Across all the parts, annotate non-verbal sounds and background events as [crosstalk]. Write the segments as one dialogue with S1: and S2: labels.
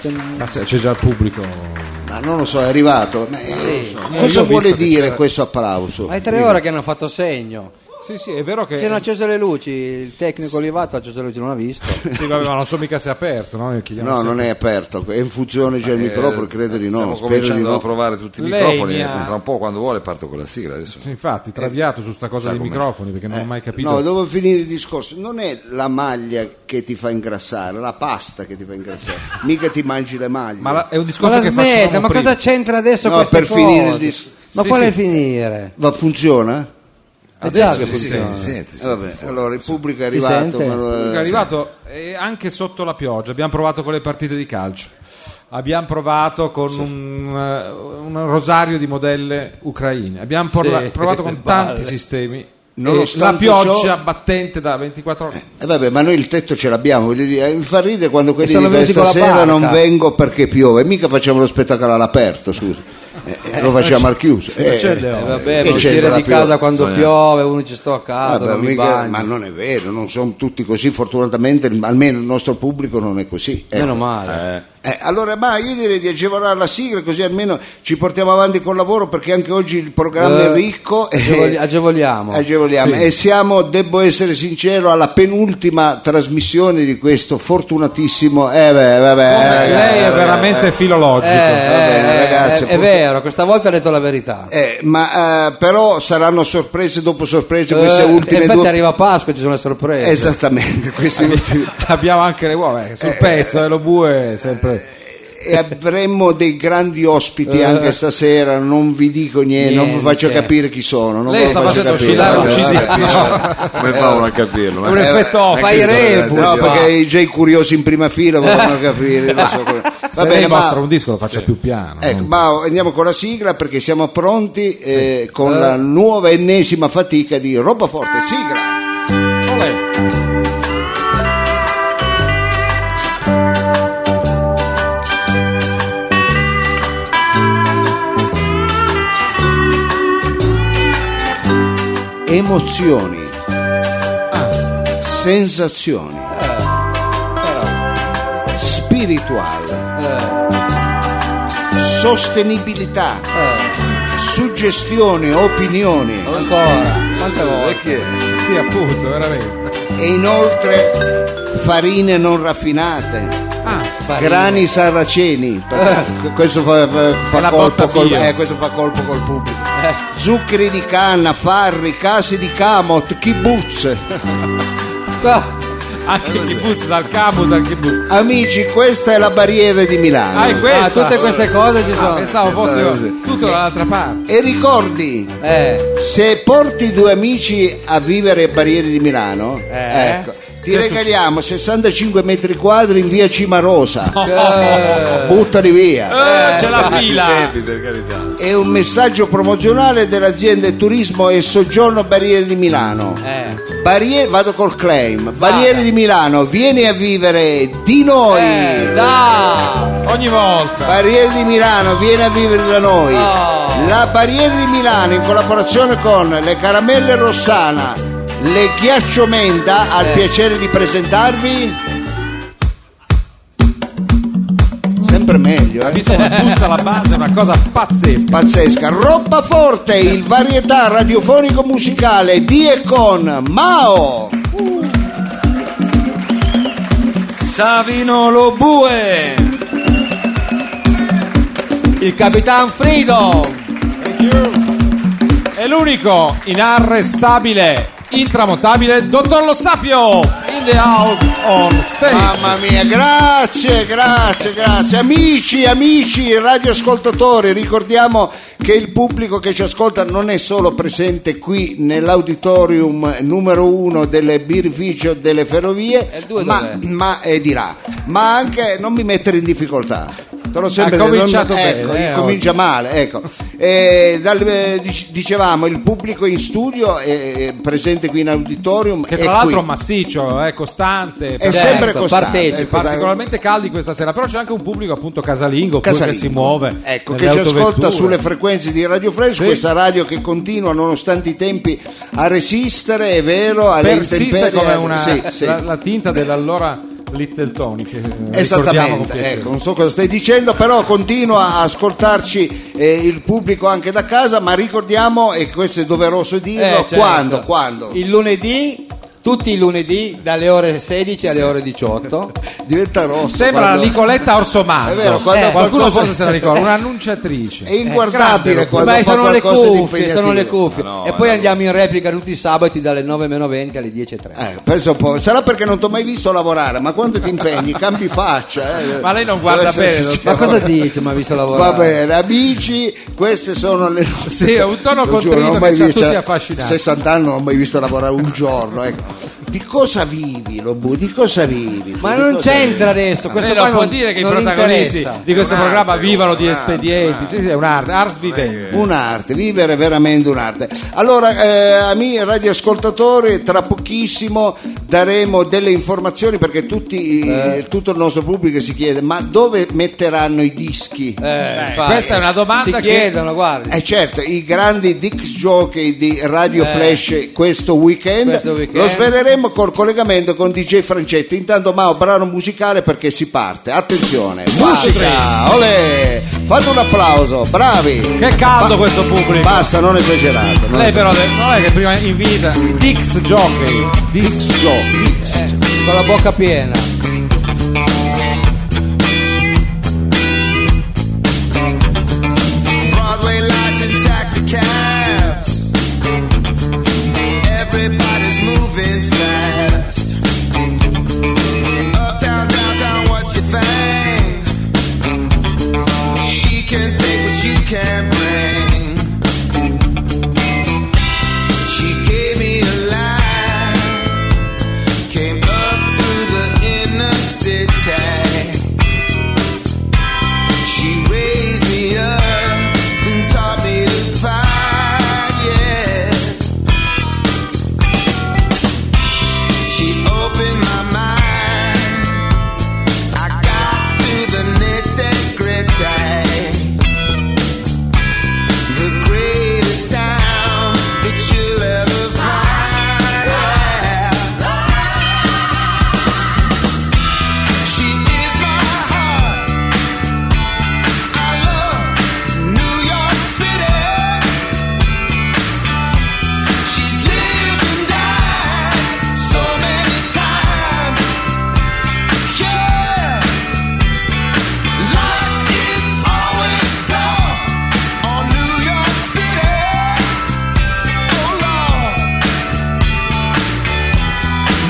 S1: cioè, non-
S2: Ma se- Ah, c'è già il pubblico.
S1: ma Ah, non lo so, è arrivato. Ma, eh, cosa
S2: Io ho
S1: vuole
S2: visto che
S1: dire
S2: c'era-
S1: questo applauso?
S3: Ma è tre ore che hanno fatto segno.
S4: Sì, sì, è vero che.
S3: Si erano accese le luci, il tecnico Olivato ha acceso le luci, non l'ha visto.
S1: [laughs]
S2: Sì, vabbè, ma non so mica se è aperto, no? Noi chiediamo
S1: No,
S2: se-
S1: non è aperto, è in funzione, c'è il microfono, credo di no.
S5: Eh, Stiamo
S1: Spero di
S5: cominciando
S1: no.
S5: a provare tutti i
S4: Lei
S5: microfoni. eh,
S4: mi ha-
S5: Tra un po', quando vuole, parto con la sigla. Adesso.
S2: Sì, Infatti, traviato su sta cosa
S5: Sa
S2: dei
S5: com'è.
S2: microfoni, perché non ho mai capito.
S1: Eh, No, devo finire il discorso. Non è la maglia che ti fa ingrassare, la pasta che ti
S3: [laughs]
S1: fa ingrassare. Mica ti mangi le maglie.
S2: Ma la- è un
S3: Ma
S2: discorso
S3: la
S2: che
S3: smetta,
S2: facciamo
S3: ma
S2: prima.
S3: cosa c'entra adesso
S1: No,
S3: queste
S1: per
S3: cose?
S1: finire il dis-
S3: Ma
S2: Sì,
S3: quale
S2: sì.
S3: finire?
S1: Ma funziona?
S3: È già che
S5: Sì, sì,
S3: funziona.
S5: si sente, si
S1: Eh, vabbè,
S5: sente.
S1: allora il pubblico è arrivato.
S3: sente?
S1: ma lo-
S2: Comunque È arrivato eh, anche sotto la pioggia. Abbiamo provato con le partite di calcio. Abbiamo provato con un, eh, un rosario di modelle ucraine. Abbiamo porla-
S3: Sì,
S2: provato
S1: [laughs]
S2: con
S3: balle.
S2: tanti sistemi. E la
S1: Nonostante
S2: pioggia
S1: ciò-
S2: battente da 24 ore.
S1: Eh, vabbè, ma noi il tetto ce l'abbiamo, voglio dire, eh, mi fa ridere quando quelli
S3: sono
S1: di
S3: venuti con la
S1: stasera
S3: barca."
S1: non vengo perché piove, mica facciamo lo spettacolo all'aperto, scusa. Eh, eh, lo facciamo al chiuso. Eh,
S2: c'è il leone.
S1: eh,
S3: Eh, vabbè,
S1: che
S3: ma uscire
S1: c'entra la
S3: di
S1: pioggia?
S3: casa quando
S5: Bisogna-
S3: piove, uno ci sto a casa,
S1: Vabbè,
S3: non mi
S1: mica-
S3: bagno.
S1: ma non è vero, non sono tutti così, fortunatamente, il- almeno il nostro pubblico non è così. ecco.
S3: Meno male.
S5: Eh,
S1: Eh, allora, ma io direi di agevolare la sigla così almeno ci portiamo avanti col lavoro perché anche oggi il programma è
S3: Eh,
S1: ricco. e-
S3: agevoli- agevoliamo.
S1: Agevoliamo. Eh, E siamo, devo essere sincero, alla penultima trasmissione di questo fortunatissimo. Eh, beh, vabbè, eh,
S2: Lei è
S1: vabbè,
S2: veramente
S1: eh.
S2: filologico.
S3: Eh,
S1: bene,
S3: eh,
S1: ragazzi,
S3: è, è
S1: pur-
S3: vero, questa volta ha detto la verità.
S1: Eh, ma eh, però saranno sorprese dopo sorprese queste
S3: Eh, e
S1: ultime
S3: infatti
S1: due.
S3: arriva Pasqua e ci sono le sorprese.
S2: [laughs]
S1: Esattamente, queste ultime.
S2: Abbiamo anche le uova eh, sul pezzo, eh, lo bue è sempre.
S1: e avremmo dei grandi
S2: Eh.
S1: ospiti anche stasera, non vi dico niente, non vi
S3: Niente.
S1: faccio capire chi sono. Non
S2: Lei
S1: ve
S2: sta
S1: lo faccio
S2: facendo
S1: capire. Eh,
S2: oscillare
S1: Vabbè,
S2: un CD.
S1: vabbè.
S5: Come fa uno a capirlo?
S1: eh.
S2: un effetto off.
S3: Fai
S5: re
S3: rebus.
S1: No,
S3: Sì.
S1: [laughs] perché già i curiosi in prima
S2: [laughs]
S1: fila vogliono capire. non so come.
S2: Se
S1: Va
S2: lei
S1: bene,
S2: mostra
S1: ma,
S2: un disco lo faccia più piano.
S1: ecco,
S2: non-
S1: ma andiamo con la sigla perché siamo pronti eh, con la nuova ennesima fatica di Roba Forte. Sigla!
S2: Olè.
S1: Emozioni, sensazioni, spiritual,
S3: Eh,
S1: sostenibilità.
S3: eh,
S1: suggestioni, opinioni
S3: ancora, quante volte?
S2: Sì, appunto, veramente.
S1: e inoltre farine non raffinate,
S2: Ah,
S3: Farina.
S1: grani saraceni, perché questo fa, fa- fa
S2: Eh. È la
S1: colpo
S2: botta
S1: col,
S2: via.
S1: eh, questo fa colpo col
S4: [laughs]
S1: pubblico.
S4: Eh,
S1: Zuccheri di canna, farri, casi di
S2: [laughs]
S1: camot, kibbutz.
S3: Ah,
S2: Anche il kibbutz dal capo, dal kibbutz.
S1: Amici, questa è la barriera di Milano.
S2: Ah, è questa.
S3: ah, tutte queste cose ci
S2: Ah,
S3: sono.
S2: pensavo fosse tutto dall'altra parte.
S1: E ricordi,
S3: Eh,
S1: se porti due amici a vivere a Barriere di Milano,
S3: Eh.
S1: ecco, ti regaliamo 65 metri quadri in via Cimarosa.
S3: eh,
S1: Buttali via.
S2: Eh, c'è la fila.
S5: per carità.
S1: È un messaggio promozionale dell'azienda Turismo e Soggiorno Barriere di Milano.
S3: eh.
S1: Barriere, vado col claim. Barriere di Milano, vieni a vivere di noi.
S3: Eh, dai.
S2: Ogni volta.
S1: Barriere di Milano, vieni a vivere da noi.
S3: Oh.
S1: La Barriere di Milano in collaborazione con le Caramelle Rossana, le Ghiacciomenda
S3: Eh.
S1: ha il piacere di presentarvi.
S3: [laughs]
S1: Sempre meglio,
S2: Ha
S1: eh.
S2: visto come punta la base, è una cosa pazzesca.
S1: Pazzesca, roba forte, il varietà radiofonico musicale di e con Mao.
S5: Savino Lobue.
S3: Il Capitan Freedom.
S2: È l'unico inarrestabile, intramontabile, dottor Lo Sapio. In the house on stage.
S1: Mamma mia, grazie, grazie, grazie. Amici, amici, radioascoltatori, ricordiamo che il pubblico che ci ascolta non è solo presente qui nell'auditorium numero uno del birrificio delle
S3: E
S1: ferrovie,
S3: il due
S1: ma,
S3: dov'è?
S1: ma è di là, ma anche non mi mettere in difficoltà. Te l'ho sempre
S2: Ha
S1: detto,
S2: cominciato
S1: non-
S2: bene,
S1: ecco,
S2: eh,
S1: comincia male, ecco. Eh, dal- eh, dic- dicevamo, il pubblico in studio è è presente qui in auditorium.
S2: Che
S1: è
S2: tra l'altro è
S1: qui.
S2: massiccio, è costante.
S1: È
S2: per-
S3: Certo,
S1: sempre costante.
S3: partecipa.
S1: ecco,
S2: particolarmente caldi questa sera, però c'è anche un pubblico appunto casalingo, oppure
S1: Casalingo.
S2: che si muove.
S1: Ecco,
S2: nelle
S1: che ci ascolta
S2: autovetture.
S1: sulle frequenze di Radio Fresh, questa radio che continua nonostante i tempi a resistere, è vero, alle
S2: persiste
S1: intemperie,
S2: come una,
S1: sì, sì.
S2: La, la tinta dell'allora Little Tony che eh, ricordiamo con
S1: Esattamente,
S2: piacere.
S1: ecco, non so cosa stai dicendo, però continua a ascoltarci eh, il pubblico anche da casa, ma ricordiamo, e questo è doveroso
S4: Eh,
S1: dirlo,
S4: certo.
S1: quando, quando?
S4: Il lunedì, tutti i lunedì, dalle ore 16 alle ore 18.
S1: [laughs] Diventa rosso.
S2: Sembra
S1: quando-
S2: la Nicoletta Orsomanto.
S1: È vero,
S4: Eh,
S1: quando
S2: qualcuno
S1: qualcosa-
S2: forse se la ricorda,
S1: [laughs]
S2: Eh,
S1: È
S2: un'annunciatrice.
S1: inguardabile quando
S4: Ma
S1: fa
S4: sono le
S1: qualcosa di
S4: cuffie, sono le
S1: impegnativo.
S4: cuffie.
S5: Ah, no,
S4: e
S5: eh,
S4: poi
S5: no.
S4: andiamo in replica tutti i sabati dalle 9.20 alle 10.30.
S1: Eh, pensa un po', sarà perché non ti ho mai visto lavorare, ma quando ti impegni cambi faccia. eh.
S2: Ma lei non guarda
S1: Deve essere [laughs]
S2: bene,
S1: sincero.
S4: Ma cosa dice? Ma ha visto Eh.
S1: Va
S4: lavorare?
S1: bene, amici, queste sono le
S2: Sì, è un tono
S1: Lo giuro, non
S2: contrito
S1: ho
S2: che
S1: mai
S2: ci ha
S1: visto-
S2: tutti affascinati.
S1: 60 anni non ho mai visto lavorare un giorno, ecco. Di cosa vivi, Lobu? Di cosa vivi?
S4: Ma
S1: Di
S4: non
S1: cosa Ah.
S4: c'entra
S1: Eh,
S4: adesso, questo
S2: Lei
S4: qua
S2: non può
S4: non-
S2: dire che i
S4: non
S2: protagonisti
S4: interessa.
S2: di questo
S5: È un'arte,
S2: programma vivano di
S5: un'arte,
S2: espedienti. Sì, sì, è un'arte, ars vivente.
S1: vivi? Un'arte, vivere è veramente un'arte. Allora, eh, amici radioascoltatori, tra pochissimo daremo delle informazioni perché tutti,
S2: Eh.
S1: eh, tutto il nostro pubblico si chiede ma dove metteranno i dischi?
S4: Eh, infatti.
S2: questa è una domanda
S4: si
S2: che-
S4: chiedono, guarda.
S1: Eh certo, i grandi dick jockey di Radio
S2: Eh.
S1: Flash questo weekend,
S4: Questo weekend.
S1: lo sveleremo col collegamento con DJ Francetti. Intanto Mao, brano musicale perché si parte. Attenzione, musica, olè! Fate un applauso, bravi!
S2: Che caldo
S1: Ba-
S2: questo pubblico.
S1: Basta, non esagerate. non
S2: Lei però de- non è che prima invita Dix Jockey. Dix Eh. Jockey.
S4: Con la bocca piena.
S6: Broadway lights and taxicabs. Everybody's moving fast. Uptown, downtown, what's your thing? She can take what you can bring. She gave me a line. Came up through the inner city. She raised me up and taught me to fight, yeah. She opened my mind. I got to the nitty gritty. The greatest town that you'll ever find. yeah. She is my heart. I love New York City. She's lived and died so many times. Yeah, life is always tough on New York City. Oh Lord,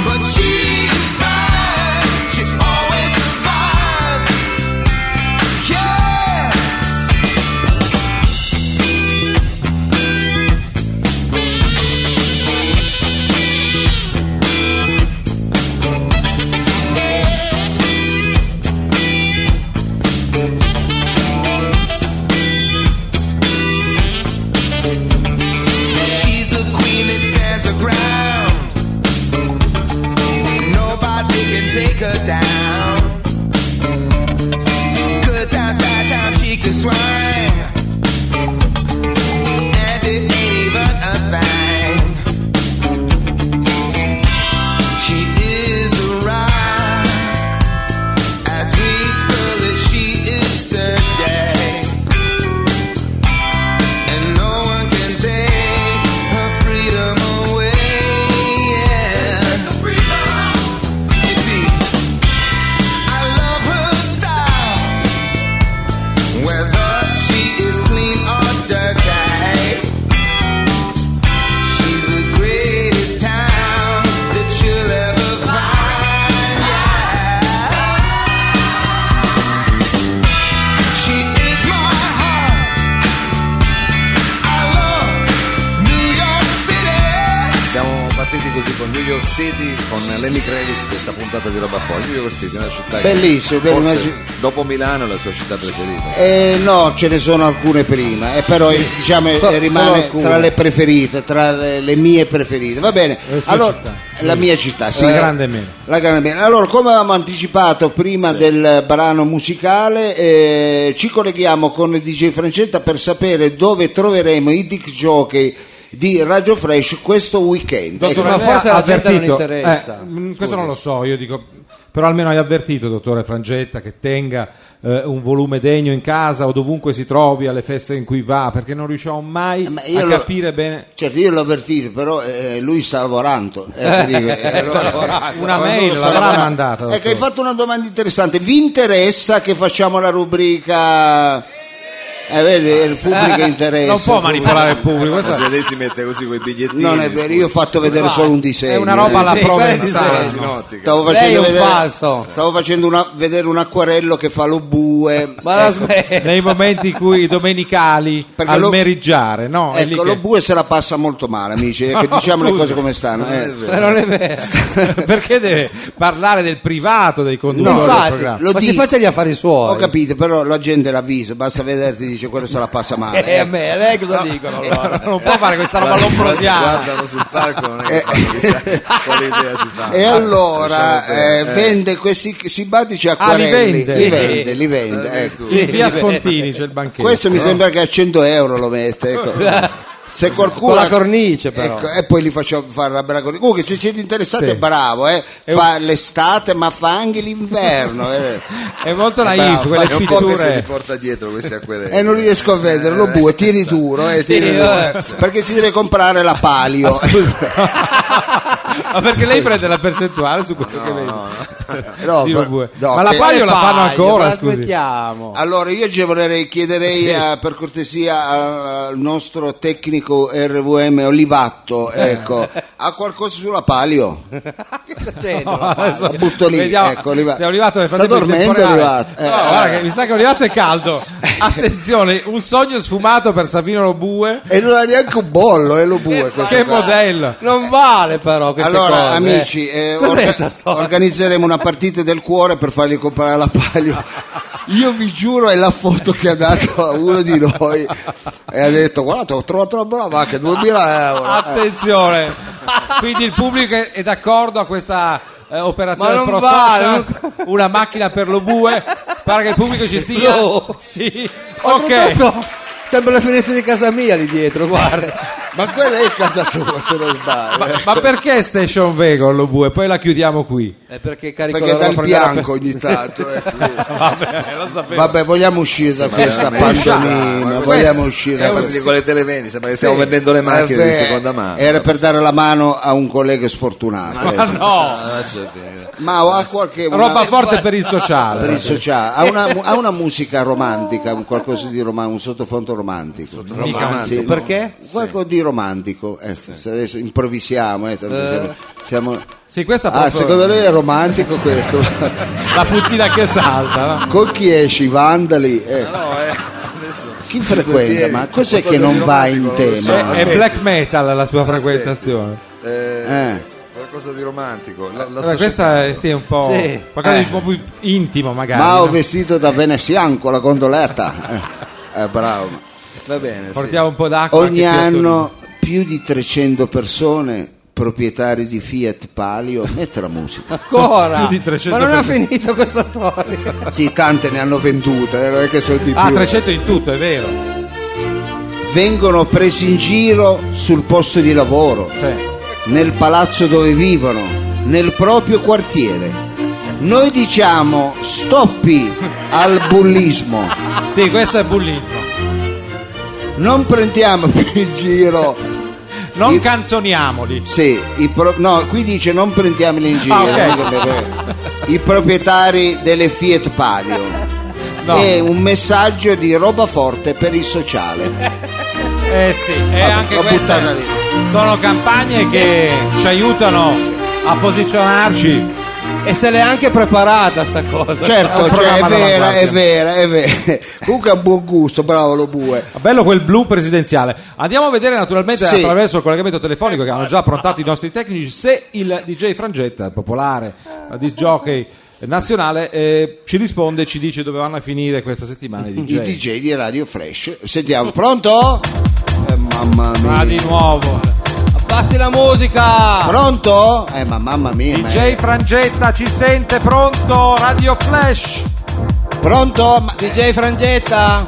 S6: but she's fine. She always survives. Yeah! She's a queen that stands her ground. Nobody can take her down. Good times, bad times, she can swing. And it ain't even a thing. She is a rock, as regal as she is today. And no one can take her freedom away. Yeah. You see, I love her style. Whether she is clean or dirty, she's the greatest town that you'll ever find. Yeah. She is my heart. I love New York City.
S5: Siamo partiti così con New York City, con Lenny Kravitz, questa puntata di roba fuori. New York City è una città che
S1: Bellissimo, bello,
S5: forse
S1: una ci-
S5: dopo Milano è la sua città preferita.
S1: Eh, no, ce ne sono alcune prima, eh, però eh, diciamo, eh,
S4: solo
S1: rimane
S4: alcune.
S1: tra le preferite, tra le, le mie preferite. Va bene,
S2: Le sue
S1: allora,
S2: città.
S1: la mia
S4: Ah,
S1: città, sì.
S2: La Eh, grande meno.
S1: La grande meno. Allora, come avevamo anticipato prima del brano musicale, eh, ci colleghiamo con il DJ Francetta per sapere dove troveremo i Dick Jockey di Radio Fresh questo weekend.
S4: Dove
S1: Ecco.
S4: sono- ma
S2: Lei
S4: forse
S2: ha
S4: la gente non
S2: avvertito-
S4: interessa.
S2: eh, mh, questo non mm, lo so, io dico. Però almeno hai avvertito, dottore Frangetta, che tenga eh, un volume degno in casa o dovunque si trovi, alle feste in cui va, perché non riusciamo mai
S1: Eh, ma
S2: a
S1: io lo-
S2: capire bene.
S1: Certo, io l'ho avvertito, però eh, lui sta lavorando. Eh, ti dico, eh, allora, eh,
S2: Una
S1: quando
S2: mail
S1: sta
S2: l'avrà
S1: lavorando-
S2: mandata,
S1: Ecco,
S2: dottore.
S1: hai fatto una domanda interessante. Vi interessa che facciamo la rubrica? Eh, vedi, il pubblico interessa.
S2: Eh, Non può
S1: il pubblico-
S2: manipolare il pubblico.
S5: Ma
S2: questo-
S5: se lei si mette così con i bigliettini.
S1: Non è vero, io ho fatto vedere solo un disegno.
S2: È una roba alla
S1: eh.
S4: Sì, quello è il
S2: provenzale.
S5: si notica.
S1: Stavo
S4: Lei è
S1: facendo,
S4: un
S1: vedere,
S4: falso.
S1: stavo facendo una- vedere un acquarello che fa lo bue.
S4: Ma la
S1: Ecco,
S4: smetta.
S2: nei momenti in cui i domenicali
S1: Perché
S2: al
S1: lo-
S2: meriggiare, no? È lì
S1: ecco,
S2: che-
S1: lo bue se la passa molto male, amici. eh,
S4: [laughs]
S1: che
S2: No,
S1: diciamo le
S2: scusa.
S1: cose come stanno. eh.
S4: Ma non è vero.
S1: [laughs]
S2: perché deve parlare del privato dei conduttori
S1: No,
S2: del
S1: infatti,
S2: programma?
S1: lo
S4: ma
S1: dico.
S4: si faccia gli affari suoi.
S1: Ho capito, però la gente l'avvisa, basta vederti dice quello se la passa male.
S2: Eh,
S1: ecco.
S4: E a me, a lei cosa dicono allora?
S2: non può fare questa roba
S5: Guarda, quando si
S2: lombrosiana.
S5: guardano sul palco non è
S1: Eh.
S5: che fanno
S2: [laughs]
S5: chissà quale idea si fa.
S1: E allora
S5: Lasciamo perdere.
S1: eh, vende questi
S4: Ah,
S1: simpatici acquarelli,
S2: Ah, vende.
S1: Ah, li vende,
S4: Sì.
S1: li vende,
S5: Eh,
S1: ecco.
S5: tu.
S2: In via Spontini c'è il banchetto.
S1: Questo mi sembra che a 100 euro lo mette. ecco. Se qualcuno...
S4: Con la cornice però.
S1: Ecco, e poi li facciamo fare la bella cornice. Comunque, se siete interessati,
S2: Sì.
S1: è bravo, eh.
S2: È
S1: fa l'estate, ma fa anche l'inverno. [laughs] eh.
S2: È molto
S1: Bravo,
S2: naif, quelle
S5: È un po' che se li
S2: pitture.
S5: porta dietro questi acquerelli. eh.
S1: E Eh, non riesco a vederlo, lo bue, tieni duro, eh, tieni
S4: Tieni
S1: duro,
S4: duro.
S1: eh. perché si deve comprare la palio.
S2: Ma perché lei prende la percentuale su quello che vede? [laughs]
S1: No,
S2: Sì,
S1: ma-
S2: vabbè.
S1: no,
S2: ma la
S1: che-
S2: palio la fanno ancora,
S4: ma la
S2: scusi. [laughs]
S4: smettiamo.
S1: Allora, io ci vorrei chiederei a- per cortesia a- al nostro tecnico RVM Olivatto,
S2: Eh.
S1: ecco, ha qualcosa sulla palio?
S7: [laughs]
S1: La butto Ah, lì,
S2: Vediamo
S1: ecco, Oliva-
S2: se è arrivato nel
S1: Sta
S2: frattempo il
S1: dormendo,
S2: temporale.
S1: Olivato. Eh,
S2: No,
S1: eh.
S2: guarda che mi sa che Olivato è
S1: [laughs]
S2: caldo. Attenzione, un sogno sfumato per Savino Lobue.
S1: E non ha neanche un bollo, è lo bue. questo
S2: Che
S1: qua.
S2: modello!
S4: Non vale però queste
S1: Allora,
S4: cose.
S1: amici, eh,
S4: [laughs] Cos'è
S1: orga-
S4: sta storia?
S1: organizzeremo una partita del cuore per fargli comprare la palio. Io vi giuro, è la foto che ha dato a uno di noi e ha detto: Guardate, ho trovato una bella vacca, 2000 euro. eh.
S2: Attenzione! Quindi il pubblico è è d'accordo a questa eh, operazione
S4: Ma non
S2: pro
S4: vale,
S2: social? una macchina per lo bue. Pare che il pubblico ci stia.
S4: No.
S2: Sì.
S4: Ho
S2: Ok.
S4: trovato sempre la finestra di casa mia lì dietro, guarda.
S1: Ma quella è casa tua, se non sbaglio. eh.
S2: Ma, ma perché Station Vegas lo bue? Poi la chiudiamo qui.
S4: È perché carico
S1: perché
S4: la Ah,
S1: dal
S4: roba per andare
S1: bianco ogni
S4: [laughs]
S1: tanto eh. vabbè vogliamo uscire da questa pantomima vogliamo uscire da questa-
S5: Siamo partiti con le televendite, sembra che stiamo vendendo le macchine
S1: Eh,
S5: di seconda mano.
S1: era per dare la mano a un collega
S2: Ma
S1: sfortunato eh.
S2: no!
S5: Ah, c'è bene.
S1: ma ha qualche una-
S2: Roba forte per il sociale.
S1: per il sociale ha una, ha una musica romantica un qualcosa di romantico un sottofondo romantico
S5: romantico,
S1: Sì,
S4: perché?
S1: qualcosa di romantico eh, se adesso improvvisiamo eh, tanto siamo- siamo-
S2: Sì, questa
S1: ah
S2: proprio-
S1: secondo lei è romantico questo
S2: la puntina che salta, no?
S1: con chi esci i vandali eh.
S5: No, eh, adesso-
S1: Chi frequenta? Ma cos'è che non va in tema?
S5: Qualcosa di romantico, non lo so.
S2: È black metal la sua
S5: Aspetti.
S2: frequentazione.
S5: Eh,
S1: Eh.
S5: Qualcosa di romantico. La, la
S2: Vabbè,
S5: società-
S2: questa è sì, è un po'
S4: Sì.
S2: qualcosa di
S1: Eh.
S2: un po' più intimo, magari.
S1: Ma ho
S2: no?
S1: vestito da veneziano con la gondoletta. Eh, eh, bravo.
S5: Va bene. sì.
S2: Portiamo un po' d'acqua. anche
S1: Ogni
S2: qui a Torino.
S1: anno più di 300 persone proprietari di Fiat Palio mette la musica.
S4: ancora.
S2: Più di 300
S4: Ma non ha finito questa storia.
S1: Sì, tante ne hanno vendute, eh, non è che sono di più.
S2: Ah, 300 in tutto, è vero.
S1: Vengono presi in giro sul posto di lavoro.
S2: Sì.
S1: nel palazzo dove vivono, nel proprio quartiere. Noi diciamo stoppi al bullismo,
S2: [laughs] Sì, questo è bullismo.
S1: non prendiamo più in giro.
S2: Non
S1: Io-
S2: canzoniamoli.
S1: Sì, i pro- no, qui dice non prendiamoli in giro
S2: Ah, ok.
S1: non dico che- i proprietari delle Fiat Palio.
S2: No.
S1: È un messaggio di roba forte per il sociale.
S2: Eh sì, e
S1: Vabbè,
S2: anche
S1: l'ho buttata
S2: queste sono campagne che ci aiutano a posizionarci.
S4: E se l'è anche preparata sta cosa.
S2: È
S1: Certo,
S2: un
S1: cioè, è
S2: programma
S1: vera, è
S2: d'avanguardia.
S1: vera, è vera. [laughs] Comunque ha buon gusto, bravo lo bue.
S2: Bello quel blu presidenziale. Andiamo a vedere naturalmente
S1: Sì.
S2: attraverso il collegamento telefonico che hanno già approntato i nostri tecnici se il DJ Frangetta, il popolare eh, disc jockey nazionale, eh, ci risponde e ci dice dove vanno a finire questa settimana i
S1: il
S2: DJ.
S1: DJ di Radio Fresh. Sentiamo, pronto? Eh, mamma
S2: Ma
S1: mia.
S2: di nuovo.
S4: Abbassi la musica.
S1: Pronto? Eh, ma mamma mia. ma
S2: DJ
S1: è-
S2: Frangetta ci sente pronto? Radio Flash.
S1: Pronto? Ma-
S4: DJ Frangetta.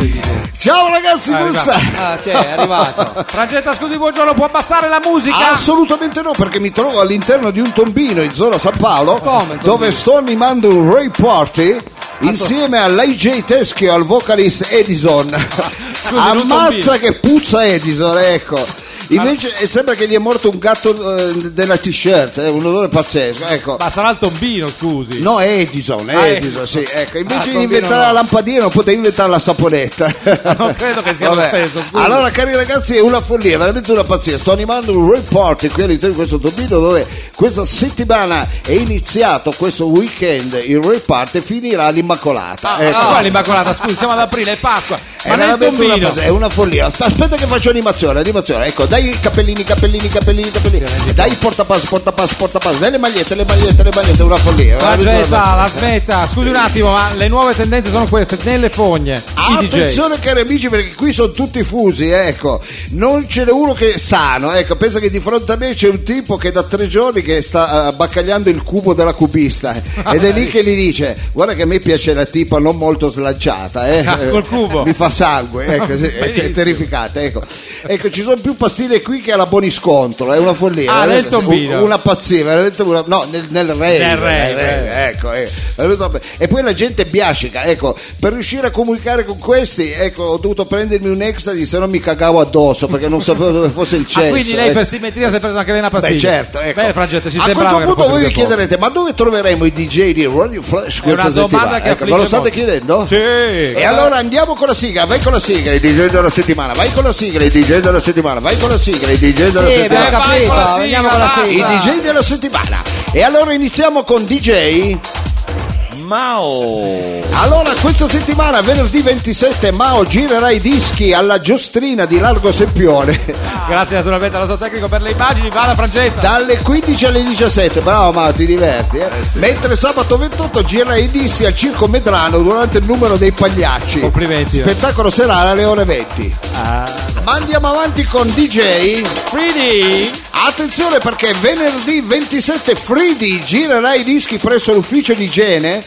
S5: Io
S1: Ciao ragazzi,
S2: Ah,
S1: come
S2: arrivato.
S1: state?
S4: Ah, c'è, è arrivato.
S2: Frangetta, scusi, buongiorno, può abbassare la musica?
S1: Ah, Assolutamente no, perché mi trovo all'interno di un tombino in zona San Paolo
S4: Come, tombino?
S1: dove sto animando un Ray Party
S2: Ah,
S1: insieme all'IJ Teschio e al vocalist
S2: [laughs]
S1: Edison.
S2: non tombino.
S1: Ammazza che puzza Edison, ecco. Invece eh, sembra che gli è morto un gatto eh, della t-shirt, è un odore pazzesco, ecco.
S2: Ma sarà il tombino, scusi.
S1: No, è Edison, è
S2: Ah,
S1: Edison, sì, ecco. Invece di
S4: tombino
S1: inventare
S4: no.
S1: la lampadina, poteva inventare
S2: [laughs]
S1: la saponetta.
S2: Non credo che sia lo
S1: Vabbè.
S2: stesso, scusi.
S1: Allora, cari ragazzi, è una follia, veramente una pazzia. Sto animando un report qui all'interno di questo tombino dove questa settimana è iniziato questo weekend il report e finirà l'Immacolata.
S2: Ah, qua l'immacolata, scusi, siamo ad aprile, è Pasqua. Ma
S1: Ecco. È
S2: nel
S1: veramente una,
S2: tombino.
S1: pazzia, è una follia. Aspetta- Aspetta che faccio animazione, animazione. Ecco, dai i capellini, capellini, capellini, capellini. Dai i portapass, portapass, portapass. Dai le magliette, le magliette, le magliette, è una follia. è veramente una
S2: Frangetta,
S1: pazzia.
S2: la smetta, scusi un attimo, ma le nuove tendenze sono queste, nelle fogne, i DJ.
S1: Ah, Attenzione cari amici perché qui sono tutti fusi, ecco. Non ce n'è uno che è sano, ecco. Pensa che di fronte a me c'è un tipo che da tre giorni che sta eh, baccagliando il cubo della cubista eh, ed è lì che gli dice "Guarda che a me piace la tipa non molto slanciata, eh.
S2: Ah, col cubo.
S1: Mi fa sangue, ecco, sì, è
S2: Benissimo.
S1: te- terrificante, ecco. Ecco, ci sono più pastine qui che alla Boniscontro, è una follia.
S2: Ah, nel
S1: veramente,
S2: tombino.
S1: un- Una pazzia, veramente una- no, nel, nel rave,
S2: Nel rave,
S1: ecco, eh. e poi la gente biascica ecco per riuscire a comunicare con questi ecco ho dovuto prendermi un ecstasy se no mi cagavo addosso perché non sapevo dove fosse il cesso
S2: Ah, quindi lei
S1: ecco.
S2: per simmetria si è preso anche lei una pastiglia.
S1: Beh, certo, ecco.
S2: Bene, Frangetta, ci
S1: a
S2: sembrava
S1: questo
S2: che
S1: punto
S2: fosse
S1: voi
S2: un
S1: vi
S2: po' fuori.
S1: chiederete ma dove troveremo i DJ di Radio Flash questa
S2: una domanda
S1: settimana
S2: che
S1: Ecco, me lo
S2: affligge
S1: state
S2: molti.
S1: chiedendo?
S2: Sì.
S1: e allora andiamo con la sigla vai con la sigla i DJ della settimana vai con la sigla i DJ della settimana vai con la sigla i DJ della
S4: Sì,
S1: settimana
S4: abbiamo
S2: vai con
S4: capito,
S2: la sigla,
S4: andiamo con la
S2: basta.
S1: i
S4: sigla.
S1: DJ della settimana e allora iniziamo con DJ
S5: Mao!
S1: Allora, questa settimana, venerdì 27 Mao, girerà i dischi alla giostrina di Largo Sempione [laughs]
S2: Ah, Grazie naturalmente al nostro tecnico per le immagini, va la Frangetta.
S1: dalle 15 alle 17. Bravo Mao, ti diverti. eh? Mentre sabato 28 girerà i dischi al Circo Medrano durante il numero dei pagliacci.
S2: Complimenti, Ah. eh.
S1: Spettacolo serale alle ore 20. Ma andiamo avanti con DJ.
S2: Fridi,
S1: Attenzione perché venerdì 27 Fridi girerà i dischi presso l'ufficio di
S2: [laughs]
S1: igiene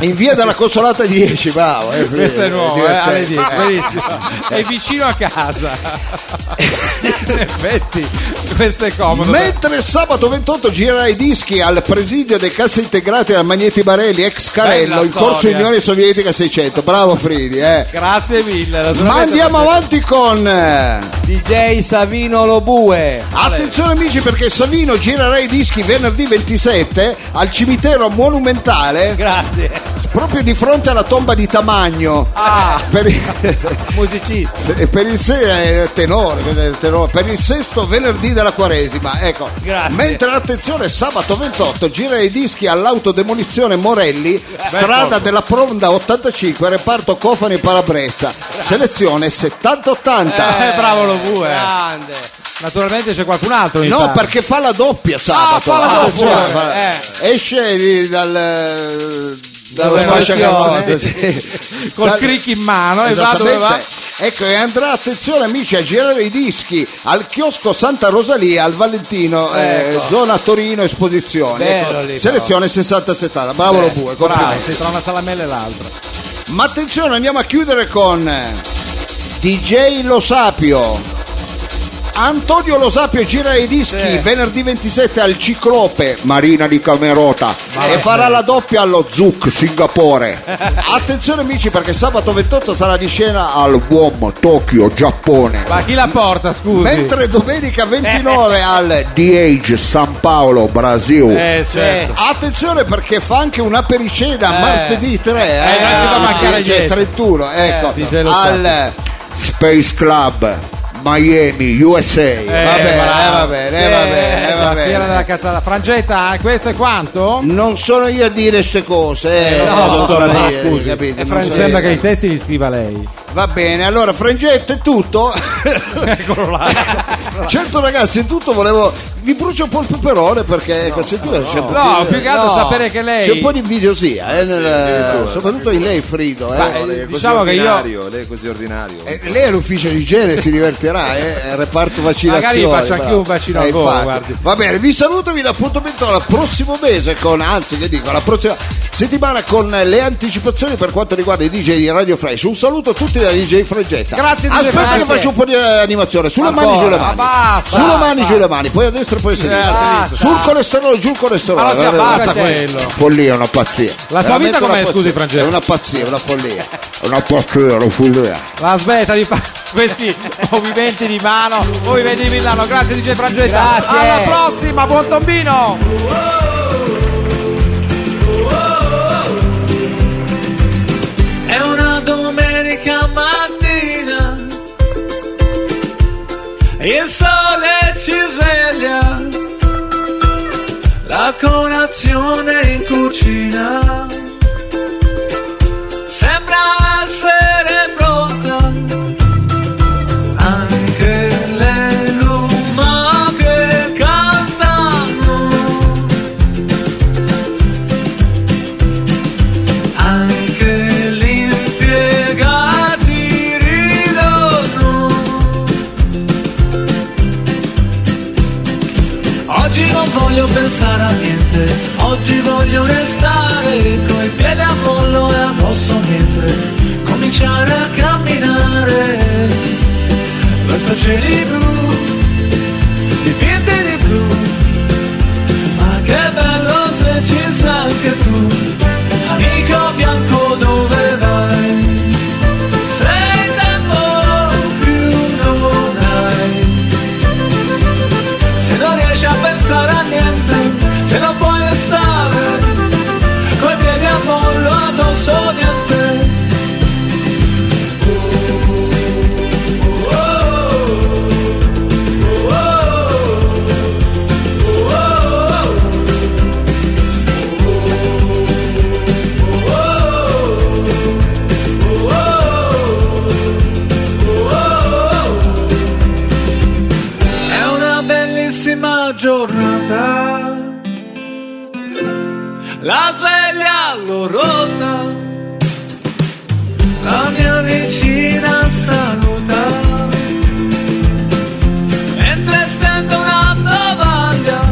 S1: in via della Consolata 10. Bravo, eh, Fridi,
S2: questo è nuovo, eh,
S1: divertente.
S2: alle 10,
S1: Eh. [laughs]
S2: benissimo. È vicino a casa. In effetti, questo è comodo.
S1: Mentre sabato 28 girerà i dischi al presidio dei Casse Integrate al Magneti Barelli, ex Carello,
S2: Bella
S1: in corso
S2: storia.
S1: Unione Sovietica 600. Bravo Fridi, eh.
S2: Grazie mille.
S1: Ma
S2: naturalmente,
S1: andiamo
S2: Frangetta.
S1: avanti con... eh,
S4: DJ Savino Lobue.
S1: Attenzione amici perché Savino girerà i dischi venerdì 27 al cimitero monumentale
S4: Grazie.
S1: proprio di fronte alla tomba di Tamagno. Per il,
S4: Ah. [laughs] Musicista.
S1: se- per il se- eh, tenore, eh, tenore, per il sesto venerdì della quaresima. Ecco.
S4: Grazie.
S1: Mentre attenzione, sabato 28 gira i dischi all'autodemolizione Morelli, strada della Pronda 85, reparto Cofani e Parabrezza. Selezione 70-80.
S2: Eh, bravo lo vuoi.
S4: Grande.
S2: Naturalmente c'è qualcun altro in
S1: No,
S2: Italia.
S1: perche fa la doppia sabato.
S4: Ah, fa la
S1: Attenzione,
S4: doppia, Eh.
S1: fa la- Esce di- dal dallo
S4: Dove
S1: sfasciacarrozze,
S4: nazione.
S2: [laughs]
S1: sì.
S2: Col
S1: Dal-
S2: crick in
S4: Ah,
S2: mano, e va dove va?
S1: Esattamente. Ecco, e andrà attenzione amici a girare i dischi al chiosco Santa Rosalia al Valentino, eh, zona Torino Esposizione.
S4: Ecco. Bello lì, però.
S1: selezione 60-70, bravo lo bue,
S2: Eh, Bravo,
S1: complimenti.
S2: sei tra una salamella e l'altra.
S1: Ma attenzione, andiamo a chiudere con DJ Lo Sapio. Antonio Lo Sapio gira i dischi venerdì 27 al Ciclope, Marina di Camerota, e farà la doppia allo Zuc Singapore.
S2: [laughs]
S1: Attenzione amici perché sabato 28 sarà di scena al WOM Tokyo, Giappone.
S2: Ma chi la porta, scusi?
S1: Mentre domenica 29 al DH San Paolo, Brasile.
S2: Eh, certo.
S1: Attenzione perché fa anche una pericena martedì 3, eh,
S2: non ci fa mancare
S1: cioè,
S2: niente.
S1: 31, ecco,
S2: dice lo
S1: al Space Club Miami, USA. va bene, eh, va bene, eh, va bene, eh, va
S2: La fiera della
S1: bene.
S2: cazzata. Frangetta, questo è quanto?
S1: Non sono io a dire queste cose,
S2: no,
S1: eh, non sono
S2: dottore,
S1: io,
S2: ma scusi, Eh,
S1: capite, non sono
S2: Sembra
S1: io.
S2: che i testi li scriva lei.
S1: Va bene, allora Frangetto è tutto.
S2: [laughs]
S1: [laughs] certo ragazzi, è tutto, volevo vi brucio un po' il peperone perché ecco, se tu c'è un po'
S2: No,
S1: di-
S2: più che altro sapere che lei...
S1: C'è un po' di invidiosia, eh, nel-
S5: addirittura,
S1: soprattutto in lei Frido. eh.
S5: No, lei è così
S2: diciamo che io-
S5: ordinario, lei è così ordinario.
S1: Eh, lei all'ufficio di igiene si divertirà, eh? è
S2: Magari
S1: reparto vaccinazione.
S2: faccio
S1: bravo.
S2: anche un vaccino al volo,
S1: infatti.
S2: guardi.
S1: Va bene, vi saluto, vi do appuntamento al prossimo mese con, anzi che dico, alla prossima settimana settimana con le anticipazioni per quanto riguarda i DJ di Radio Fresh. Un saluto a tutti da DJ Freggetta.
S2: Grazie, DJ
S1: Aspetta
S2: Frank.
S1: che faccio un po' di eh, animazione. Sulle mani giù le mani.
S2: basta,
S1: Sulle mani giù le mani, poi a destra e poi a
S2: Eh,
S1: sinistra.
S2: basta.
S1: Sul colesterolo, giù il colesterolo.
S2: Allora,
S1: Guarda,
S2: sia,
S1: guarda,
S2: basta
S1: guarda.
S2: Ah, quello.
S1: Follia, è una pazzia.
S2: La sua
S1: Veramente
S2: vita com'è,
S1: una pazzia.
S2: scusi, Francesco?
S1: È una pazzia, una follia. È una pazzia, una follia.
S2: La smetta di fare questi movimenti di mano, movimenti di Milano. Grazie DJ Frangetta.
S4: Grazie.
S2: Alla prossima, buon tombino!
S8: È una domenica mattina, il sole ci sveglia, la colazione in cucina sembra essere pronta, anche le lumache cantano. Anche gli impiegati ridono. Oggi non voglio pensare a niente, oggi voglio restare coi piedi a pollo e addosso mentre cominciare a camminare verso cieli blu, dipinti di blu, ma che bello se ci sei anche tu, amico bianco dove vai? Sei tempo più non hai, se non riesci a pensare a niente, se non puoi restare, coi piedi a mollo addosso di a te. Oh, oh, oh, oh. È una bellissima giornata. La sveglia l'ho rotta. La mia vicina saluta. Mentre sento una tovaglia.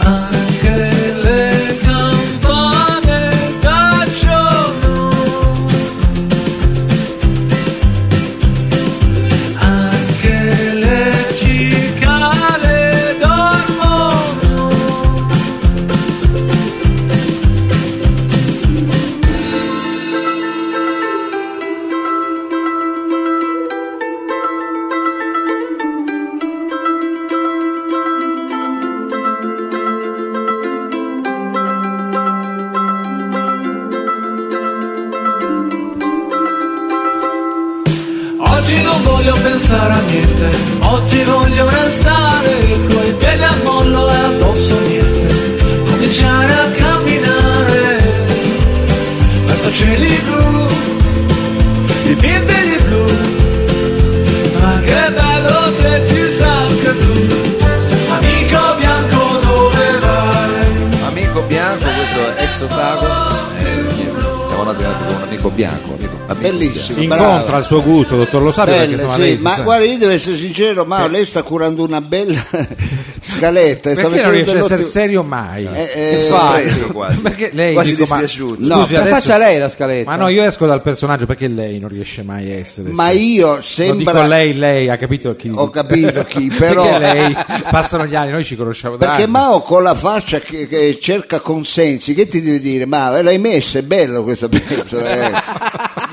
S8: Anche le campane cacciano. Anche le cicale dormono Oggi non voglio pensare a niente, oggi voglio restare coi piedi a mollo e addosso niente. Cominciare a camminare verso cieli blu, dipinti di blu. Ma che bello se ci sa anche tu, amico bianco dove vai?
S5: Amico bianco, questo è ex ottago. Eh, niente, siamo arrivati con un amico bianco. Amico, amico
S1: Ah, Bellissimo.
S2: Incontra
S1: bravo.
S2: il suo gusto, dottor Lo Sapio, perché
S1: Belle,
S2: insomma
S1: sì,
S2: lei si
S1: ma
S2: sa.
S1: guarda, io devo essere sincero, ma lei sta curando una bella [laughs] scaletta. sta
S2: Eh. perché non
S1: mettendo
S2: riesce a essere
S1: dell'ottimo-
S2: serio mai?
S1: Eh, eh,
S5: Bianco. Sorpreso quasi.
S2: Perché lei
S5: quasi
S2: dico, ma-
S5: dispiaciuto.
S1: No,
S2: Scusi,
S1: la
S2: adesso-
S4: faccia lei la scaletta.
S2: Ma no, io esco dal personaggio perché lei non riesce mai a essere.
S1: ma
S2: seria.
S1: io
S2: Non
S1: sembra
S2: dico lei, lei ha capito chi.
S1: Ho capito chi,
S2: [laughs]
S1: però-
S2: Perché lei passano gli anni, noi ci conosciamo
S5: Ah,
S2: da
S1: perché
S2: anni.
S1: Mao con la faccia che, che cerca consensi, che ti deve dire? Ma l'hai messa, è bello questo pezzo.
S2: [laughs]
S1: eh.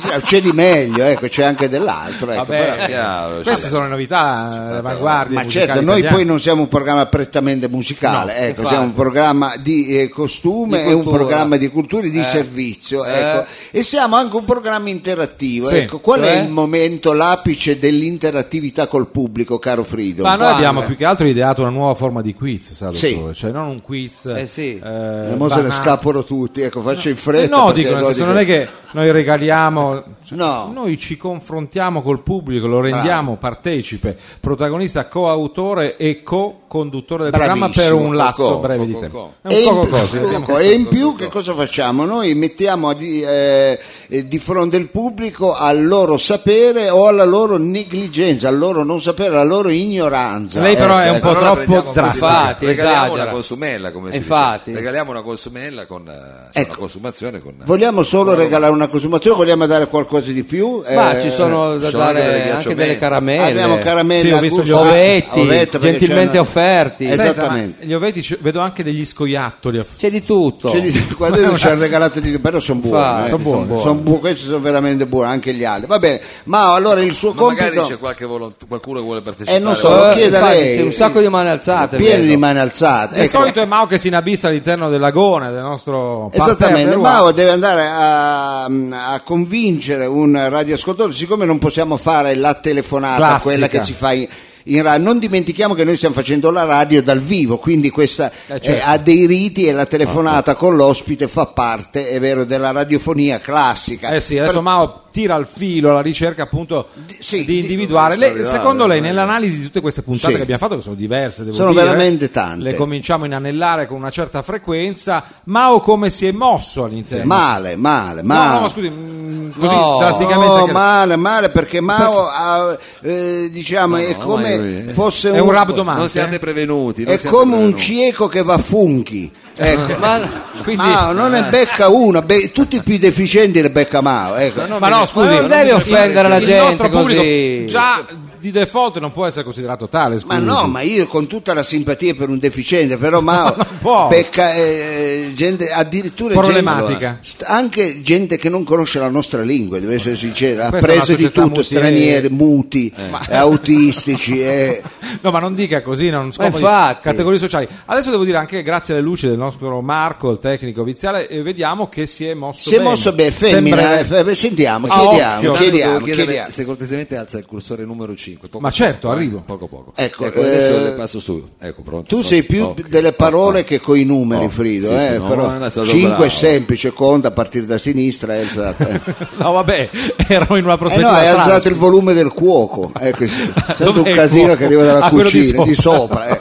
S1: Cioè, C'è di meglio, ecco, c'è anche dell'altro. ecco,
S2: Vabbè, eh,
S1: però-
S5: chiaro,
S2: queste
S5: vabbè.
S2: sono le novità, eh, le avanguardie.
S1: Ma
S2: musicali
S1: certo, noi
S2: italiane.
S1: poi non siamo un programma prettamente musicale,
S2: No,
S1: ecco,
S2: infatti.
S1: siamo un programma di eh, costume
S4: Di
S1: e un
S4: cultura.
S1: programma di cultura e
S2: Eh.
S1: di servizio, ecco. E siamo anche un programma interattivo,
S2: Sì.
S1: ecco. Qual è
S4: Cioè?
S1: il momento, l'apice dell'interattività col pubblico, caro Frido?
S2: Ma noi
S4: Quando?
S2: abbiamo più che altro ideato una nuova forma di quiz, sa,
S1: Sì.
S2: dottore? cioè non un quiz.
S4: Eh sì.
S1: Eh, mo se ne
S2: banale.
S1: scappano tutti, ecco, faccio in
S2: Eh
S1: fretta.
S2: no,
S1: perché
S2: dico, nel senso,
S1: dico-
S2: non è che noi regaliamo,
S1: No. Ah.
S2: noi ci confrontiamo col pubblico, lo rendiamo partecipe, protagonista, coautore e co-conduttore del programma per
S1: Bravissimo, Ah,
S2: un lasso
S5: co-co,
S2: breve di
S5: co-co.
S2: tempo. È
S1: E
S2: un
S1: in,
S2: poco
S1: più-
S2: cose. vediamo.
S1: poco- e in più che cosa facciamo? Noi mettiamo a di, eh, eh, di fronte il pubblico al loro sapere o alla loro negligenza, al loro non sapere, alla loro ignoranza.
S2: Lei però è
S1: Ecco,
S2: un po'
S5: Però la
S2: troppo
S5: prendiamo così,
S2: drastica.
S4: Infatti,
S5: regaliamo
S4: esagera.
S5: una consumella, come si
S2: Esatto.
S4: Infatti.
S5: dice. esatto. Regaliamo una consumella con eh, cioè,
S1: Ecco.
S5: una consumazione con
S1: Vogliamo solo regalare una consumazione, vogliamo dare qualcosa di più?
S4: Ma
S1: Eh,
S4: ci sono da
S5: ci sono anche
S4: dare
S5: delle
S4: anche,
S5: ghiacciomenti.
S4: delle caramelle.
S1: Abbiamo caramelle,
S2: Sì, ho visto gli
S1: gusto-
S4: ovetti,
S1: ovetta, perché
S4: gentilmente
S1: c'è una-
S4: offerti.
S1: Esatto.
S2: Senta, ma
S1: Esattamente.
S2: gli ovetti ci- vedo anche degli scoiattoli. a-
S4: C'è di tutto.
S1: Cioè, di- quando ci hanno regalato di però sono buoni,
S4: Infatti,
S1: eh.
S4: son buoni.
S1: Son buoni, questi sono veramente buoni anche gli altri va bene ma allora il suo
S5: Ma magari
S1: compito
S5: c'è qualche volont- qualcuno che vuole partecipare.
S1: non so,
S5: Allora,
S1: lo
S4: Eh,
S1: chieda
S4: infatti,
S1: lei.
S4: C'è un sacco di mani alzate.
S1: pieno
S4: vedo.
S1: di mani alzate
S2: Di
S1: ecco.
S2: solito è Mao che si inabissa all'interno dell'agone del nostro parterre
S1: Esattamente,
S2: ruolo.
S1: Mao deve andare a, a convincere un radioascoltatore, siccome non possiamo fare la telefonata,
S2: Classica.
S1: quella che si fa in, in radio, non dimentichiamo che noi stiamo facendo la radio dal vivo, quindi questa
S2: certo.
S1: eh, ha dei riti e la telefonata con l'ospite fa parte, è vero, della radiofonia classica.
S2: Eh sì, adesso Mao tira il filo alla ricerca appunto di,
S1: sì, di-
S2: individuare.
S5: dove
S2: Lei-
S5: arrivare,
S2: secondo lei,
S5: dove-
S2: nell'analisi di tutte queste puntate
S1: Sì.
S2: che abbiamo fatto, che sono diverse, devo
S1: Sono
S2: dire,
S1: veramente tante.
S2: le cominciamo a inanellare con una certa frequenza. Mao come si è mosso all'interno?
S1: Male, male,
S2: No,
S1: male.
S2: no, ma scusi, mm, così
S4: No.
S2: drasticamente.
S1: No,
S2: che-
S1: male, male, perché Mao ha, eh, diciamo, è come
S5: lui-
S1: fosse
S2: È un eh. rabdomante.
S5: Non siate prevenuti. non
S1: È
S5: siate
S1: come un
S5: prevenuti.
S1: cieco che va
S2: [laughs]
S1: funghi. Ecco.
S4: Ma-
S2: Quindi-
S1: Mao non ne becca una, be- tutti i più deficienti ne becca Mao. Ecco.
S2: ma no, scusi,
S4: non devi
S2: mi-
S4: offendere la
S2: il
S4: gente
S2: nostro pubblico
S4: così.
S2: già di default non può essere considerato tale. Scusi.
S1: Ma no, ma io con tutta la simpatia per un deficiente, però
S5: [laughs]
S1: Mao
S2: non può.
S1: becca eh, gente, addirittura
S2: Problematica.
S1: gente, st- anche gente che non conosce la nostra lingua, devo essere sincera, ha
S2: Questa è
S1: preso
S2: una
S1: di
S2: società
S1: tutto,
S2: multi-
S1: stranieri, muti, eh, [laughs] autistici. eh.
S2: No, ma non dica così, non scopo di
S4: infatti.
S2: categorie sociali. Adesso devo dire anche che grazie alle luci del nostro Marco, il tecnico viziale, eh, vediamo che si è mosso
S1: Si è
S2: bene.
S1: mosso bene, femmina,
S2: Sembra-
S1: eh, fe- sentiamo,
S2: Ah,
S1: chiediamo,
S2: occhio.
S5: Intanto
S1: chiediamo,
S5: devo chiedere
S1: chiediamo.
S5: Se cortesemente alza il cursore numero 5. Poco, eh,
S2: Ma certo, arrivo.
S5: Poco poco.
S1: Ecco,
S5: adesso
S1: eh,
S5: le passo su. Ecco, pronto,
S1: Tu
S5: pronto.
S1: sei più
S5: Occhio,
S1: delle parole
S5: occhio.
S1: che coi numeri,
S5: Oh,
S1: Frido.
S5: sì, sì,
S1: eh,
S5: no,
S1: però
S5: non è stato
S1: 5
S5: bravo.
S1: è semplice, conta a partire da sinistra. eh, esatto, e alzate.
S2: [laughs] No, vabbè, ero in una
S1: Eh
S2: prospettiva
S1: no, hai
S2: strana.
S1: alzato il volume del cuoco.
S2: [laughs]
S1: Ecco, sì. È stato
S2: Dov'è
S1: un
S2: il
S1: casino
S2: cuoco?
S1: che arriva dalla
S2: Ah, quello di
S1: cucina, di
S2: sopra.
S1: sopra. eh.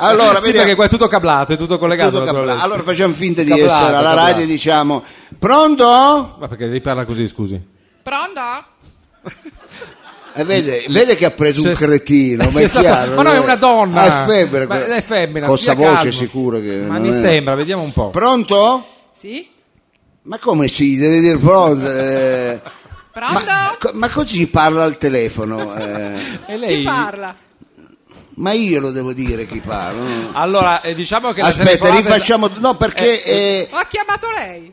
S2: [laughs]
S1: Allora,
S2: sì,
S1: vediamo.
S2: perché qua è tutto cablato, è tutto collegato.
S1: Tutto capla-
S2: naturalmente.
S1: Allora facciamo finta di
S4: Caplato,
S1: essere alla radio
S4: caplato.
S1: e diciamo pronto?
S2: Ma perché lei parla così, scusi?
S9: Pronto?
S1: Eh, vede, vede che ha preso un
S2: Se-
S1: cretino, ma
S2: se
S1: è
S2: sta-
S1: chiaro.
S2: ma no, è una donna.
S1: Ah, È femmina.
S2: Ma è femmina,
S1: Con
S2: stia
S1: sta voce
S2: calmo.
S1: sicuro che
S2: Ma
S1: non
S2: mi
S1: è-
S2: sembra, vediamo un po'.
S1: Pronto?
S9: Sì?
S1: Ma come si deve dire pronto? eh.
S9: Pronto?
S1: Ma, co- ma così parla al telefono? eh.
S2: [laughs] E
S9: Chi parla?
S1: Ma io lo devo dire chi parla. no?
S2: Allora, eh, diciamo che la
S1: Aspetta,
S2: telefonata-
S1: rifacciamo. No, perché eh,
S9: Ho chiamato lei.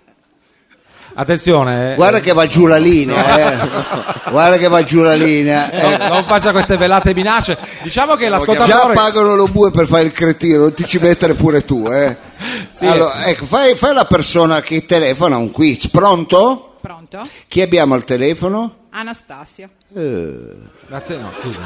S2: Attenzione, eh,
S1: guarda che va giù la linea.
S2: [laughs]
S1: eh. Guarda che va giù la linea.
S2: eh, non,
S1: eh.
S2: non faccia queste velate minacce. Diciamo che
S1: Già
S2: l'ascoltatore
S1: pagano lo bue per fare il cretino, non ti ci mettere pure tu. eh.
S2: Sì,
S1: allora, ecco, fai, fai la persona che telefona un quiz. Pronto?
S9: Pronto?
S1: Chi abbiamo al telefono?
S9: Anastasia.
S2: Ma te- no, scusi,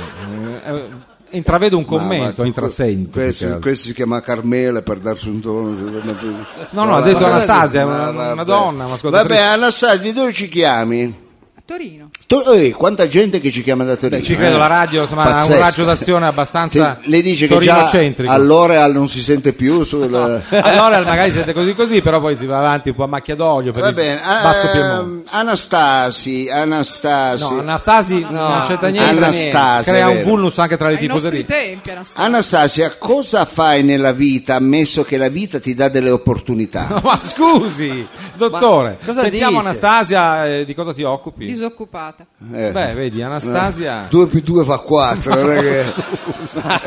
S2: eh, eh, intravedo un commento,
S1: Ah, ma-
S2: intrasento. più che
S1: Questo,
S2: altro.
S1: questo si chiama Carmela per darsi un tono. se non è-
S2: No, no, ha detto
S1: ma-
S2: Anastasia,
S1: ma-
S2: una-
S1: vabbè.
S2: una donna, un'ascoltatrice.
S1: Vabbè, Anastasia, di dove ci chiami?
S9: A Torino.
S1: Tu- eh, quanta gente che ci chiama da Torino.
S2: Beh, ci credo
S1: eh?
S2: la radio, insomma, ha un
S1: Pazzesco.
S2: raggio d'azione abbastanza
S1: Sì, Lei dice che già
S2: torinocentrico.
S1: all'ora non si sente più sul...
S2: [laughs]
S1: [laughs]
S2: allora magari siete così così, però poi si va avanti un po' a macchia d'olio per
S1: Va
S2: il
S1: bene, ah,
S2: basso Piemonte.
S1: Anastasi, Anastasi.
S2: No, Anastasi
S1: eh,
S2: non c'entra niente.
S1: Anastasia,
S2: crea un
S1: vero.
S2: vulnus anche tra le
S9: Ai nostri
S2: tifoserie.
S9: tempi, Anastasia.
S1: Anastasia, cosa fai nella vita, ammesso che la vita ti dà delle opportunità?
S2: No, [laughs] ma scusi, dottore,
S4: Ma cosa
S2: sentiamo
S4: dice?
S2: Anastasia, eh, di cosa ti occupi?
S9: Disoccupata.
S1: Eh.
S2: Beh, vedi, Anastasia...
S1: 2 Eh, più 2 fa 4 non, è che-
S2: [laughs]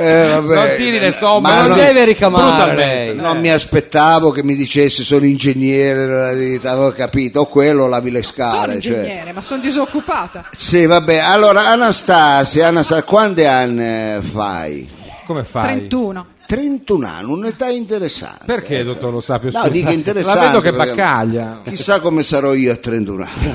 S1: Eh, vabbè.
S2: Non tiri le somme,
S1: Ma
S4: Ma non
S1: no,
S4: deve ricamare
S2: brutalmente.
S4: lei.
S1: non mi aspettavo che mi dicesse sono ingegnere della vita avevo capito o quello lavi le
S9: Sono
S1: scale cioè.
S9: ingegnere, ma sono disoccupata.
S1: sì vabbè allora Anastasia, Anastasia quante anni fai?
S2: Come fai?
S9: 31.
S1: 31 anni, un'età interessante.
S2: Perché, dottor Lo Sapio?
S1: No,
S2: scusa?
S1: dico interessante.
S2: La vedo che
S1: perché
S2: baccaglia.
S1: Chissà come sarò io
S2: [laughs]
S1: a 31 anni.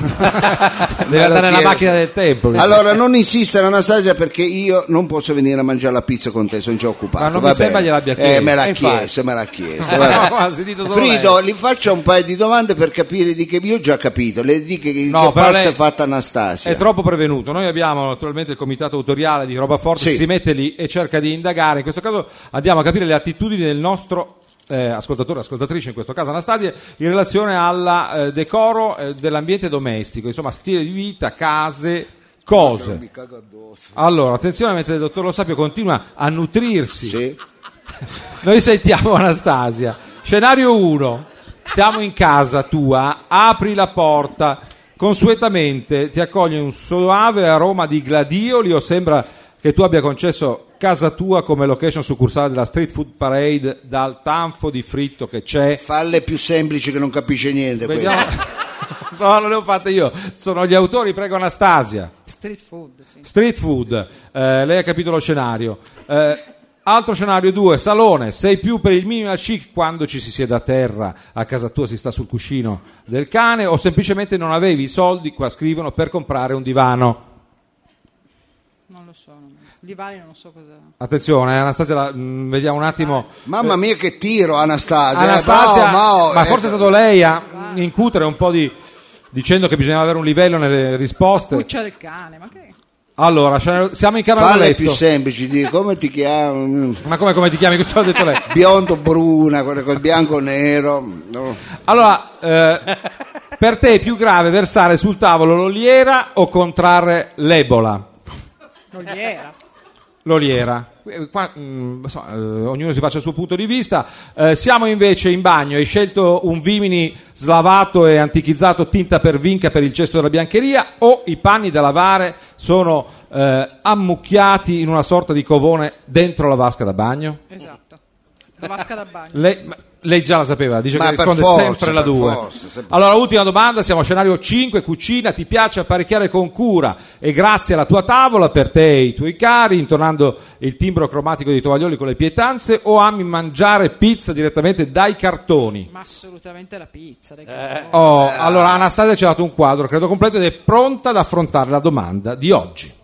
S2: Deve andare nella macchina del tempo.
S1: Allora, non insistere Anastasia perché io non posso venire a mangiare la pizza con te, sono già occupato.
S2: Ma non
S1: va
S2: mi sembra
S1: bene.
S2: gliel'abbia chiesto.
S1: Eh, me l'ha
S2: Eh, infatti.
S1: chiesto, me
S2: [laughs]
S1: l'ha chiesto.
S2: No,
S1: va bene.
S2: no, ha sentito solo
S1: Frido,
S2: lei.
S1: gli faccio un paio di domande per capire di che... Io ho già capito, le dica che,
S2: No,
S1: che
S2: però
S1: passo
S2: lei-
S1: è fatta Anastasia.
S2: È troppo prevenuto. Noi abbiamo naturalmente il comitato autoriale di Roba Forte,
S1: Sì.
S2: si mette lì e cerca di indagare. In questo caso andiamo a capire le attitudini del nostro eh, ascoltatore, ascoltatrice, in questo caso Anastasia, in relazione al decoro eh, dell'ambiente domestico, insomma, stile di vita, case, cose. Allora, attenzione mentre il dottor Lo Sapio continua a nutrirsi.
S1: Sì.
S2: [laughs] Noi sentiamo Anastasia. Scenario 1. Siamo in casa tua, apri la porta. Consuetamente ti accoglie un soave aroma di gladioli o sembra che tu abbia concesso casa tua come location succursale della Street Food Parade dal tanfo di fritto che c'è.
S1: Falle più semplici che non capisce niente.
S2: Vediamo...
S1: questo.
S2: [laughs] No, non le ho fatte io. Sono gli autori, prego Anastasia.
S9: Street food, sì.
S2: Street food, eh, lei ha capito lo scenario. Eh, altro scenario 2, salone, sei più per il minimal chic quando ci si siede a terra, a casa tua si sta sul cuscino del cane o semplicemente non avevi i soldi, qua scrivono, per comprare un divano.
S9: Non lo so. non- Livani non so cosa.
S2: Attenzione, eh, Anastasia, la- mh, vediamo un attimo.
S1: Mamma mia che tiro Anastasia.
S2: Anastasia,
S1: Eh, bravo, bravo.
S2: ma
S1: Eh,
S2: forse è stato lei a incutere un po' di... dicendo che bisognava avere un livello nelle risposte.
S9: Cuccia del cane, ma che.
S2: Allora, scenario- siamo in camera da
S1: Falle più
S2: letto.
S1: semplici, di come ti chiami?
S2: Ma come, come ti chiami? Cosa ha detto lei?
S1: [laughs] Biondo bruna, quello col bianco nero. no.
S2: Allora, eh, per te è più grave versare sul tavolo l'oliera o contrarre l'ebola?
S9: Non gli era.
S2: L'oliera. Eh, qua, mm, so, eh, ognuno si faccia il suo punto di vista. Eh, siamo invece in bagno. Hai scelto un vimini slavato e antichizzato tinta per vinca per il cesto della biancheria o i panni da lavare sono eh, ammucchiati in una sorta di covone dentro la vasca da bagno?
S9: Esatto. La vasca da bagno.
S2: Lei, ma- lei già la sapeva, dice
S1: Ma
S2: che
S1: per
S2: risponde
S1: forza,
S2: sempre la
S1: per
S2: 2.
S1: forza, sempre.
S2: Allora, ultima domanda, siamo a scenario 5, cucina, ti piace apparecchiare con cura e grazie alla tua tavola, per te e i tuoi cari, intonando il timbro cromatico dei tovaglioli con le pietanze o ami mangiare pizza direttamente dai cartoni?
S9: Ma assolutamente la pizza. dai,
S10: Eh.
S1: Eh.
S2: Oh, allora Anastasia ci ha dato un quadro, credo completo, ed è pronta ad affrontare la domanda di oggi.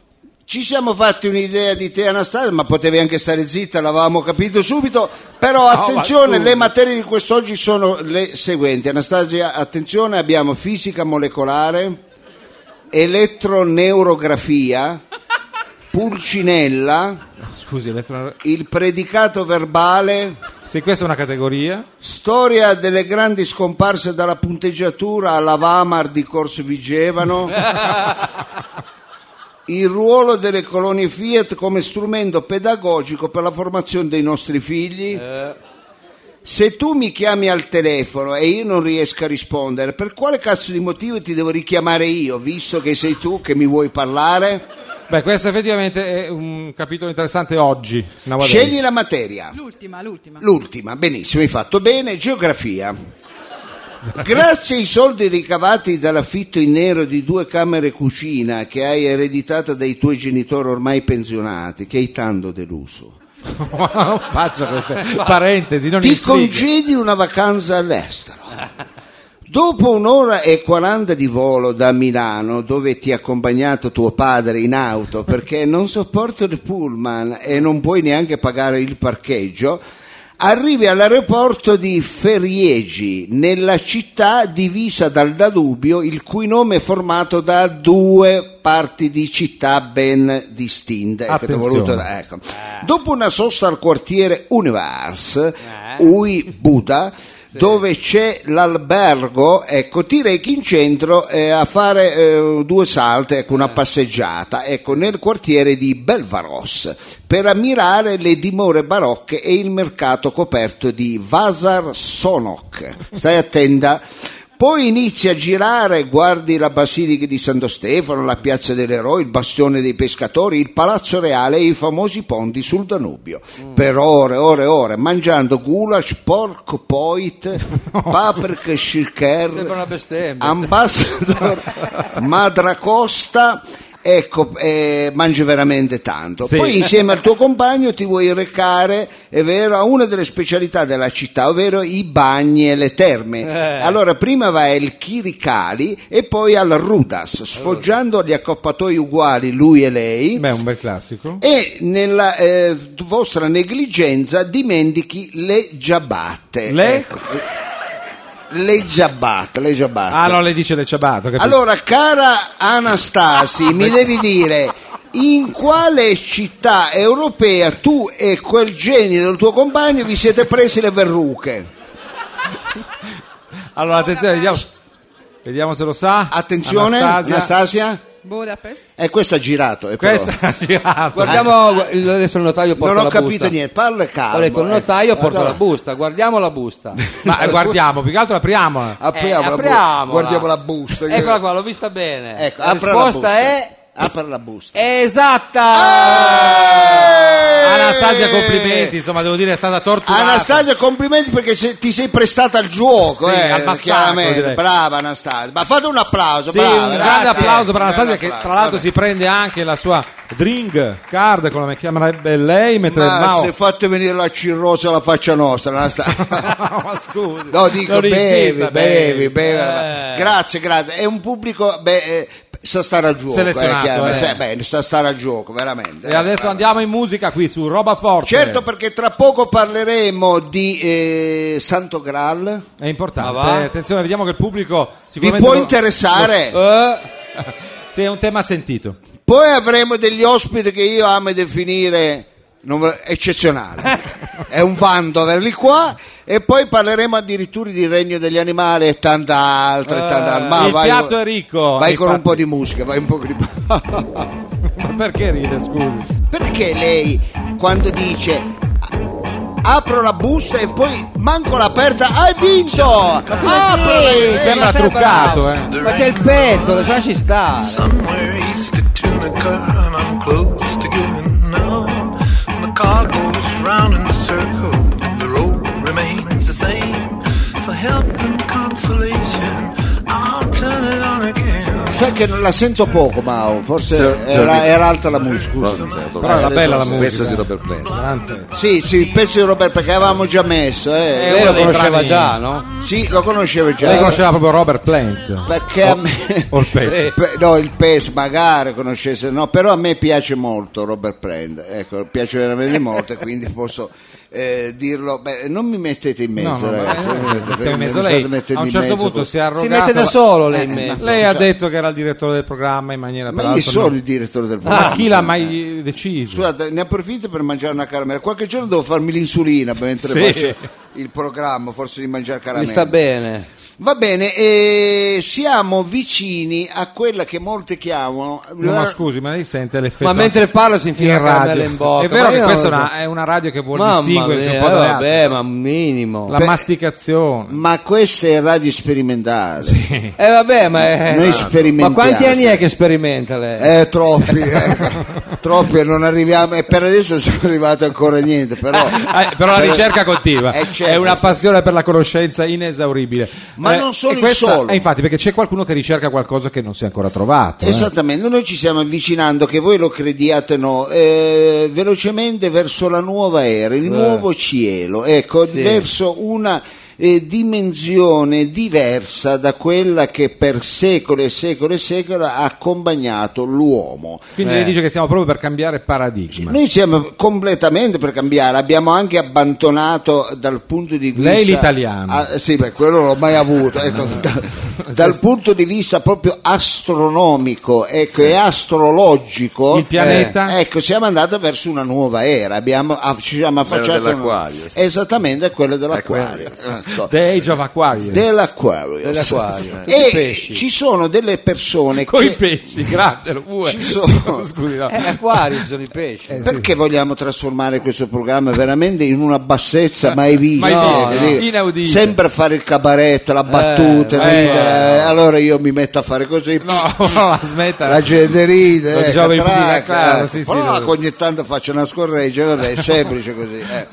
S1: Ci siamo fatti un'idea di te Anastasia, ma potevi anche stare zitta, l'avevamo capito subito. Però attenzione, le materie di quest'oggi sono le seguenti. Anastasia, attenzione, abbiamo fisica molecolare, elettroneurografia, pulcinella,
S2: Scusi, elettro-
S1: il predicato verbale,
S2: se questa è una categoria...
S1: Storia delle grandi scomparse dalla punteggiatura alla Vamar di Corso Vigevano. Il ruolo delle colonie Fiat come strumento pedagogico per la formazione dei nostri figli. Se tu mi chiami al telefono e io non riesco a rispondere, per quale cazzo di motivo ti devo richiamare io, visto che sei tu che mi vuoi parlare?
S2: Beh, questo effettivamente è un capitolo interessante oggi. nowadays.
S1: Scegli la materia.
S9: L'ultima, l'ultima.
S1: L'ultima, benissimo, hai fatto bene, geografia. Grazie ai soldi ricavati dall'affitto in nero di due camere cucina che hai ereditato dai tuoi genitori ormai pensionati, che hai tanto deluso,
S2: Ma non faccio [laughs] queste parentesi, non
S1: ti
S2: intrighi.
S1: concedi una vacanza all'estero. Dopo un'ora e 40 di volo da Milano, dove ti ha accompagnato tuo padre in auto perché non sopporta il pullman e non puoi neanche pagare il parcheggio, arrivi all'aeroporto di Feriegi, nella città divisa dal Danubio, il cui nome è formato da due parti di città ben distinte. Ecco, ti ho
S2: Attenzione.
S1: voluto- ecco. Dopo una sosta al quartiere Univers, Ui Buda, dove c'è l'albergo, ecco, ti rechi in centro eh, a fare eh, due salte, ecco, una passeggiata, ecco, nel quartiere di Belvaros, per ammirare le dimore barocche e il mercato coperto di Vasar Sonok. Stai attenta. Poi inizi a girare, guardi la Basilica di Santo Stefano, la Piazza dell'Eroe, il Bastione dei Pescatori, il Palazzo Reale e i famosi ponti sul Danubio. Per ore, ore, ore, mangiando goulash, pork poit, paprika
S4: Sembra una
S1: shikher,
S4: bestemmia.
S1: ambassador, madracosta ecco, eh, mangi veramente tanto.
S2: Sì.
S1: Poi insieme al tuo compagno ti vuoi recare, è vero, a una delle specialità della città, ovvero i bagni e le terme.
S2: Eh.
S1: Allora prima vai al Chiricali e poi al Rudas, sfoggiando gli accoppatoi uguali lui e lei
S2: Beh, un bel classico.
S1: e nella eh, vostra negligenza dimentichi le giabatte.
S2: Le?
S1: Ecco. Le giabatte, le giabatte.
S2: Ah, no, lei dice le ciabatte, ho capito.
S1: Allora, cara
S2: Ah,
S1: Anastasi,
S2: ecco.
S1: mi devi dire in quale città europea tu e quel genio del tuo compagno vi siete presi le verruche?
S2: Allora, attenzione, vediamo, vediamo se lo sa.
S1: Attenzione, Anastasia.
S2: Anastasia. [laughs]
S9: Budapest.
S1: E questo ha girato.
S5: Ecco.
S1: eh, però.
S2: Questa
S5: [laughs]
S2: ha girato.
S4: Guardiamo, il- adesso il notaio porta
S1: Non ho
S4: la
S1: capito
S4: busta.
S1: niente, parla calmo.
S4: Ho detto il
S1: eh.
S4: notaio porta
S1: Allora,
S4: la busta, guardiamo la busta.
S1: [laughs]
S2: Ma eh, guardiamo, più che altro apriamola.
S4: Apriamo, la
S5: apriamola.
S4: busta. Guardiamo la busta. che-
S5: Eccola
S4: qua, l'ho vista bene.
S1: Ecco,
S4: la
S1: apra
S4: risposta
S1: la busta.
S4: è
S1: Apra la busta.
S4: è esatta.
S1: Ah!
S2: Eh. Anastasia, complimenti, insomma, devo dire, è stata torturata.
S1: Eh. Anastasia, complimenti perché se- ti sei prestata al gioco,
S2: Sì,
S1: eh,
S2: al massacro,
S1: chiaramente.
S2: direi.
S1: Brava Anastasia. Ma fate un applauso,
S2: Sì,
S1: brava.
S2: un grande
S1: grazie.
S2: applauso per
S1: Un
S2: Anastasia
S1: grande
S2: che
S1: applauso,
S2: tra l'altro
S1: vabbè.
S2: si prende anche la sua drink card, come la chiamerebbe lei, mentre
S1: Ma
S2: Mao...
S1: se fate venire la cirrosa alla faccia nostra,
S2: [laughs]
S1: Anastasia.
S2: Ma scusi.
S1: No, dico
S2: Non
S1: bevi,
S2: insista,
S1: bevi, bevi.
S2: Eh.
S1: Grazie, grazie. È un pubblico, beh, eh, sa stare a gioco. Eh,
S2: Selezionato,
S1: chiaro.
S2: eh.
S1: Sa- beh, sa stare a gioco, veramente.
S2: E adesso andiamo in musica qui su Roba Forte.
S1: Certo perché tra poco parleremo di eh, Santo Graal.
S2: È importante. Attenzione, vediamo che il pubblico
S1: Vi
S2: sicuramente...
S1: può
S2: lo-
S1: interessare?
S2: Eh, [laughs] sì, è un tema sentito.
S1: Poi avremo degli ospiti che io amo definire non vo-
S2: [laughs]
S1: eccezionali. È un vanto averli qua. E poi parleremo addirittura di Regno degli Animali e tanta altra. e tanta altra. Ma
S2: Ah, Eh, il
S1: vai,
S2: piatto è ricco.
S1: Vai con un
S2: infatti.
S1: po' di musica, vai un po' di...
S2: [laughs] Ma perché ride, scusi?
S1: [laughs] Perché lei quando dice "A- apro la busta e poi manco l'aperta, hai vinto! Aprila!
S4: Mi
S2: Sembra truccato, eh.
S4: Ma c'è il pezzo, lo lasci stare.
S11: Somewhere east of Tunica, and I'm close to giving up. And the car goes round in a circle, the road remains the same. For help and consolation, I'll turn it on again.
S1: Sai che non la sento poco, Mao, forse
S5: Ger-
S1: Cioè, era,
S5: Germi-
S1: era alta la musica.
S5: No, non sei andato.
S2: Però era
S5: Adesso
S2: bella la
S5: un
S2: musica.
S5: pezzo di Robert Plant.
S2: Tante.
S1: Sì, sì, il pezzo di Roberto perché avevamo già messo, eh.
S2: Eh,
S4: Lei lo
S2: dei
S4: conosceva
S2: brani-
S4: già, no?
S1: Sì, lo conoscevo
S2: Lei
S1: già.
S2: conosceva proprio Robert Plant.
S1: Perché a me.
S2: Oh, O il pezzo.
S1: Pe- no, il PES magari conoscesse, no, però a me piace molto Robert Plant, ecco, piace veramente molto, e quindi posso eh, dirlo. Beh, non mi mettete in
S2: No,
S1: mezzo,
S2: no, no,
S1: ragazzi.
S2: eh,
S1: non mi mettete-
S2: stiamo in
S1: mi
S2: mezzo
S1: state
S2: lei. A
S1: mettendo
S2: un
S1: in
S2: certo
S1: mezzo
S2: punto
S1: così.
S2: si è arrogato. eh,
S4: Si mette da solo lei in mezzo.
S2: Lei ha
S1: Scusa.
S2: detto che era il direttore del programma in maniera
S1: cioè. Ma io
S2: peraltro
S1: sono
S2: non-
S1: il direttore del
S2: Ma
S1: programma.
S2: chi l'ha mai deciso?
S1: Scusate, ne approfitto per mangiare una caramella. Qualche giorno devo farmi l'insulina mentre
S2: Sì.
S1: faccio il programma, forse di mangiare
S4: Mi
S1: caramella.
S4: sta bene.
S1: Va bene, e siamo vicini a quella che molti chiamano
S2: No,
S1: la-
S2: ma scusi, ma lei sente l'effetto.
S4: Ma mentre parlo si infila
S2: in
S4: la caramella
S2: radio.
S4: in bocca.
S2: È vero
S4: Ma
S2: che
S4: io
S2: questa è
S4: non lo
S2: una,
S4: so.
S2: è una radio che vuole
S4: Mamma
S2: distinguersi
S4: mia,
S2: un po'
S4: eh,
S2: dalle
S4: vabbè,
S2: altre.
S4: ma un minimo.
S2: La
S1: Beh-
S2: masticazione.
S1: Ma questa è radio sperimentale.
S4: Eh vabbè, ma è...
S1: Noi
S4: Ma
S1: sperimentiamo.
S4: quanti anni è che sperimenta lei?
S1: Eh,
S4: [laughs]
S1: troppi, eh. troppi, non arriviamo. E per adesso non sono arrivato ancora a niente,
S4: [laughs]
S1: però.
S2: Eh, però la
S1: Però-
S2: ricerca continua,
S1: Eh, certo,
S2: è una
S1: sì.
S2: passione per la conoscenza inesauribile.
S1: Ma non sono
S2: e
S1: il
S2: questa-
S1: solo.
S2: eh, infatti, perché c'è qualcuno che ricerca qualcosa che non si è ancora trovato. eh.
S4: Esatto.
S1: Esattamente, noi ci stiamo avvicinando, che voi lo crediate o no, eh, velocemente verso la nuova era, il nuovo cielo, ecco, verso una eh, dimensione diversa da quella che per secoli e secoli e secoli ha accompagnato l'uomo.
S2: Quindi
S4: Eh.
S2: lei dice che siamo proprio per cambiare paradigma.
S1: Noi siamo completamente per cambiare, abbiamo anche abbandonato dal punto di vista.
S2: Lei l'italiano.
S1: Ah, sì, beh, quello non l'ho mai avuto. ecco.
S2: [laughs]
S1: Da- dal punto di vista proprio astronomico ecco, e astrologico.
S2: Il pianeta?
S1: eh, ecco, siamo andati verso una nuova era. Abbiamo, ah, ci siamo affacciati. a una-
S5: dell'Aquarius.
S1: Esattamente a quella dell'Aquario.
S4: esatto.
S1: Ecco.
S2: Dei Giovacquario.
S1: Dell'Aquarius.
S4: Dell'Aquarius.
S1: E
S4: I pesci.
S1: ci sono delle persone
S2: Con i
S1: che.
S2: pesci, grazie, lo vuoi.
S1: Ci sono.
S2: [laughs] Scusi, no.
S4: Eh, acquari ci sono i pesci.
S2: Eh,
S4: [laughs]
S1: Perché vogliamo trasformare questo programma veramente in una bassezza mai vista?
S2: Eh, Mai vista,
S1: Che dico,
S2: inaudita.
S1: Sempre fare il cabaret, la battuta,
S2: eh,
S1: ridere, eh, allora io mi metto a fare così.
S2: No, la smetta.
S1: La gente ride,
S2: Lo
S1: eh,
S2: diciamo in
S1: catraca,
S2: pubblico, claro,
S1: eh.
S2: sì, diciamo. sì,
S1: Però
S2: lo-
S1: ogni tanto faccio una scorreggia, vabbè, è semplice così. eh.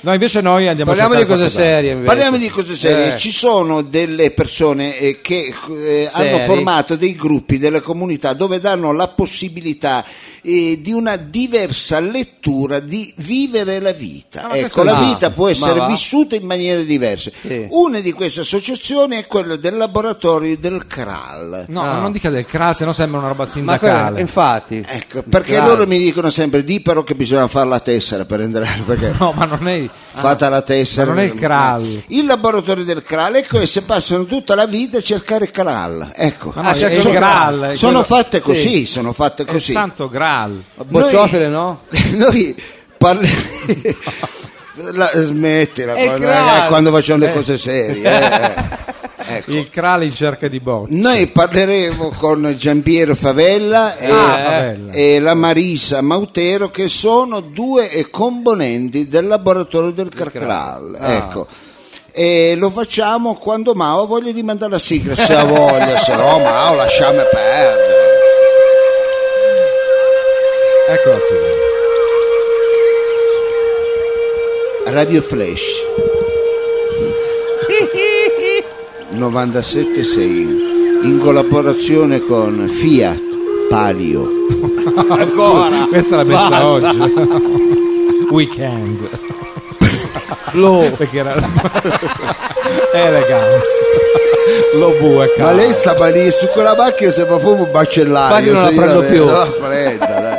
S2: No, invece noi andiamo
S4: Parliamo
S2: a
S4: di
S2: cercare
S4: cose
S2: qualcos'altro.
S4: serie invece.
S1: Parliamo di cose serie.
S4: Eh.
S1: Ci sono delle persone eh, che eh, hanno
S4: Seri.
S1: formato dei gruppi delle comunità dove danno la possibilità eh, di una diversa lettura di vivere la vita.
S2: Ah, ma
S1: ecco,
S2: questo-
S1: la
S4: Ah,
S1: vita può
S4: ma
S1: essere
S4: va.
S1: vissuta in maniere diverse.
S4: Sì.
S1: Una di queste associazioni è quella del laboratorio del Kral.
S2: No,
S4: Ah.
S2: non dica del Kral, se no sembra una roba
S4: Ma quella-
S2: sindacale.
S4: infatti,
S1: Ecco, perché
S4: Kral.
S1: loro mi dicono sempre di però che bisogna fare la tessera per entrare perché
S2: No, ma non è.
S1: Ah. fatta la tessera. Ecco.
S2: Ma non è il Kral.
S1: Il laboratorio del Kral, ecco, e se passano tutta la vita a cercare Kral. Ecco.
S2: Ma no,
S4: Ah,
S2: è
S4: c'è
S2: il
S4: quello-
S2: Graal. è
S1: sono
S2: quello-
S1: fatte così, sono fatte
S2: È il
S1: così.
S2: santo Graal.
S4: bocciofile no?
S1: Noi parliamo... eh, smettila
S4: È
S1: quando,
S4: Kral.
S1: eh, quando facciamo le
S2: [laughs]
S1: cose serie. eh, eh. Ecco.
S2: Il Kral in cerca di bocce.
S1: Noi parleremo con Giampiero Favella e,
S2: Ah, Favella.
S1: e la Marisa Mautero che sono due eh, componenti del laboratorio del Carcral.
S2: Ah.
S1: Ecco. E lo facciamo quando Mao ha voglia di mandare la sigla, se ha voglia, se no Mao lasciamo perdere.
S4: Ecco
S2: Eccola signora.
S1: Radio Flash 97.6 in collaborazione con Fiat Palio.
S2: Scusa, Questa è la messa oggi.
S4: [laughs]
S2: Weekend. Lo. Perché era. [laughs] Elegance. Lo bue,
S1: Ma
S2: caro.
S1: lei stava lì su quella macchina sembra proprio un bacellaio.
S4: Infatti non la
S1: se Ah, io
S4: prendo
S1: vedo,
S4: più.
S1: no, prenda, dai.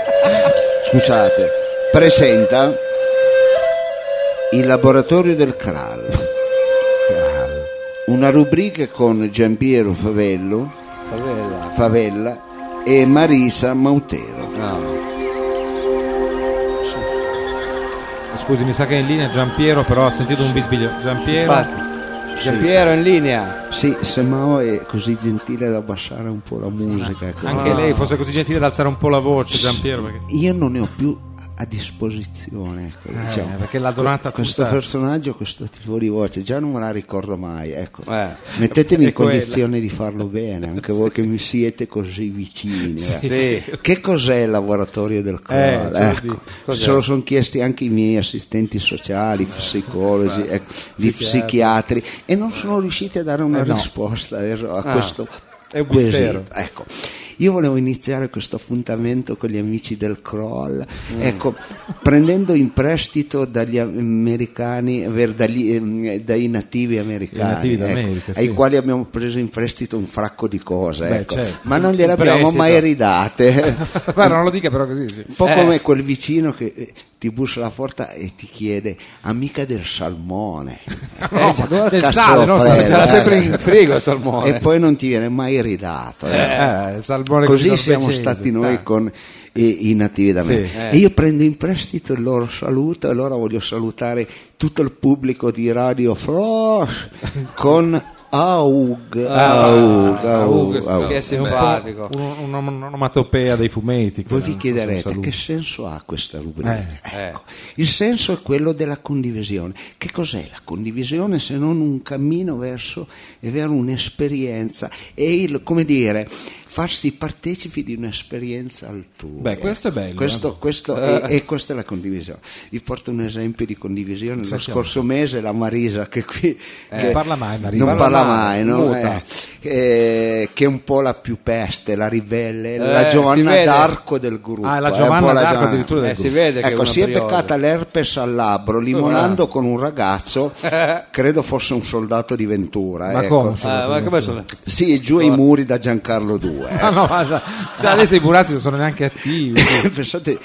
S1: Scusate, presenta il laboratorio del Kral. Una rubrica con Giampiero Favello, Favella. e Marisa Mautero.
S4: Ah.
S2: Scusi, mi sa che è in linea Giampiero, però ho sentito un bisbiglio. Giampiero.
S4: Infatti. Giampiero è in linea.
S1: Sì, se Mao è così gentile da abbassare un po' la musica. ecco.
S4: Ah.
S2: Anche lei fosse così gentile ad alzare un po' la voce, Giampiero. Perché,
S1: Io non ne ho più a disposizione. Ecco, diciamo.
S2: eh, perché l'ha donata
S1: questo
S2: tutta.
S1: personaggio, questo tipo di voce, già non me la ricordo mai. Ecco.
S4: Eh.
S1: Mettetemi
S2: È
S1: in
S2: quella.
S1: condizione di farlo bene, anche voi che mi siete così vicini. eh.
S4: Sì.
S1: Che cos'è il laboratorio del Coral?
S2: Eh, ce lo
S1: Ecco,
S2: dico.
S1: Se lo sono chiesti anche i miei assistenti sociali,
S2: Eh,
S1: psicologi, ecco, gli psichiatri e non sono riusciti a dare una risposta eh, a questo
S2: Ah, è un
S1: quesito.
S2: mistero.
S1: Ecco, io volevo iniziare questo appuntamento con gli amici del Kroll,
S2: Mm.
S1: ecco, prendendo in prestito dagli americani, ver- dagli, ehm, dai nativi americani,
S2: nativi
S1: ecco,
S2: d'America, sì.
S1: ai quali abbiamo preso in prestito un fracco di cose,
S2: Beh,
S1: ecco,
S2: certo.
S1: ma non gliele abbiamo
S2: prestito.
S1: mai ridate.
S2: [laughs] Guarda, non lo dica, però così. sì. Eh.
S1: Un po' come quel vicino che eh, ti bussa alla porta e ti chiede amica
S2: [laughs]
S1: del salmone.
S2: No,
S1: cioè, dove
S2: Eh, del
S1: cazzo
S2: sale,
S1: lo
S2: no?
S1: prendo,
S4: Ce l'ha
S1: eh?
S4: sempre in frigo il salmone.
S1: E poi non ti viene mai ridato. eh.
S2: Eh, il salmone
S1: Così
S2: norvegese.
S1: siamo stati noi con i, i nativi da me.
S2: Sì,
S1: E io prendo in prestito il loro saluto e allora voglio salutare tutto il pubblico di Radio Flash con Aug.
S4: Ah,
S1: Aug, Aug,
S2: Ah, Aug,
S1: Aug.
S4: uh, Che è simpatico.
S2: Un- un- un- Un'onomatopea dei fumetti. che
S1: Voi
S2: eh, non so
S1: vi
S2: se Eh,
S1: chiederete
S2: lo
S1: che senso ha questa rubrica? Ecco, Il senso è quello della condivisione. Che cos'è la condivisione se non un cammino verso, è vero, un'esperienza e il, come dire, farsi partecipi di un'esperienza altrui.
S2: Beh, questo è bello, eh.
S1: Questo- questo è- e questa è la condivisione. Vi porto un esempio di condivisione. Lo scorso mese la Marisa, che qui... che-
S2: Eh, parla mai, Marisa.
S1: Non
S2: Parla
S1: parla
S2: mai,
S1: mai, no?
S2: muta.
S1: Eh, eh, che è un po' la più peste, la ribelle,
S4: Eh,
S1: la
S4: si
S1: Giovanna
S4: vede.
S1: d'Arco del gruppo gruppo,
S2: Ah, la
S1: eh, un
S2: Giovanna
S1: po' la
S2: d'Arco
S1: Giovanna.
S2: addirittura del
S4: Eh, si
S2: gruppo.
S4: vede che
S1: Ecco,
S4: è
S1: si è
S4: peccata
S1: beccata l'herpes al labbro limonando con un
S4: [laughs]
S1: ragazzo, credo fosse un soldato di Ventura.
S2: Ma
S1: ecco.
S2: come? sono
S4: Ah, ma come sono?
S1: Sì, giù ai muri da Giancarlo II. eh.
S2: [laughs] Ah, no, ma sa- sa, adesso i burazzi non sono neanche attivi.
S1: [laughs] Pensate,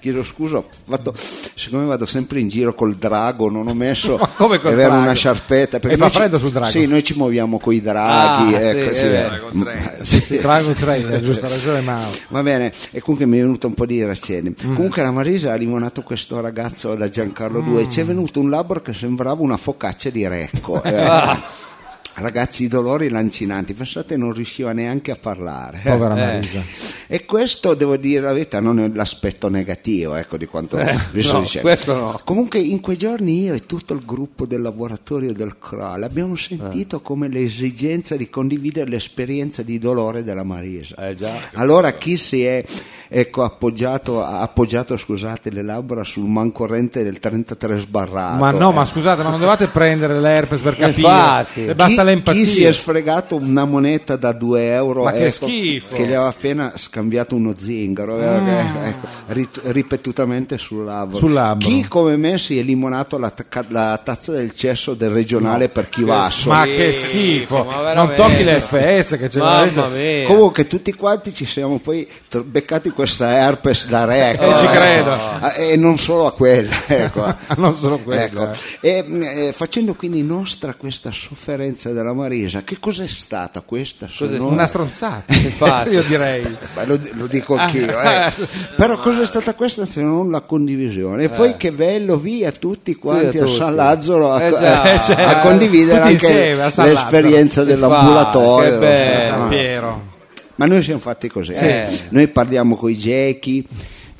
S1: chiedo scusa, ho fatto- siccome vado sempre in giro col drago, non ho
S2: [laughs]
S1: messo
S2: Ma come col
S1: è vero,
S2: drago?
S1: una sciarpetta.
S2: E fa
S1: noi ci-
S2: freddo sul drago?
S1: Sì, noi ci muoviamo con i draghi.
S4: Ah, sì,
S1: ecco,
S4: è
S1: sì.
S4: vero.
S5: Dragon Train.
S1: [laughs] Sì, sì.
S2: Drago Train, ha giusta ragione Mm. Mao.
S1: Va bene, e comunque mi è venuto un po' di racene. Comunque la Marisa ha limonato questo ragazzo da Giancarlo II e
S2: Mm.
S1: ci è venuto un labbro che sembrava una focaccia di Recco. Eh,
S2: Ah.
S1: Ragazzi, i dolori lancinanti, pensate non riusciva neanche a parlare. Eh.
S2: Povera Marisa.
S1: E questo, devo dire la verità, non è l'aspetto negativo ecco, di [laughs] quanto
S2: Eh,
S1: vi
S4: Eh.
S1: sto
S4: no,
S1: dicendo.
S4: questo no.
S1: Comunque in quei giorni io e tutto il gruppo del
S4: Eh,
S1: laboratorio del Kral abbiamo sentito
S2: Eh.
S1: come l'esigenza di condividere l'esperienza di dolore della Marisa.
S4: Eh, già.
S1: Allora chi si è ecco, appoggiato, ha appoggiato scusate, le labbra sul mancorrente del 33 sbarrato.
S2: Ma no,
S1: Eh.
S2: ma scusate, ma non dovevate prendere l'herpes per capire.
S4: Infatti.
S2: E basta
S1: Chi-
S2: l'empatia.
S1: Chi si è sfregato una moneta da 2 euro
S2: Ma che
S1: ecco,
S2: schifo. Ah.
S1: che gli aveva appena scambiato uno zingaro eh, che- ecco, rit- ripetutamente sul labbro.
S2: Sul labbro.
S1: Chi come me si è limonato la, tacca- la tazza del cesso del regionale per chi vasso?
S2: Ma
S4: Sì,
S2: che
S4: sì,
S2: schifo.
S4: ma veramente.
S2: non tocchi l'FS che ce
S4: Mamma
S2: l'ha.
S4: mia.
S1: Comunque tutti quanti ci siamo poi tr- beccati questa herpes da re ecco,
S2: Eh, ci
S1: ecco.
S2: credo.
S1: Ah, e non solo a quella [laughs] ecco.
S2: [laughs] Non solo quello,
S1: Ecco. E, mh, eh, facendo quindi nostra questa sofferenza della Marisa che cos'è stata questa se
S4: Cos'è
S1: non-
S2: Una
S1: [laughs]
S2: stronzata.
S4: Infatti. Ah.
S2: Io direi.
S1: Beh, lo, lo dico anch'io,
S4: [laughs]
S1: eh. però cos'è stata questa se non la condivisione? E poi che bello, via tutti quanti
S4: Eh. Via
S1: a
S4: tutti.
S1: San Lazzaro a,
S4: Eh già,
S1: a-
S4: eh, certo.
S1: a condividere
S2: Tutti
S1: anche
S2: insieme a San
S1: l'esperienza
S4: Eh, Che
S1: dell'ambulatorio.
S4: bello.
S1: Insomma,
S2: San Cioè, Piero.
S1: ma noi siamo fatti così,
S4: Eh.
S1: noi parliamo con i gechi,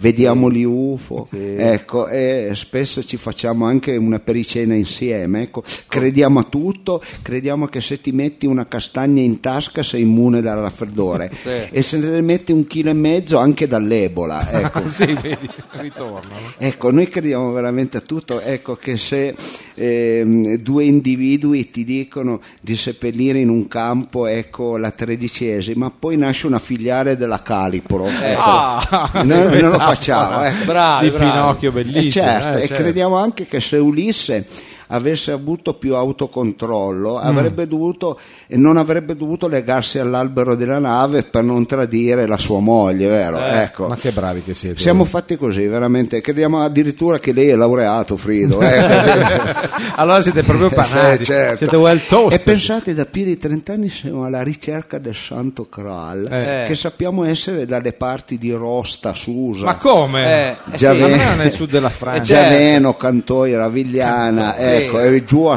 S1: vediamo gli UFO, ecco, e spesso ci facciamo anche una pericena insieme, ecco. crediamo a tutto, crediamo che se ti metti una castagna in tasca sei immune dal raffreddore e se ne metti un chilo e mezzo anche dall'ebola. Ecco.
S2: [laughs] Sì, vedi, ritorno.
S1: Ecco, noi crediamo veramente a tutto, ecco che se ehm, due individui ti dicono di seppellire in un campo ecco, la tredicesima, poi nasce una filiale della Calipro, ecco.
S2: Ah,
S1: Noi non lo facciamo. ecco.
S4: Bravi,
S2: Di
S4: bravi.
S2: Pinocchio bellissimo.
S1: E certo,
S2: eh,
S1: e
S2: certo.
S1: crediamo anche che se Ulisse avesse avuto più autocontrollo
S2: Mm.
S1: avrebbe dovuto, e non avrebbe dovuto legarsi all'albero della nave per non tradire la sua moglie, vero? ecco.
S2: Eh, Ma che bravi che siete.
S1: Siamo fatti così, veramente. Crediamo addirittura che lei è laureato,
S2: [laughs]
S1: Frido. [laughs] ecco.
S2: allora siete proprio panati.
S1: Sì, certo.
S2: Siete well
S1: E
S2: toasted.
S1: pensate, da più di 30 anni siamo alla ricerca del santo Kral,
S2: Eh.
S1: che sappiamo essere dalle parti di Rosta, Susa. Eh,
S2: Ma come?
S4: Eh, eh
S1: Già
S2: Sì, ma
S1: ve-
S2: non è nel sud della Francia. Certo.
S1: Giaveno, Cantoira, Avigliana, ecco, e giù a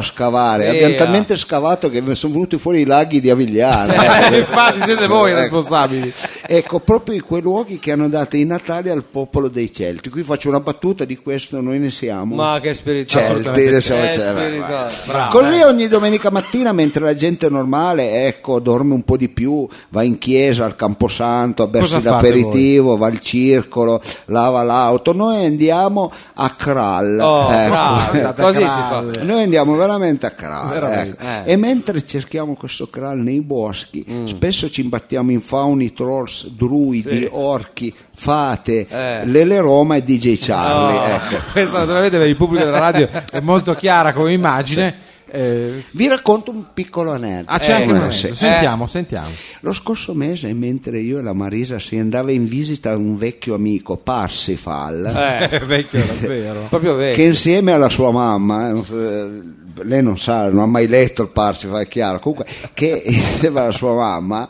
S4: Sì,
S1: scavare.
S2: eh.
S1: Abbiamo
S4: ah.
S1: talmente scavato che sono venuti fuori i laghi di Avigliana.
S2: Eh, infatti siete voi i
S1: Ecco.
S2: responsabili.
S1: Ecco, proprio in quei luoghi che hanno dato i Natali al popolo dei Celti. Qui faccio una battuta di questo, noi ne siamo.
S4: Ma che spirituale.
S1: Celti, ne siamo
S4: Eh,
S1: Celti.
S4: spirituale.
S1: Così Ecco,
S4: eh.
S1: ogni domenica mattina, mentre la gente normale ecco, dorme un po' di più, va in chiesa al Camposanto a bersi
S2: Cosa fate
S1: l'aperitivo, va al circolo, lava l'auto, noi andiamo a Kral.
S4: Oh,
S1: ecco.
S4: bravo,
S1: [laughs]
S4: così si fa. eh.
S1: Noi andiamo veramente a Kral.
S2: Veramente.
S1: ecco. E mentre cerchiamo questo Kral nei boschi, spesso ci imbattiamo in fauni, trolls, druidi, orchi, fate, Lele Roma e DJ Charlie. ecco.
S2: Questa naturalmente per il pubblico della radio è molto chiara come immagine. Eh,
S1: Vi racconto un piccolo aneddoto.
S2: ah, c'è anche un
S1: Eh,
S2: momento.
S1: sì.
S2: Sentiamo, sentiamo.
S1: Lo scorso mese, mentre io e la Marisa si andava in visita a un vecchio amico, Parsifal, [laughs]
S2: Eh, vecchio davvero.
S4: Proprio vero.
S1: che insieme alla sua mamma, eh, non so, eh, lei non sa, non ha mai letto il Parsifal, è chiaro, comunque, che [laughs] insieme alla sua mamma,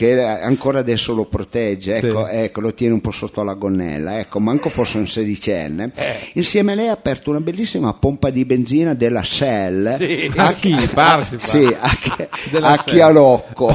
S1: che ancora adesso lo protegge,
S2: Sì.
S1: ecco, ecco, lo tiene un po' sotto la gonnella, ecco, manco fosse un sedicenne, insieme a lei ha aperto una bellissima pompa di benzina della Shell
S2: A [laughs] chi? Parsifal?
S1: sì, a, chi- a Chialocco.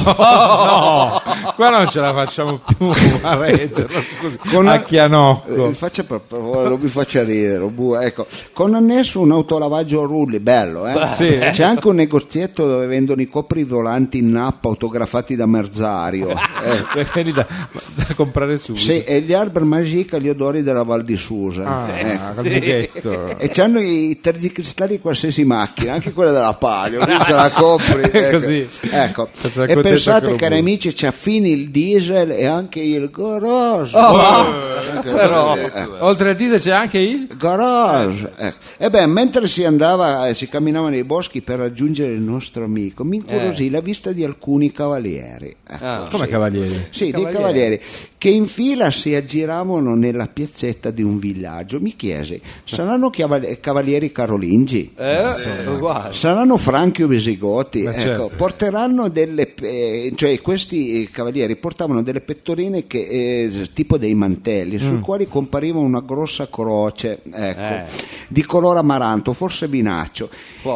S2: [laughs] Oh, no, qua non ce la facciamo più a reggerlo, scusi.
S1: Con-
S2: A Chianocco.
S1: Eh, faccia per favore, non mi faccia ridere. bu- ecco. Con annesso un autolavaggio a rulli, bello, eh?
S2: Sì.
S1: C'è anche un negozietto dove vendono i coprivolanti in nappa autografati da Merzario. Eh,
S2: [laughs] Quelli da, da comprare Ah, subito.
S1: sì, e gli Arber Magica gli odori della Val di Susa.
S2: Ah,
S1: Eh.
S2: col bughetto.
S1: E c'hanno i tergicristalli di qualsiasi macchina, anche quella della Palio, lì se la compri.
S2: [laughs]
S1: Ecco.
S2: Così.
S1: Ecco.
S2: Faccio la
S1: E
S2: contenta
S1: pensate,
S2: con
S1: cari
S2: lui.
S1: amici, c'ha fini il diesel e anche il
S2: Oh,
S1: Goroso. Oh, Eh.
S2: Oltre al diesel c'è anche il...
S1: Garage. Ecco. E beh, mentre si andava, eh, si camminava nei boschi per raggiungere il nostro amico, mi incuriosì la vista di alcuni cavalieri.
S2: Eh.
S1: Ecco,
S2: Ah, Come
S1: sì.
S2: cavalieri?
S1: Sì, dei cavalieri che in fila si aggiravano nella piazzetta di un villaggio. Mi chiese, saranno chiavali- cavalieri carolingi?
S4: Eh, uguale.
S1: Saranno franchi o visigoti,
S2: Ma
S1: ecco,
S2: certo.
S1: porteranno delle, pe- eh, cioè questi eh, cavalieri portavano delle pettorine che, eh, tipo dei mantelli, sui quali compariva una grossa croce, ecco, di colore amaranto, forse vinaccio,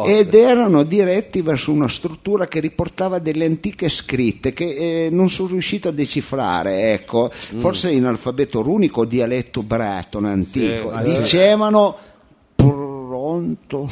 S1: ed erano diretti verso una struttura che riportava delle antiche scritte che eh, non sono riuscito a decifrare, ecco, forse in alfabeto runico, dialetto breton antico, dicevano... Pronto pronto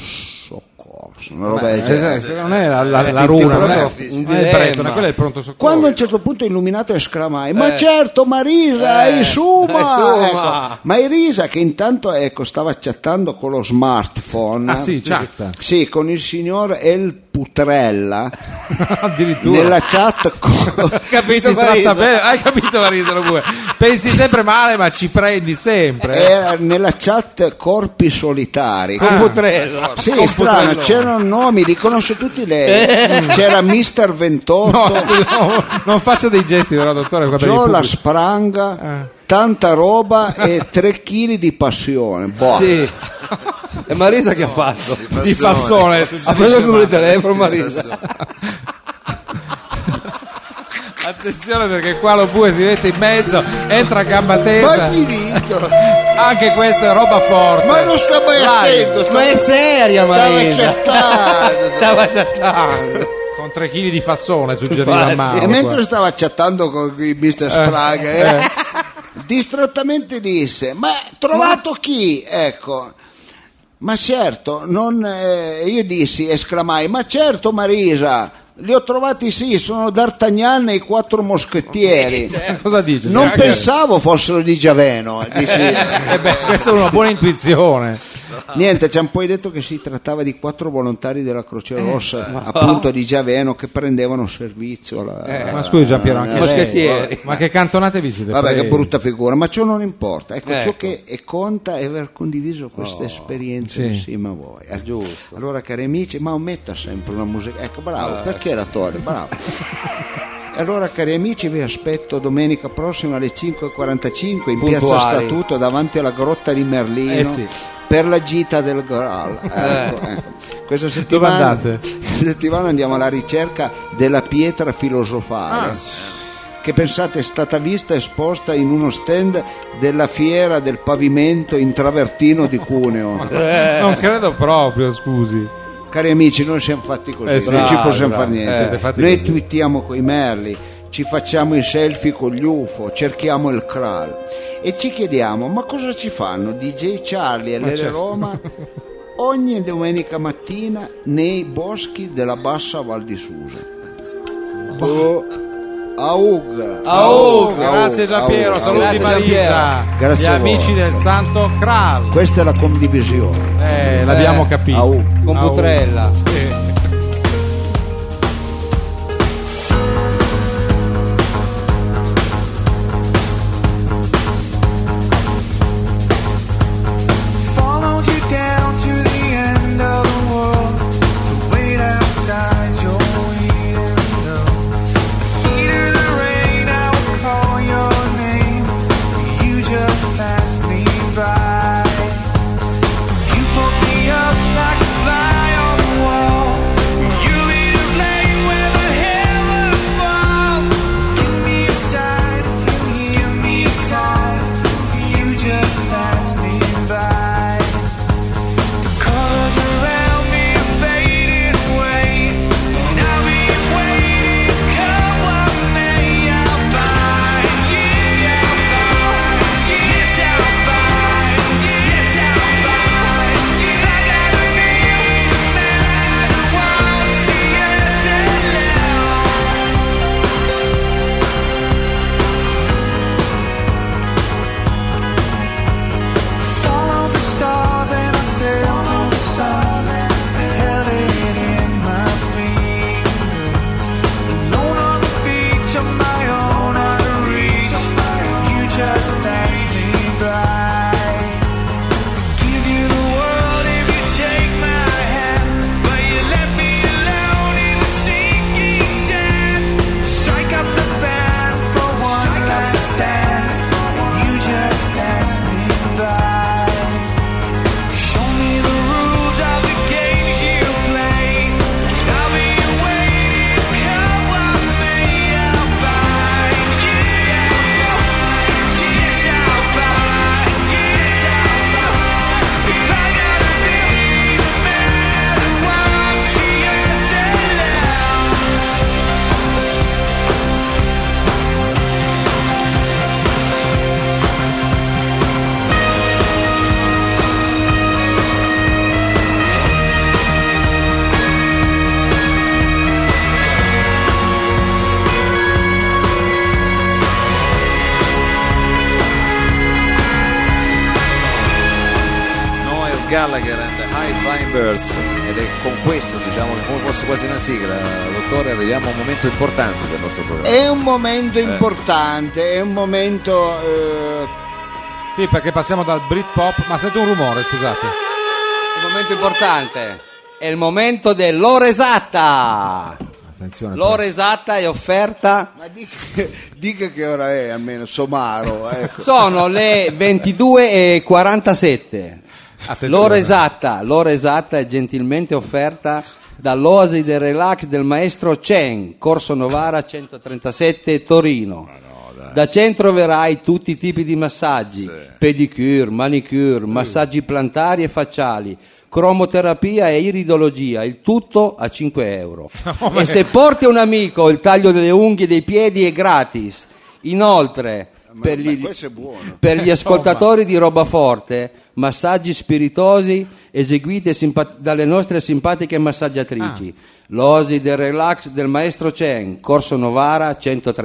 S1: soccorso, una roba del genere.
S2: Eh, non è la, la, la
S5: Eh,
S2: runa,
S5: tipo,
S2: non
S5: eh,
S2: è,
S5: fisico.
S2: non è il
S4: Eh,
S2: pretone,
S4: ma-
S2: quello è Eh. il pronto soccorso.
S1: Quando a un certo punto illuminato esclamai, ma certo Marisa,
S4: eh,
S1: è Suma!
S4: è Suma!
S1: Ecco, ma Irisa che intanto ecco, stava chattando con lo smartphone,
S2: Ah sì, chatta.
S1: Sì, con il signor El Putrella,
S2: [laughs] Addirittura.
S1: nella chat con...
S2: [laughs] Capito,
S4: Si tratta
S2: bene. Hai capito Marisa Lobue? Pensi sempre male, ma ci prendi sempre. eh.
S1: era nella chat Corpi Solitari.
S2: Ah.
S4: Potrella.
S1: Sì, è strano, c'erano nomi, li conosce tutti
S2: Eh.
S1: lei. Eh, C'era Mister 28,
S2: Mm. No, scusa, no, non faccia dei gesti, però, dottore. qua per il
S1: Gio la
S2: pubblico.
S1: Spranga,
S2: Ah.
S1: tanta [laughs] roba e 3 kg di passione. Boh.
S2: [laughs]
S4: Sì. E Marisa che ha fatto?
S2: Di Fassone.
S4: Ha preso il numero di telefono Marisa.
S2: [laughs] Attenzione perché qua Lobue si mette in mezzo, entra a gamba
S1: Ma è
S2: tesa.
S1: finito,
S2: Anche questa è roba forte.
S1: ma non sta mai
S2: Vai.
S1: attento, sta-
S4: Ma è seria
S1: stava
S4: Marisa.
S2: [laughs]
S1: chattando.
S4: Stava chattando.
S2: Con 3 kg di fassone suggeriva
S4: Infatti.
S2: Mauro.
S1: E mentre
S2: qua.
S1: stava chattando con il Mister Spraga, eh, [laughs] distrattamente disse: Ma trovato chi? Ecco. Ma certo, non, eh, io dissi, esclamai, ma certo Marisa, li ho trovati sì, sono D'Artagnan e i quattro moschettieri.
S2: Cosa dice?
S1: Non
S2: Cioè,
S1: pensavo fossero di Giaveno. dissi.
S2: eh beh, questa è una buona intuizione.
S1: Niente, ci hanno poi detto che si trattava di quattro volontari della Croce Rossa, appunto di Giaveno, che prendevano servizio. alla-
S2: Eh, ma scusi Giampiero, anche lei.
S4: Moschettieri.
S2: Ma che cantonate vi siete
S1: Vabbè, che
S2: presi?
S1: brutta figura, ma ciò non importa. Ecco, ciò
S4: Ecco.
S1: che è- conta è aver condiviso questa esperienza
S2: Oh, sì.
S1: insieme a voi. Eh, Allora, cari amici, ma metta sempre una musica. Ecco,
S2: Eh.
S1: bravo, perché la
S2: [laughs]
S1: torre? Bravo. E Allora, cari amici, vi aspetto domenica prossima alle 5.45 in piazza
S4: Puntuali.
S1: Statuto davanti alla grotta di Merlino.
S2: Eh sì. Eh.
S1: Per la gita del Graal, Ecco, ecco. questa settimana,
S2: andate?
S1: [laughs] questa settimana andiamo alla ricerca della pietra
S2: Ah,
S1: filosofale che pensate è stata vista esposta in uno stand della fiera del pavimento in travertino di
S2: [laughs]
S1: Cuneo.
S2: Non credo proprio, scusi.
S1: Cari amici, noi siamo fatti così,
S2: Eh sì,
S1: non ci
S2: bravo,
S1: possiamo
S2: bravo.
S1: fare
S2: Eh, siete
S1: niente.
S2: fatti
S1: noi
S2: così.
S1: twittiamo coi merli, ci facciamo i selfie con gli UFO, cerchiamo il Kral e ci chiediamo ma cosa ci fanno DJ Charlie e Lele
S2: certo.
S1: Roma ogni domenica mattina nei boschi della bassa Val di Susa. Boh. Aug.
S2: Oh,
S1: Aug,
S2: grazie Giampiero,
S1: aug,
S2: saluti
S1: aug.
S2: Marisa.
S1: Grazie
S2: Gli
S1: a voi.
S2: amici del Santo Kral.
S1: Questa è la condivisione.
S2: Eh, l'abbiamo capito.
S1: Au.
S4: Con
S2: Au.
S4: Putrella.
S2: Sì.
S6: Followed you down to the end of the world to wait outside your window. The heat or the rain, I would call your name. You just passed me by. You put me up like a fly on the wall.
S5: Gallagher and the High Flying Birds ed è con questo diciamo che come fosse quasi una sigla dottore vediamo un momento importante del nostro programma
S1: È un momento importante, è un momento... eh,
S2: Sì, perché passiamo dal Britpop, ma sento un rumore, scusate.
S4: Un momento importante. È il momento dell'ora esatta.
S2: Attenzione.
S4: L'ora esatta è offerta.
S1: ma dica, dica che ora è almeno, somaro, ecco.
S4: Sono le 22.47.
S2: Attenzione.
S4: L'ora esatta, l'ora esatta è gentilmente offerta dall'Oasi del Relax del maestro Chen, Corso Novara 137 Torino. da centro troverai tutti i tipi di massaggi, pedicure, manicure, massaggi plantari e facciali, cromoterapia e iridologia, il tutto a 5 euro. e se porti un amico il taglio delle unghie e dei piedi è gratis. Inoltre,
S1: Ma-
S4: per
S1: ma
S4: gli,
S1: questo è buono.
S4: per
S2: Eh,
S4: gli ascoltatori di Roba Forte, massaggi spiritosi eseguiti simpa- dalle nostre simpatiche massaggiatrici.
S2: Ah.
S4: L'osi del relax del maestro Chen, Corso Novara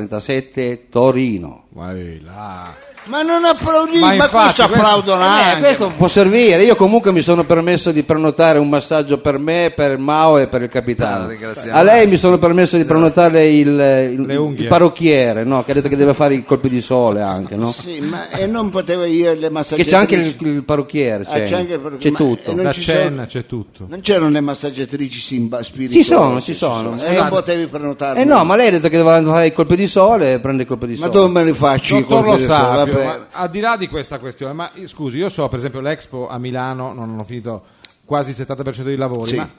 S4: 137 Torino.
S2: Vai là.
S1: Ma non applaudite,
S2: Ma
S1: ma,
S2: infatti,
S1: questo
S2: questo-
S1: applaudono
S4: Eh,
S1: anche.
S4: questo può servire, io comunque mi sono permesso di prenotare un massaggio per me, per Mao e per il
S5: Ah,
S4: capitano.
S5: ringraziamo.
S4: A lei mi sono permesso di prenotare il, il-
S2: Le unghie.
S4: il parrucchiere, no? che ha detto che deve fare i colpi di sole anche. No?
S1: Sì, ma e non potevo io le
S4: Che
S1: massaggiatrici.
S4: c'è anche il, il parrucchiere,
S1: Ah,
S4: c'è,
S1: c'è anche il parrucchiere,
S4: c'è
S1: ma-
S4: tutto.
S1: e non
S2: La
S1: ci
S2: cena,
S1: sono-
S2: c'è tutto.
S1: Non c'erano le massaggiatrici simba- spiritose?
S4: Ecco. Ci sono, ci sono.
S1: E
S4: Scusate.
S1: Eh, potevi prenotarle.
S4: Eh no, ma lei ha detto che doveva fare i colpi di sole e prende i colpi di
S1: Ma
S4: sole.
S1: dove me li faccio i
S2: Dottor Lo
S1: colpi di sole?
S2: Sapio,
S1: Vabbè.
S2: ma al di là di questa questione, ma io- scusi, io so per esempio l'Expo a Milano, non hanno finito quasi il 70% dei lavori,
S1: Sì.
S2: ma-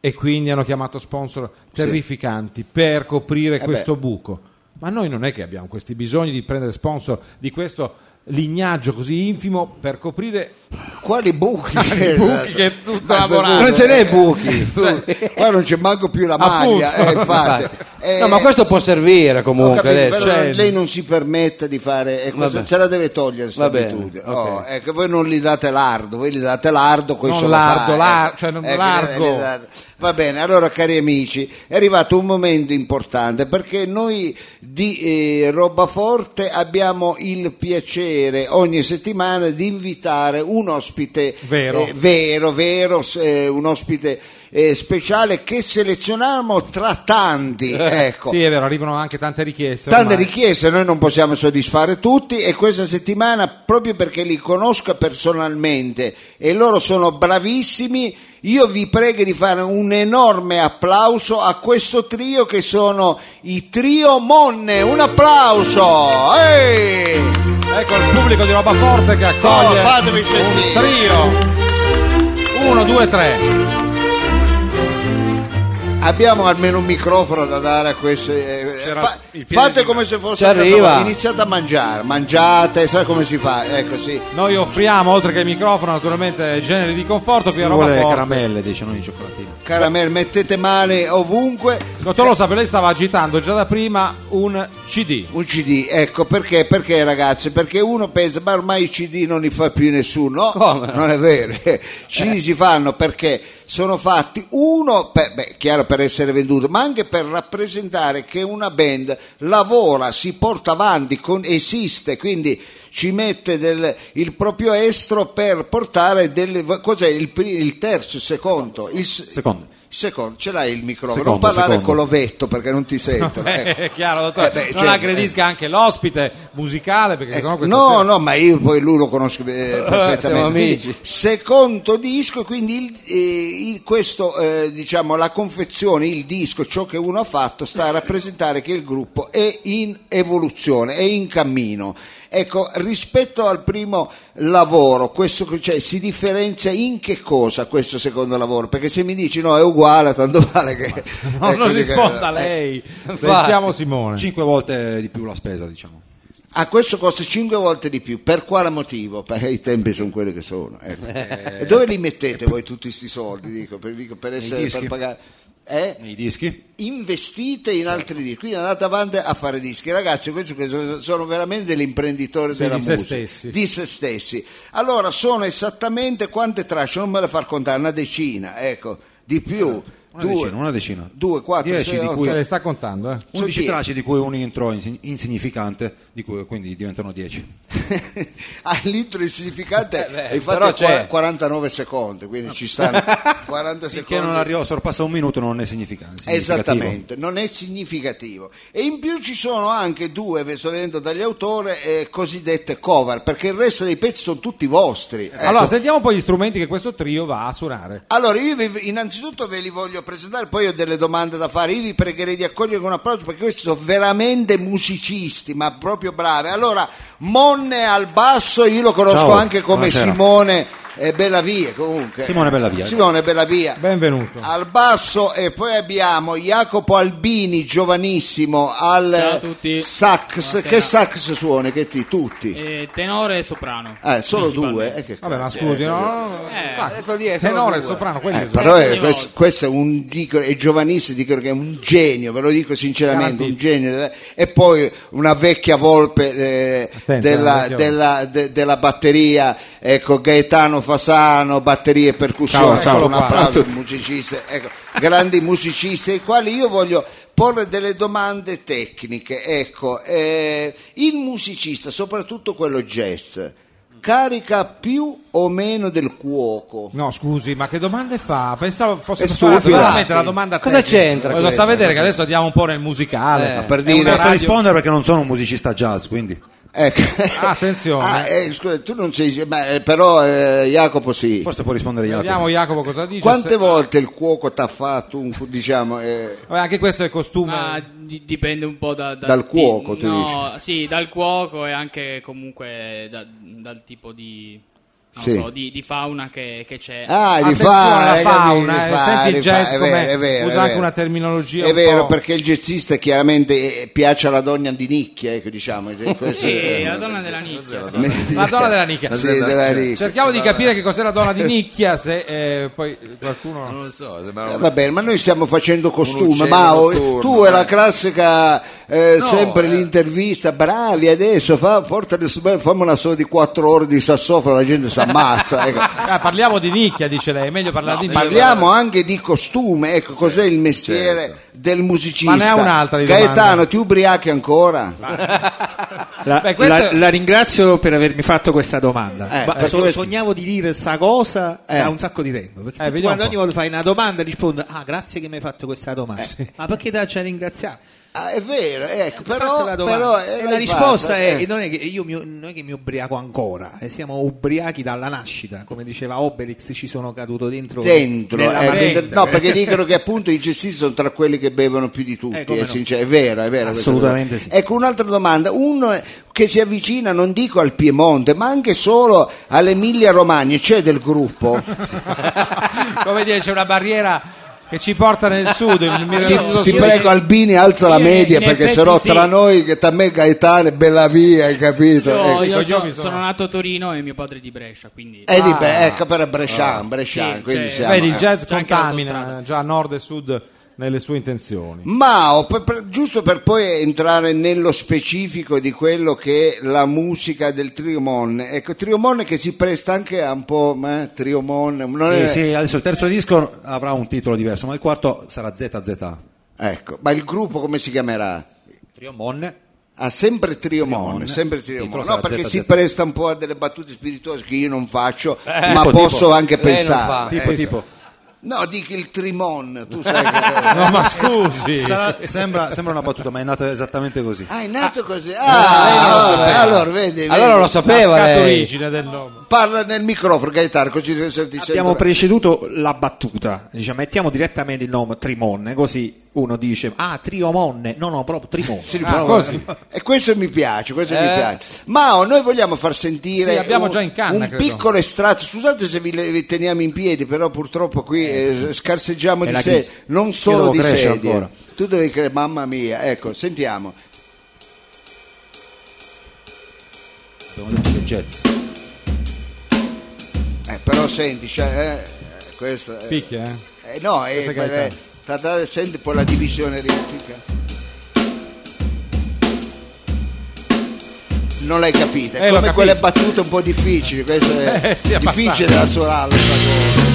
S2: e quindi hanno chiamato sponsor terrificanti per
S1: Eh
S2: coprire questo buco. Ma noi non è che abbiamo questi bisogni di prendere sponsor di questo lignaggio così infimo per coprire... [laughs]
S1: Quali buchi?
S2: i buchi che è tutto
S1: Ma
S2: lavorato. Eh.
S1: non ce n'è [laughs] buchi.
S2: Cioè-
S1: Qua non c'è manco più la maglia, eh,
S2: Appunto.
S1: infatti. Eh,
S4: [laughs] No, ma questo può servire
S1: ho
S4: comunque.
S1: capito,
S4: lei-
S1: però
S4: cioè,
S2: cioè-
S1: lei non si permetta di fare e questo
S4: Vabbè.
S1: ce la deve togliere
S4: Va bene,
S1: l'abitudine
S4: ok.
S1: che voi non gli date l'ardo voi gli date l'ardo coi
S2: Non
S1: solo
S2: l'ardo,
S1: fa,
S2: lar-
S1: eh.
S2: cioè, non
S1: che
S2: largo.
S1: gli date- va bene allora cari amici è arrivato un momento importante perché noi di eh, Roba Forte abbiamo il piacere ogni settimana di invitare un ospite
S2: Vero.
S1: eh, vero, vero, s- eh, un ospite eh, speciale che selezioniamo tra tanti ecco
S2: [laughs] Sì, è vero, arrivano anche tante richieste.
S1: Tante
S2: ormai.
S1: richieste, noi non possiamo soddisfare tutti e questa settimana, proprio perché li conosco personalmente e loro sono bravissimi, io vi prego di fare un enorme applauso a questo trio che sono i Trio Monne. Un applauso! Ehi!
S2: Ecco il pubblico di roba forte che accoglie
S1: Oh, fatemi
S2: un
S1: sentire.
S2: trio. Uno, due, tre.
S1: Abbiamo almeno un microfono da dare a questo. eh,
S2: C'era
S1: fa-
S2: il piede
S1: fate
S2: di-
S1: come se fosse
S4: Ci
S1: a casa
S4: arriva.
S1: vostra, iniziate a mangiare, mangiate, sai come si fa? Ecco sì.
S2: Noi offriamo, oltre che il microfono, naturalmente generi di conforto qui a
S7: Chi
S2: roba
S7: vuole le
S2: forte.
S7: caramelle, dice non i cioccolatini.
S1: Caramel, mettete male ovunque.
S2: Dottor Lo Sapio, lei stava agitando già da prima un
S1: [laughs]
S2: CD.
S1: Un CD, ecco perché, perché ragazzi? Perché uno pensa, ma ormai i CD non li fa più
S7: [laughs]
S1: nessuno. No,
S4: Come?
S1: Non è vero.
S7: Eh.
S1: [laughs] I CD si fanno perché sono fatti, uno, per, beh, chiaro per essere venduto, ma anche per rappresentare che una band lavora, si porta avanti, con- esiste, quindi ci mette del- il proprio estro per portare delle... cos'è il, pri- il terzo, il secondo? Il s-
S7: Secondo.
S1: secondo, ce l'hai il microfono,
S7: Secondo,
S1: non parlare
S7: secondo.
S1: con l'ovetto perché non
S7: [laughs]
S1: ti sentono. ecco.
S2: È chiaro, dottore.
S1: Eh, beh,
S2: non
S1: cioè,
S2: aggredisca anche l'ospite musicale, perché sennò questa
S1: no,
S2: sera-
S1: no, ma io poi lui lo
S2: [laughs]
S1: conosco eh, perfettamente.
S4: siamo amici.
S1: Quindi, secondo disco, quindi il- eh, il- questo, eh, diciamo, la confezione, il disco, ciò che uno ha fatto, sta a rappresentare che il gruppo è in evoluzione, è in cammino. Ecco, rispetto al primo lavoro, questo, cioè, si differenzia in che cosa questo secondo lavoro? Perché se mi dici no, è uguale, tanto vale che...
S2: [laughs] No,
S1: ecco,
S2: non
S1: dica-
S2: risponda
S1: eh,
S2: lei. Sentiamo Simone.
S7: Cinque volte di più la spesa, diciamo.
S1: A questo costa 5 volte di più, per quale motivo? Perché i tempi sono quelli che sono. ecco.
S7: Eh.
S1: E dove li mettete voi tutti questi soldi? Dico, per, dico, per essere, per
S7: dischi.
S1: pagare. Eh?
S7: Nei dischi? Certo.
S1: Investite in altri dischi, quindi andate avanti a fare dischi. Ragazzi, questi che sono- sono veramente degli imprenditori della
S2: di se
S1: musica.
S2: stessi.
S1: Di se stessi. Allora, sono esattamente quante tracce, non me le far contare, una decina, ecco, di più.
S7: Una
S1: Due.
S7: decina, una decina.
S1: Due, quattro,
S7: Dieci
S1: sei,
S7: di
S1: otto.
S7: cui-
S2: Te le sta contando, eh?
S1: Sono
S7: 11
S1: dieci.
S7: tracce di cui un intro insi- insignificante, di cui quindi diventano 10.
S1: [laughs] Ah, l'intro insignificante
S4: beh,
S1: e Eh, infatti
S4: però
S1: è qua-
S4: c'è.
S1: 49 secondi quindi
S7: [laughs]
S1: ci stanno 40
S7: Finché
S1: secondi
S7: non arriva, sorpassa un minuto non è significante.
S1: Esattamente, non è significativo. E in più ci sono anche due, ve sto vedendo dagli autori, eh, cosiddette cover, perché il resto dei pezzi sono tutti vostri. Ecco.
S2: Eh, Allora, sentiamo poi gli strumenti che questo trio va a suonare.
S1: Allora, io vi- innanzitutto ve li voglio presentare, poi ho delle domande da fare. Io vi pregherei di accogliere con un applauso perché questi sono veramente musicisti, ma proprio bravi. Allora, Monne al basso, io lo conosco
S7: Ciao,
S1: anche come
S7: buonasera.
S1: Simone eh, Bellavia, comunque.
S7: Simone Bellavia.
S1: Simone Bellavia.
S2: Benvenuto.
S1: Al basso e poi abbiamo Jacopo Albini, giovanissimo, al
S12: Ciao a
S1: eh,
S12: tutti.
S1: sax.
S12: Buonasera.
S1: Che sax suoni? Che ti? Tutti?
S12: Eh, tenore e soprano.
S1: Eh, solo due? Eh, che
S2: Vabbè, ma
S1: cazzo,
S2: scusi,
S1: eh,
S2: no?
S12: Eh,
S2: Sa-
S1: detto lì, è solo
S2: Tenore,
S1: due.
S2: soprano, quelli
S1: eh,
S2: sono-
S1: però è,
S12: ogni
S1: questo,
S12: volta.
S1: questo è un dico, è giovanissimo, dico che è un genio, ve lo dico sinceramente, un genio. eh. E poi una vecchia volpe eh,
S2: Attento,
S1: della,
S2: una vecchia
S1: della- de- della batteria, ecco, Gaetano Fasano, batterie e
S2: Ciao,
S1: percussioni,
S2: ciao,
S1: Ecco, un
S2: qua.
S1: applauso ai musicisti, ecco, grandi musicisti ai quali io voglio porre delle domande tecniche. Ecco, eh, il musicista, soprattutto quello jazz, carica più o meno del cuoco?
S2: No, scusi, ma che domande fa? Pensavo fosse
S1: È
S2: preparata
S1: stupido.
S2: veramente la domanda
S4: Cosa
S2: tecnica.
S4: c'entra
S2: Lo sta
S4: questo?
S2: a vedere che adesso andiamo un po' nel musicale.
S4: Eh,
S1: Ma per
S2: È
S1: dire-
S2: una
S7: Posso
S2: radio-
S7: rispondere perché non sono un musicista jazz, quindi
S1: Ecco.
S2: Attenzione.
S1: Ah, eh, scusa, tu non sei, ma, eh, però eh, Jacopo sì.
S7: forse può rispondere Jacopo.
S2: Vediamo Jacopo cosa dice.
S1: Quante
S2: se-
S1: volte il cuoco t'ha fatto un, cu- diciamo, eh,
S2: Vabbè, anche questo è costume.
S12: Ma di- dipende un po' da- da-
S1: Dal cuoco, tu
S12: no, Sì, dal cuoco e anche comunque da- dal tipo di, non
S2: Cioè,
S1: Sì.
S12: so, di, di fauna che, che c'è.
S1: Ah,
S2: eh, Attenzione
S1: li fa,
S2: alla
S1: eh,
S2: fauna,
S1: capito, li
S2: eh,
S1: fa,
S2: senti il
S1: li
S2: jazz
S1: fa, è
S2: com'è,
S1: vero, è vero,
S2: usa
S1: è
S2: anche
S1: vero.
S2: una terminologia
S1: È
S2: un
S1: vero,
S2: po'-
S1: perché il jazzista chiaramente eh, piace alla donna di nicchia, ecco, diciamo.
S2: [laughs]
S1: eh, questo
S12: Sì,
S1: è-
S12: la donna della nicchia. sì.
S2: La donna della nicchia.
S1: Sì, della nicchia.
S2: Cerchiamo di capire che cos'è la donna di nicchia, se eh, poi qualcuno...
S5: Non lo so, sembrava
S1: Eh,
S5: un-
S1: Va bene, ma noi stiamo facendo costume,
S5: uccello
S1: ma oh,
S5: notturno,
S1: tu è la
S5: eh.
S1: classica eh,
S5: No,
S1: sempre
S5: eh.
S1: l'intervista, bravi adesso, fa, portali su- beh, fammi una sola di quattro ore di sassofono, la gente si ammazza.
S5: [laughs]
S1: ecco.
S2: Ah, parliamo di nicchia, dice lei, è meglio parlare di nicchia.
S1: eh, Parliamo anche di costume, ecco cos'è il mestiere
S5: certo.
S1: del musicista.
S2: Ma ne ha un'altra di
S1: Gaetano,
S2: domanda.
S1: ti ubriachi ancora?
S10: La,
S2: Beh, questo-
S10: la- la ringrazio per avermi fatto questa domanda.
S1: Eh,
S10: Ma
S1: perché
S10: so-
S1: questo-
S10: sognavo di dire sta cosa
S1: Eh.
S10: da un sacco di tempo. Perché
S2: Eh,
S10: tu
S2: vediamo
S10: quando
S2: un
S10: ogni
S2: po'.
S10: volta fai una domanda rispondo: Ah, grazie che mi hai fatto questa domanda. Ma perché te la c'è ringraziare?
S1: Ah, è vero, ecco,
S10: Fatta
S1: però,
S10: la domanda.
S1: però, eh,
S10: E la
S1: l'hai
S10: risposta
S1: fatta,
S10: è:
S1: eh.
S10: non è che io mi, non è che mi ubriaco ancora, eh, siamo ubriachi dalla nascita. Come diceva Obelix, ci sono caduto dentro.
S1: dentro,
S10: nella
S1: eh,
S10: patente.
S1: perché- no, perché dicono che appunto i jazzisti sono tra quelli che bevono più di tutti,
S10: Eh, come
S1: eh,
S10: no.
S1: sincer- è vero, è vero. questa
S10: Assolutamente
S1: cosa.
S10: sì.
S1: Ecco un'altra domanda, uno è- che si avvicina non dico al Piemonte, ma anche solo all'Emilia Romagna, c'è del gruppo?
S2: [laughs] Come dire, c'è una barriera che ci porta nel sud. il- mi-
S1: ti,
S2: lo
S1: ti
S2: sud-
S1: prego Albini alza la
S12: Io,
S1: media
S12: in
S1: perché
S12: effetti,
S1: sennò
S12: sì.
S1: tra noi che da me Gaetano e bella via, hai capito?
S12: Io,
S1: Ecco.
S12: io
S2: coglioni
S12: so-
S2: sono-
S12: sono... nato a Torino e mio padre è di Brescia, quindi...
S1: E
S10: Ah.
S1: di beh, ecco per Brescian, Brescian,
S12: Sì,
S1: quindi
S12: cioè,
S1: siamo-
S2: Ah, Vedi, il
S1: eh.
S2: jazz
S12: C'è anche
S2: contamina
S12: l'autostrada.
S2: già nord e sud nelle sue intenzioni.
S1: Ma oh, per- per- giusto per poi entrare nello specifico di quello che è la musica del Triomon, ecco Triomon che si presta anche a un po' ma, eh, Triomon, non
S7: Sì,
S1: è-
S7: sì, adesso il terzo disco avrà un titolo diverso, ma il quarto sarà ZZ.
S1: ecco, ma il gruppo come si chiamerà?
S7: Triomonne.
S1: Ah, sempre Triomon,
S7: Triomon.
S1: sempre
S7: Titolo
S1: Triomon, no
S7: sarà
S1: perché
S7: ZZ.
S1: si presta un po' a delle battute spirituose che io non faccio, ma
S7: Tipo,
S1: posso
S7: tipo.
S1: anche
S4: Eh, Lei non
S1: pensare.
S4: fa.
S7: Tipo,
S1: Eh,
S7: tipo.
S1: No, dico il Trimon, tu
S4: [laughs]
S1: sai che...
S2: No,
S1: [laughs]
S2: ma scusi.
S7: Sarà- sembra, sembra una battuta, ma è nata esattamente così. Eh,
S1: Ah, è nato così. Ah,
S4: lo
S1: vabbè,
S4: sapeva.
S1: allora vedi,
S4: Allora
S1: vedi.
S4: lo sapeva
S2: la
S4: lei.
S2: scaturigine del nome.
S1: Parla nel microfono, Gaetano, così ti senti
S10: Abbiamo
S1: sento-
S10: preceduto la battuta, dice, mettiamo direttamente il nome Trimonne, così uno dice ah Triomonne, no no, proprio Trimonne.
S1: Sì,
S2: Ah,
S1: proprio.
S2: così.
S1: E questo mi piace, questo mi
S4: Eh.
S1: piace. Ma oh, noi vogliamo far sentire
S2: Sì, abbiamo
S1: un,
S2: già in canna,
S1: un
S2: credo.
S1: piccolo estratto. Scusate se vi, le- vi teniamo in piedi, però purtroppo qui eh, scarseggiamo di
S7: la
S1: sé,
S7: crisi.
S1: non
S7: Io
S1: solo
S7: devo
S1: di
S7: crescere
S1: sedie.
S7: ancora.
S1: Tu devi credere, mamma mia, ecco, sentiamo.
S7: Abbiamo detto che jazz.
S1: Eh, però senti, cioè, eh, eh, questo è-
S2: Picchia, eh.
S1: Eh, no, è
S2: Questo è
S1: quella-
S2: Gaetano.
S1: trattate- senti poi la divisione ritmica. Non l'hai capita,
S2: Eh,
S1: è
S2: l'ho
S1: come
S2: capito.
S1: quelle battute un po' difficili, questo è
S7: [laughs]
S2: Eh, sì, abbastanza.
S1: difficile da suonarle. questa cosa.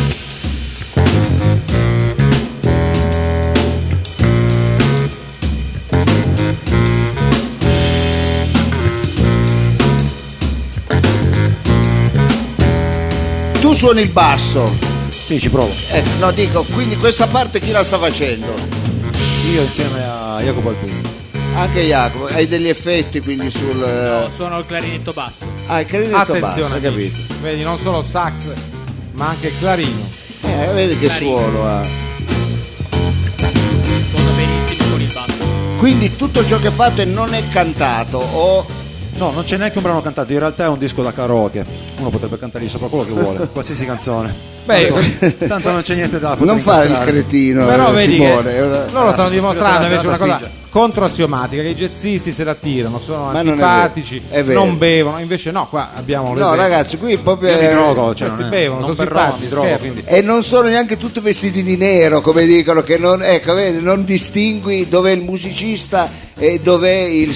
S1: suoni il basso.
S7: Sì, ci provo.
S1: Eh, no, dico, quindi questa parte chi la sta facendo?
S7: Io insieme a Jacopo Alpini.
S1: Anche Jacopo, hai degli effetti quindi sul... eh,
S12: Suono il clarinetto basso.
S1: Ah, il clarinetto basso, hai
S2: Attenzione,
S1: capito?
S2: amici. vedi non solo sax, ma anche clarino.
S1: Eh, vedi che eh.
S2: Clarino.
S1: suono ha.
S12: Suona benissimo con il basso.
S1: Quindi tutto ciò che fate non è cantato o...
S7: No, non c'è neanche un brano cantato, in realtà è un disco da karaoke. Uno potrebbe cantare sopra quello che
S1: [laughs]
S7: vuole, qualsiasi canzone.
S2: Beh,
S7: tanto, tanto non c'è niente da poter
S1: Non fare il
S7: incastrare.
S1: cretino,
S2: Però
S1: eh,
S2: vedi
S1: Simone.
S2: che
S1: è una-
S2: loro stanno dimostrando
S7: la
S2: invece una
S7: serata
S2: cosa
S7: spinge.
S2: controassiomatica, che i jazzisti se la tirano, sono
S1: Ma non è vero.
S2: antipatici,
S1: È
S2: non,
S1: vero.
S2: bevono, invece no, qua abbiamo
S1: No,
S2: l'esempio.
S1: ragazzi, qui proprio...
S7: Io mi drogo, cioè,
S2: Questi
S7: non è-
S2: bevono,
S7: non
S2: sono
S7: per roba,
S2: simpatici,
S7: mi drogo,
S2: scherzi.
S7: quindi
S1: E non sono neanche tutti vestiti di nero, come dicono, che non, ecco, vedi, non distingui dov'è il musicista e dov'è il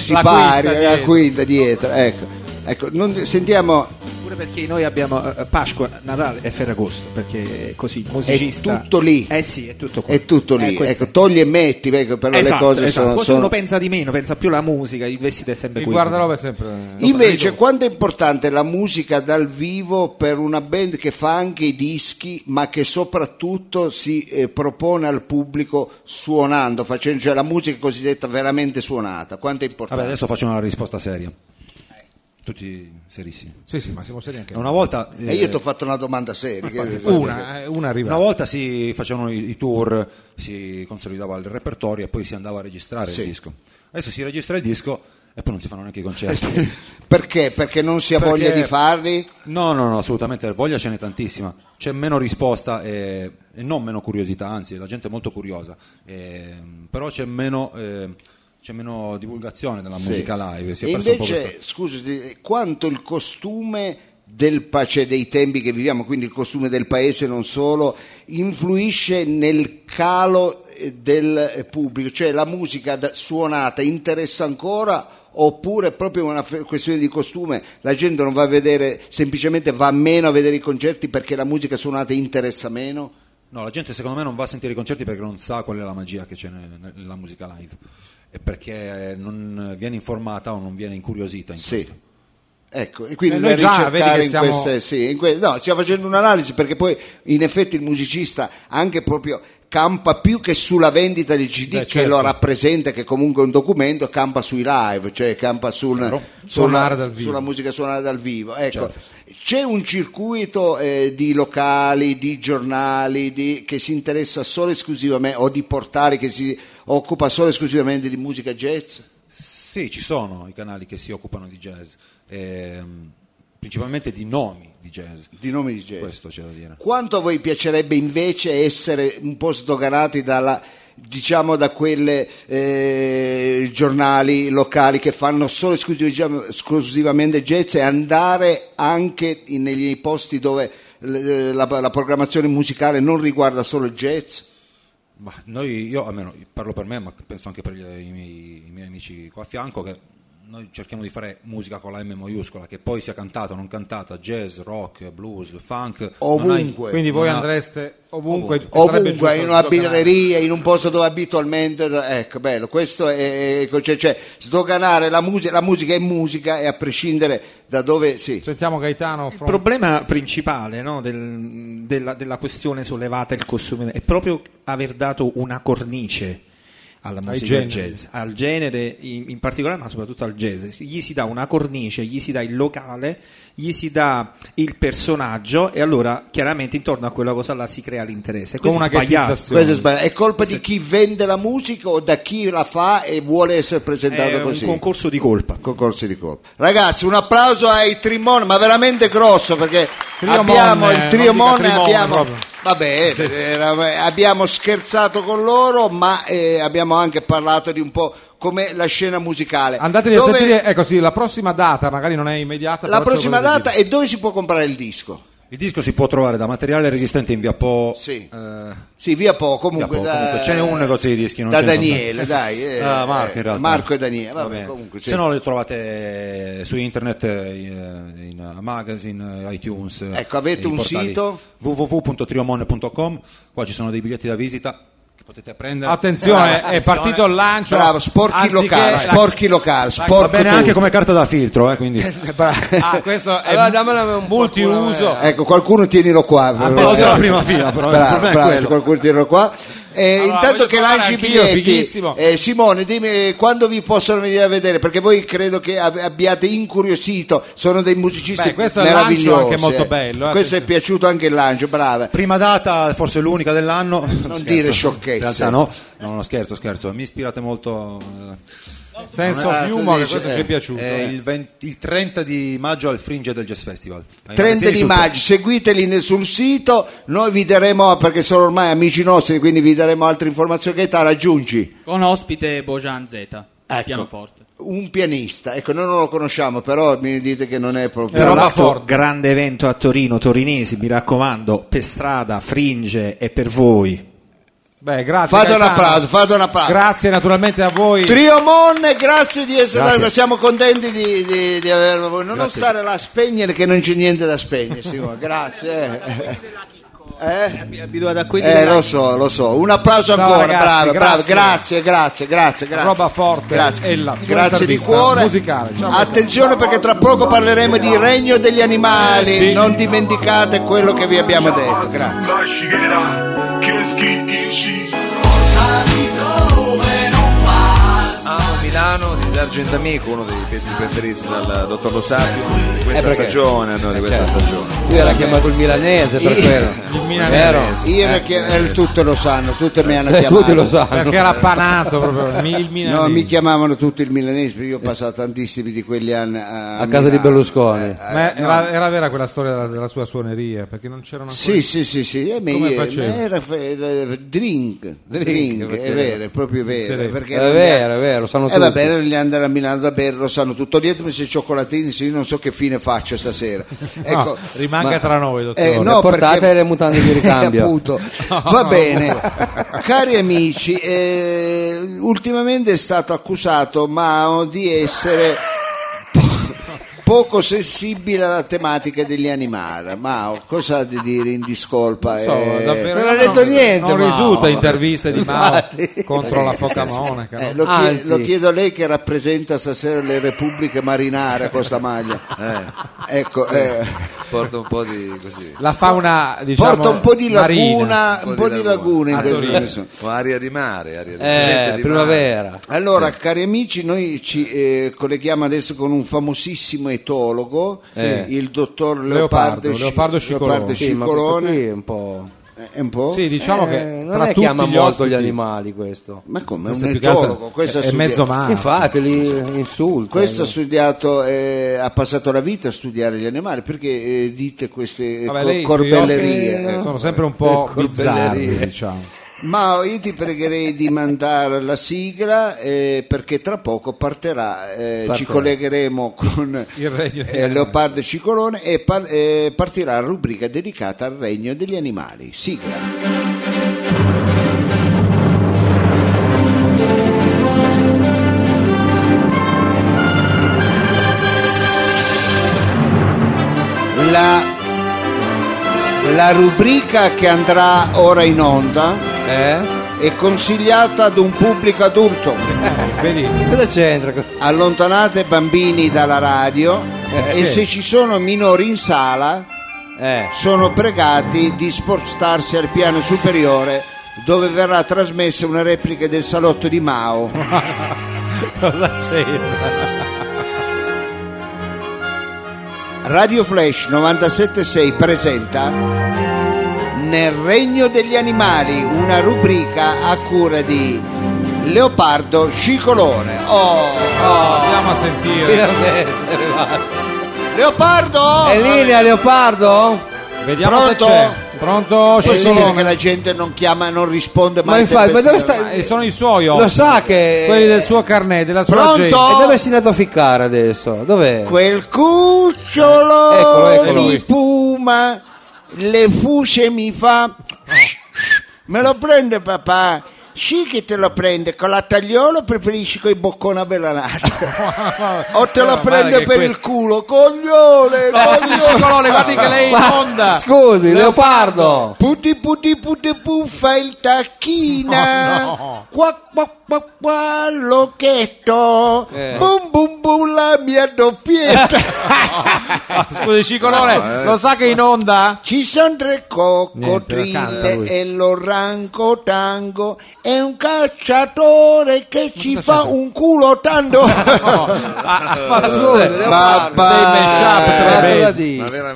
S10: quinta
S1: sipario, eh, la
S10: dietro.
S1: quinta dietro. Ecco, ecco non- sentiamo,
S10: Pure perché noi abbiamo eh, Pasqua, Natale e Ferragosto, perché è così, il
S1: è
S10: musicista...
S1: tutto lì.
S10: Eh sì, è tutto qua.
S1: È tutto
S10: Eh,
S1: lì,
S10: questo
S1: ecco, togli e metti, ecco, però
S10: Esatto,
S1: le cose
S10: esatto.
S1: sono...
S10: Forse
S1: sono-
S10: uno pensa di meno, pensa più alla musica, il vestito è sempre
S2: Il
S10: quello.
S2: guardaroba è sempre...
S1: Invece, quanto è importante la musica dal vivo per una band che fa anche i dischi, ma che soprattutto si eh, propone al pubblico suonando, facendo cioè la musica cosiddetta veramente suonata? Quanto è importante?
S4: ecco.
S7: Vabbè, adesso faccio una risposta seria. Tutti serissimi.
S2: Sì, sì, ma siamo seri anche noi.
S7: Una volta...
S1: E io
S7: eh,
S1: ti ho fatto una domanda
S7: [laughs]
S1: seria. che-
S2: Una, eh, una arriva.
S7: Una volta si facevano i, i tour, si consolidava il repertorio e poi si andava a registrare
S1: Sì.
S7: il disco. Adesso si registra il disco e poi non si fanno neanche i concerti.
S1: Perché? Perché non si ha
S7: Perché-
S1: Eh, voglia di farli?
S7: no, no, no, assolutamente, voglia ce n'è tantissima. C'è meno risposta e, e non meno curiosità, anzi la gente è molto curiosa, E, però c'è meno, eh, c'è meno divulgazione della musica live. Si è
S1: e
S7: perso un po'
S1: invece,
S7: questo.
S1: scusi, quanto il costume del pa- cioè dei tempi che viviamo, quindi il costume del paese non solo, influisce nel calo eh, del eh, pubblico, cioè la musica da- suonata interessa ancora oppure è proprio una fe- questione di costume, la gente non va a vedere, semplicemente va meno a vedere i concerti perché la musica suonata interessa meno?
S7: No, la gente secondo me non va a sentire i concerti perché non sa qual è la magia che c'è ne- nella musica live e perché non viene informata o non viene incuriosita in
S1: Sì.
S7: questo.
S1: Ecco, e quindi
S2: Eh,
S1: da
S2: noi già, vedi
S1: ricercare
S2: che
S1: in
S2: siamo-
S1: queste, sì, in que- no, stiamo facendo un'analisi perché poi in effetti il musicista anche proprio campa più che sulla vendita del CD
S2: Beh,
S1: che
S2: certo.
S1: lo rappresenta, che comunque è un documento, campa sui live, cioè campa sul,
S7: Chiaro.
S2: Suonare dal vivo.
S1: sulla musica suonata dal vivo. Ecco,
S7: Certo.
S1: c'è un circuito eh, di locali, di giornali di- che si interessa solo e esclusivamente, o di portali che si occupa solo e esclusivamente di musica jazz?
S7: Sì, ci sono i canali che si occupano di jazz, ehm, principalmente di nomi di jazz.
S1: Di nomi di jazz?
S7: Questo c'è da dire.
S1: Quanto a voi piacerebbe invece essere un po' sdoganati dalla diciamo da quelle eh, giornali locali che fanno solo esclusiv- esclusivamente jazz e andare anche in- negli posti dove eh, la, la programmazione musicale non riguarda solo il jazz
S7: Ma noi, io almeno parlo per me, ma penso anche per gli- i, miei, i miei amici qua a fianco, che noi cerchiamo di fare musica con la M maiuscola, che poi sia cantata o non cantata, jazz, rock, blues, funk.
S1: Ovunque.
S7: non
S2: Quindi voi
S7: non ha-
S2: andreste ovunque. e sarebbe giusto
S1: ovunque in una
S2: sdoganare.
S1: birreria in un posto dove abitualmente ecco bello questo è ecco, cioè, cioè, sdoganare la musica la musica è musica e a prescindere da dove sì
S2: Sentiamo Gaetano.
S10: Il
S2: from-
S10: problema principale no, del- della, della questione sollevata il costume è proprio aver dato una cornice alla musica
S2: generi.
S10: jazz, al genere in, in particolare, ma soprattutto al jazz. Gli si dà una cornice, gli si dà il locale, gli si dà il personaggio e allora chiaramente intorno a quella cosa là si crea l'interesse.
S2: Con
S10: Questo è
S2: una
S10: sbagliato.
S2: ghettizzazione.
S1: Questo è sbagliato. È colpa di chi vende la musica o da chi la fa e vuole essere presentato
S10: È un
S1: così?
S10: concorso di colpa.
S1: Concorsi di colpa. Ragazzi, un applauso ai Trimon, ma veramente grosso perché
S2: Trio
S1: abbiamo
S2: Mon, eh,
S1: il
S2: non
S1: Triomon,
S2: dica Trimon
S1: abbiamo,
S2: proprio.
S1: vabbè, era- abbiamo scherzato con loro, ma eh, abbiamo anche parlato di un po' come la scena musicale.
S2: Andatevi
S1: Dove-
S2: a sentire, ecco sì, la prossima data, magari non è immediata.
S1: la
S2: però ce lo
S1: prossima
S2: volete
S1: data
S2: dire.
S1: e dove si può comprare il disco?
S7: Il disco si può trovare da materiale resistente in via Po.
S1: Sì.
S7: eh,
S1: Sì, via Po,
S7: Via
S1: comunque,
S7: Po,
S1: da-
S7: comunque. Ce n'è un negozio di dischi, non
S1: da
S7: ce ne sono
S1: Daniele,
S7: tanti.
S1: dai, eh,
S7: Ah, Marco
S1: eh,
S7: in realtà.
S1: Marco e Daniele, vabbè,
S7: Va bene.
S1: comunque, sì.
S7: Se no le trovate eh, su internet, eh, in, eh, in eh, magazine, eh, iTunes. eh,
S1: Ecco, avete
S7: i
S1: un
S7: portali
S1: sito? Eh,
S7: www.triomone.com, qua ci sono dei biglietti da visita che potete prendere.
S10: Eh,
S2: Attenzione, è partito il lancio.
S1: Bravo, sporchi
S2: anziché
S1: locali,
S2: la-
S1: sporchi locali,
S7: Va
S1: sporco
S7: bene
S1: tu.
S7: anche come carta da filtro, eh, quindi.
S2: Ah, questo è multiuso.
S1: [laughs] Ecco, qualcuno tienilo qua.
S2: Eh,
S7: però c'è la prima fila, però, il
S1: Ah, Bravo,
S7: problema è
S1: bravo,
S7: quello.
S1: qualcuno tienilo qua. Eh,
S2: Allora,
S1: intanto
S2: voglio
S1: che
S2: provare
S1: lanci i
S2: anch'io,
S1: biglietti,
S2: fighissimo.
S1: eh, Simone, dimmi eh, quando vi possono venire a vedere, perché voi credo che ab- abbiate incuriosito, sono dei musicisti
S2: Beh, questo è il lancio
S1: meravigliosi.
S2: anche molto
S1: eh.
S2: bello, eh,
S1: questo è piaciuto anche il lancio, brava.
S7: Prima data, forse l'unica dell'anno. Non
S1: dire sciocchezze.
S7: In realtà no, no, no, scherzo, scherzo. Mi ispirate molto. eh,
S2: Sense
S7: non
S2: of
S7: è-
S2: humor,
S7: tu dici,
S2: questo
S7: eh,
S2: ci è piaciuto,
S7: eh,
S2: eh.
S7: Il, 20 il 30 di maggio al Fringe del Jazz Festival. Ai
S1: 30
S7: magazzini
S1: di
S7: tutto.
S1: maggio, seguiteli nel- sul sito, noi vi daremo, perché sono ormai amici nostri, quindi vi daremo altre informazioni che te raggiungi.
S12: Con ospite Bojan Zeta,
S1: Ecco.
S12: pianoforte.
S1: Un pianista, ecco, noi non lo conosciamo, però mi dite che non è proprio...
S10: Tra l'altro, grande evento a Torino, torinesi, mi raccomando, per strada, fringe e per voi.
S2: Beh, Eh, grazie.
S1: Fate un
S2: Gaetano.
S1: applauso, fate un applauso.
S2: Grazie naturalmente a voi.
S1: Trio Monne, grazie di essere
S2: Grazie.
S1: stato- siamo contenti di, di, di averlo voi. Non
S2: Grazie.
S1: stare là a spegnere che non c'è niente da
S2: [laughs]
S1: spegnere, Simone. grazie. Eh?
S13: Abituato a quelli
S1: Eh,
S13: della-
S1: lo so, lo so. Un applauso
S2: Ciao,
S1: ancora,
S2: ragazzi,
S1: bravo, bravo.
S2: grazie.
S1: Grazie, grazie, grazie, grazie.
S2: Roba forte
S1: Grazie,
S2: e la sua
S1: grazie di
S2: intervista diciamo
S1: cuore.
S2: musicale. Ciao.
S1: Attenzione perché tra poco parleremo di regno degli animali.
S2: Eh, Sì.
S1: Non dimenticate quello che vi abbiamo detto. Grazie.
S5: Amo Milano di D'Argent Amico, uno dei pezzi preferiti dal dottor Lo Sapio di questa
S3: Eh, perché?
S5: stagione. no, di questa
S1: certo.
S5: stagione.
S3: Lui era chiamato il milanese per
S1: Io-
S3: quello.
S1: Vero? Io ero chi- eh, tutti lo sanno, tutti mi hanno chiamato.
S3: Tutti lo sanno.
S2: Perché era panato proprio mi- il milanese.
S1: No, mi chiamavano tutti il milanese, perché io ho passato tantissimi di quegli anni a,
S3: A casa di
S1: Milano. Eh,
S3: Berlusconi.
S5: Eh,
S2: Ma
S1: no.
S2: era, era vera quella storia della, della sua suoneria, perché non c'erano ancora...
S1: Sì, sì, sì, sì, eh, mi-
S2: Come
S1: eh,
S2: faceva?
S1: ma era, fe- era- drink, drink, è
S3: perché-
S1: vero, è proprio
S3: Sì,
S1: vero.
S3: sì.
S1: Perché
S3: È
S1: erano gli
S3: vero,
S1: anni-
S3: è vero, lo sanno
S1: Eh, va
S3: tutti.
S1: bene, gli andare a Milano da bere, lo sanno tutto. Dietro se cioccolatini, se io non so che fine faccio stasera. Ecco,
S2: [laughs] No, rimanga tra noi, dottore.
S1: Eh, no,
S3: Portate
S1: perché-
S3: le mutande di ricambio.
S1: [laughs] Appunto.
S2: [laughs]
S1: Va bene, cari amici, eh, ultimamente è stato accusato Mao di essere po- poco sensibile alla tematica degli animali. Mao, cosa ha da dire in discolpa?
S2: Non so,
S1: Eh,
S2: davvero,
S1: non ha
S2: non-
S1: detto niente.
S2: non
S1: Mao.
S2: risulta interviste di Mao
S1: Infatti.
S2: contro la
S1: Eh,
S2: foca
S1: sì,
S2: monaca,
S1: eh,
S2: no?
S1: lo, chie-
S2: Anzi.
S1: lo chiedo a lei che rappresenta stasera le repubbliche marinare con sta maglia. Ecco,
S5: Sì.
S1: eh.
S5: Porta un po' di così.
S2: La fauna, diciamo,
S1: porta un po' di
S2: marina.
S1: laguna, un po' di laguna in
S5: Ah,
S1: questo
S5: sì.
S1: senso.
S5: Ma aria di mare, aria di
S3: Eh,
S5: gente di
S3: primavera.
S5: mare.
S1: Allora, cari amici, noi ci eh, colleghiamo adesso con un famosissimo etologo, eh,
S3: Sì.
S1: il dottor
S2: Leopardo,
S1: Leopardo, Sci-
S2: Leopardo Scicolone.
S1: Leopardo
S3: Sì, ma questo
S1: Scicolone.
S3: qui è un po'.
S1: Eh, È un po'?
S2: Sì, diciamo che
S3: Eh,
S2: tra
S3: non è
S2: tutti
S3: che ama
S2: gli
S3: molto gli
S2: ospiti-
S3: animali questo.
S1: Ma come? È
S2: Questo
S1: un
S2: è più che altro-
S1: etologo, questo ha
S2: è
S1: studiato-
S2: mezzo mano.
S3: Infatti li insulta.
S1: Questo ha studiato, eh, ha passato la vita a studiare gli animali, perché eh, dite queste eh,
S2: Vabbè,
S1: co-
S2: lei-
S1: corbellerie?
S2: Eh,
S1: Eh.
S2: sono sempre un po'
S3: Corbellerie.
S2: bizzarri, diciamo.
S1: Ma io ti pregherei di mandare la sigla eh, perché tra poco partirà, eh, ci
S3: Partirà.
S1: collegheremo con
S2: Il regno degli
S1: eh, Leopardo Cicolone e par- eh, partirà la rubrica dedicata al regno degli animali. Sigla. La, la rubrica che andrà ora in onda
S3: Eh?
S1: è consigliata ad un pubblico adulto.
S3: Eh,
S2: Benissimo.
S3: Cosa c'entra? Co-
S1: allontanate bambini dalla radio
S3: Eh,
S1: e
S3: sì.
S1: se ci sono minori in sala
S3: Eh.
S1: sono pregati di spostarsi al piano superiore dove verrà trasmessa una replica del salotto
S3: [laughs]
S1: di Mao.
S2: Cosa c'entra?
S1: Radio Flash 976 presenta Nel regno degli animali, una rubrica a cura di Leopardo Scicolone. Oh,
S2: Andiamo a sentire.
S3: Finalmente è arrivato.
S1: Leopardo!
S3: È in linea Leopardo?
S2: Vediamo
S1: Pronto?
S2: se c'è. Pronto,
S1: Possibile che
S2: Scicolone.
S1: la gente non chiama, non risponde mai.
S3: Ma infatti, ma dove
S1: tempestivamente?
S3: sta?
S2: E Eh, sono i suoi
S3: Lo
S2: ospiti,
S3: sa che.
S2: Quelli del suo carnet, della sua
S1: Pronto?
S2: gente.
S3: E dove si è andato a ficcare adesso? Dov'è?
S1: Quel cucciolo
S3: Eccolo, eccolo.
S1: di puma le fuse mi fa. Me lo prende papà. Sì che te la prende, con la tagliola o preferisci con i bocconi a
S6: [laughs]
S1: bella nata? o te la
S6: Eh, Guarda
S1: prende
S6: che
S1: per
S6: que-
S1: il culo, coglione!
S6: No,
S1: coglione.
S6: Nicolò, guardi che lei è in
S1: Ma-
S6: onda.
S4: Scusi, Leopardo.
S1: Puti puti puti pu fai il tacchina.
S6: No, no.
S1: Qua qua qua qua l'occhetto.
S6: Eh.
S1: Bum bum bum la mia doppietta.
S2: Scusi,
S1: [laughs]
S2: Cicolone,
S1: eh.
S2: lo sa che in onda?
S1: Ci sono tre
S2: eh. Niente, la canta
S1: coccodrille
S2: lui.
S1: e l'oranco tango e un cacciatore che ci fa un culo
S2: [laughs]
S1: tango. eh,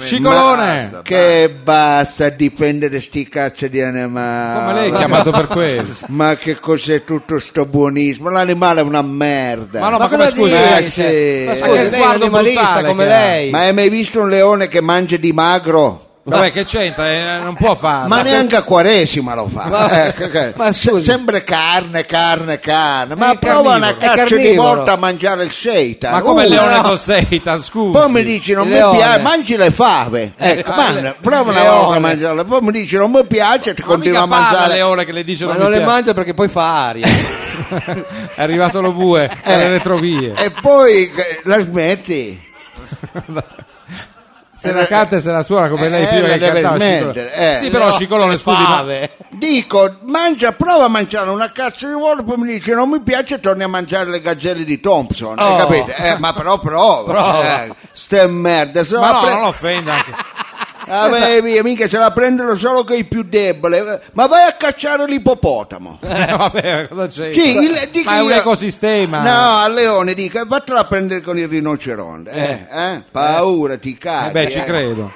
S2: Cicolone.
S1: Ma che basta di prendere sti cazzo di animali.
S2: Come lei è chiamato per questo?
S1: [laughs] Ma che cos'è tutto sto buonismo? L'animale è una merda.
S2: Ma no, ma Ma come cosa scusi? dice?
S1: Eh, sì.
S2: Ma scusi, Ma che lei è un sguardo animalista brutale come che ha. lei.
S1: Ma hai mai visto un leone che mangia di magro?
S2: Vabbè, che c'entra? Eh, Non può farlo.
S1: Ma neanche a Quaresima lo
S2: [laughs]
S1: fa.
S2: Ma-
S1: Eh, che- che- se- sempre carne, carne, carne. Ma
S2: È
S1: prova
S2: carnivoro.
S1: una
S2: È
S1: caccia di
S2: carnivoro.
S1: morta a mangiare il seitan.
S2: Ma come
S1: Uh,
S2: Leone
S1: no.
S2: col Seitan, scusi.
S1: Poi mi dici non mi
S2: Leone.
S1: piace, mangi le fave. Ecco,
S2: Eh,
S1: mangia,
S2: le-
S1: prova una
S2: Leone.
S1: volta a mangiarle, poi mi dici non mi piace, ti continua a
S2: Mica parla
S1: mangiare.
S2: Leone che le dice
S1: Ma
S2: non
S1: non
S2: mi
S1: le
S2: piace.
S4: Mangia perché poi fa
S1: [laughs]
S4: aria.
S2: È arrivato lo bue dalle retrovie.
S1: Eh. E poi eh, la smetti.
S2: [laughs] Se la canta e se la suona come lei
S1: Eh,
S2: prima
S1: la
S2: che
S1: deve
S2: cantava
S1: smettere,
S2: Cicolone.
S1: eh.
S2: Sì, però Cicolone, scusi, ma...
S1: Dico, mangia, prova a mangiare una cazzo di uovo, poi mi dice non mi piace, torni a mangiare le gazzelle di Thompson, hai
S2: Oh.
S1: capito? Eh, ma però prova.
S2: Prova.
S1: Eh, ste merda, se
S2: [laughs] Ma
S1: la
S2: no,
S1: pre-
S2: non offenda anche.
S1: Ah, beh, via, mica se la prendono solo con i più deboli. eh, Ma vai a cacciare l'ippopotamo.
S2: [laughs] [laughs] Eh, vabbè, cosa c'è?
S1: Sì, il- dico
S2: ma è un
S1: io-
S2: ecosistema.
S1: No, a Leone dica, vattela a prendere con il rinoceronte. Eh, eh? Paura, ti caghi.
S2: Eh beh, ci
S1: eh.
S2: credo.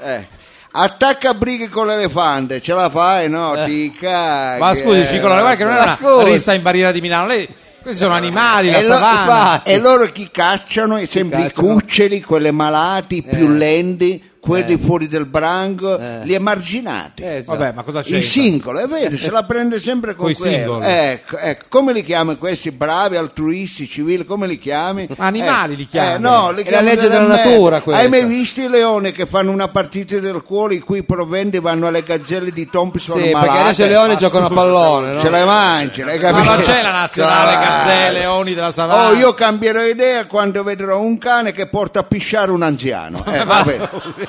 S1: Eh. Attacca a brighe con l'elefante, ce la fai? No, ti caghi.
S2: Eh. Ma scusi,
S1: eh.
S2: Cicolone, guarda che non è
S1: Ma
S2: una
S1: scusi. Eh,
S2: rissa in barriera di Milano. Lei, questi sono animali, la
S1: E, lo-
S2: savana.
S1: e loro chi cacciano? Eh. I sempre i cuccioli, quelli malati, i più lenti, quelli
S2: Eh.
S1: fuori del branco,
S2: Eh.
S1: li emarginati.
S2: Vabbè, ma cosa c'è?
S1: Il singolo, è vero,
S2: [laughs]
S1: se la prende sempre con
S2: Coi
S1: quello.
S2: singoli.
S1: Ecco, ecco, come li chiami questi bravi, altruisti, civili, come li chiami?
S2: Ma animali
S1: Eh,
S2: li chiami.
S1: eh, no, li
S2: È la
S1: chiami
S2: legge
S1: della
S2: della
S1: merda.
S2: natura, questa.
S1: Hai mai visto i leoni che fanno una partita del cuore i cui proventi vanno alle gazzelle di Thompson
S4: Sì,
S1: malate?
S4: perché adesso i leoni giocano a pallone, no?
S1: Ce le mangi, l'hai
S2: Ma
S1: capito?
S2: non c'è la nazionale
S1: Ce la mangi.
S2: Gazzelle, Leoni della savana.
S1: Oh, io cambierò idea quando vedrò un cane che porta a pisciare un anziano.
S2: [laughs]
S1: Eh, vabbè.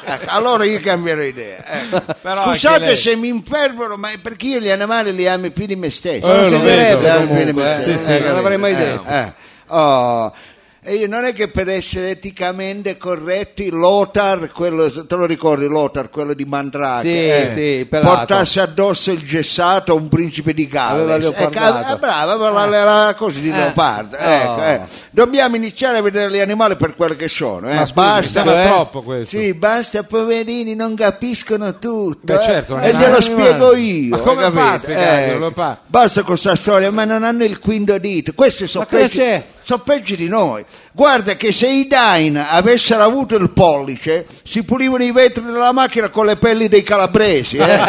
S1: Ecco, allora io cambierò idea. ecco.
S2: Però anche
S1: Scusate
S2: lei.
S1: se mi infervoro, ma è perché io gli animali li amo più di me stesso.
S4: Eh,
S1: non
S4: lo
S1: si
S4: vedo,
S1: direbbe eh, più di
S4: comunque,
S1: me
S4: eh.
S1: stesso.
S4: Sì, sì, non l'avrei mai
S1: eh,
S4: detto.
S1: eh. Oh, E io non è che per essere eticamente corretti, Lothar, quello, te lo ricordi Lothar, quello di Mandrake,
S4: Sì,
S1: eh,
S4: sì, il pelato.
S1: portasse addosso il gessato a un principe di
S4: Aveva
S1: Galles. Ecco,
S4: leopardato.
S1: eh, brava, aveva la, la cosa di leopardo. Ecco,
S4: Oh.
S1: eh. Dobbiamo iniziare a vedere gli animali per quello che sono. eh.
S2: Ma scusi,
S1: basta,
S2: mi sembra
S1: eh.
S2: troppo questo.
S1: Sì, basta, poverini, non capiscono tutto.
S2: Beh,
S1: eh.
S2: certo, non
S1: e
S2: è
S1: glielo
S2: un
S1: spiego
S2: animale.
S1: io.
S2: Ma come
S1: hai
S2: fa a
S1: capito?
S2: spiegarglielo,
S1: Eh,
S2: lo fa?
S1: Basta con questa storia, ma non hanno il quinto dito. Questi sono
S4: cosa
S1: peggio,
S4: c'è?
S1: sono peggio di noi. Guarda che se i Dain avessero avuto il pollice, si pulivano i vetri della macchina con le pelli dei
S2: [laughs]
S1: calabresi. eh.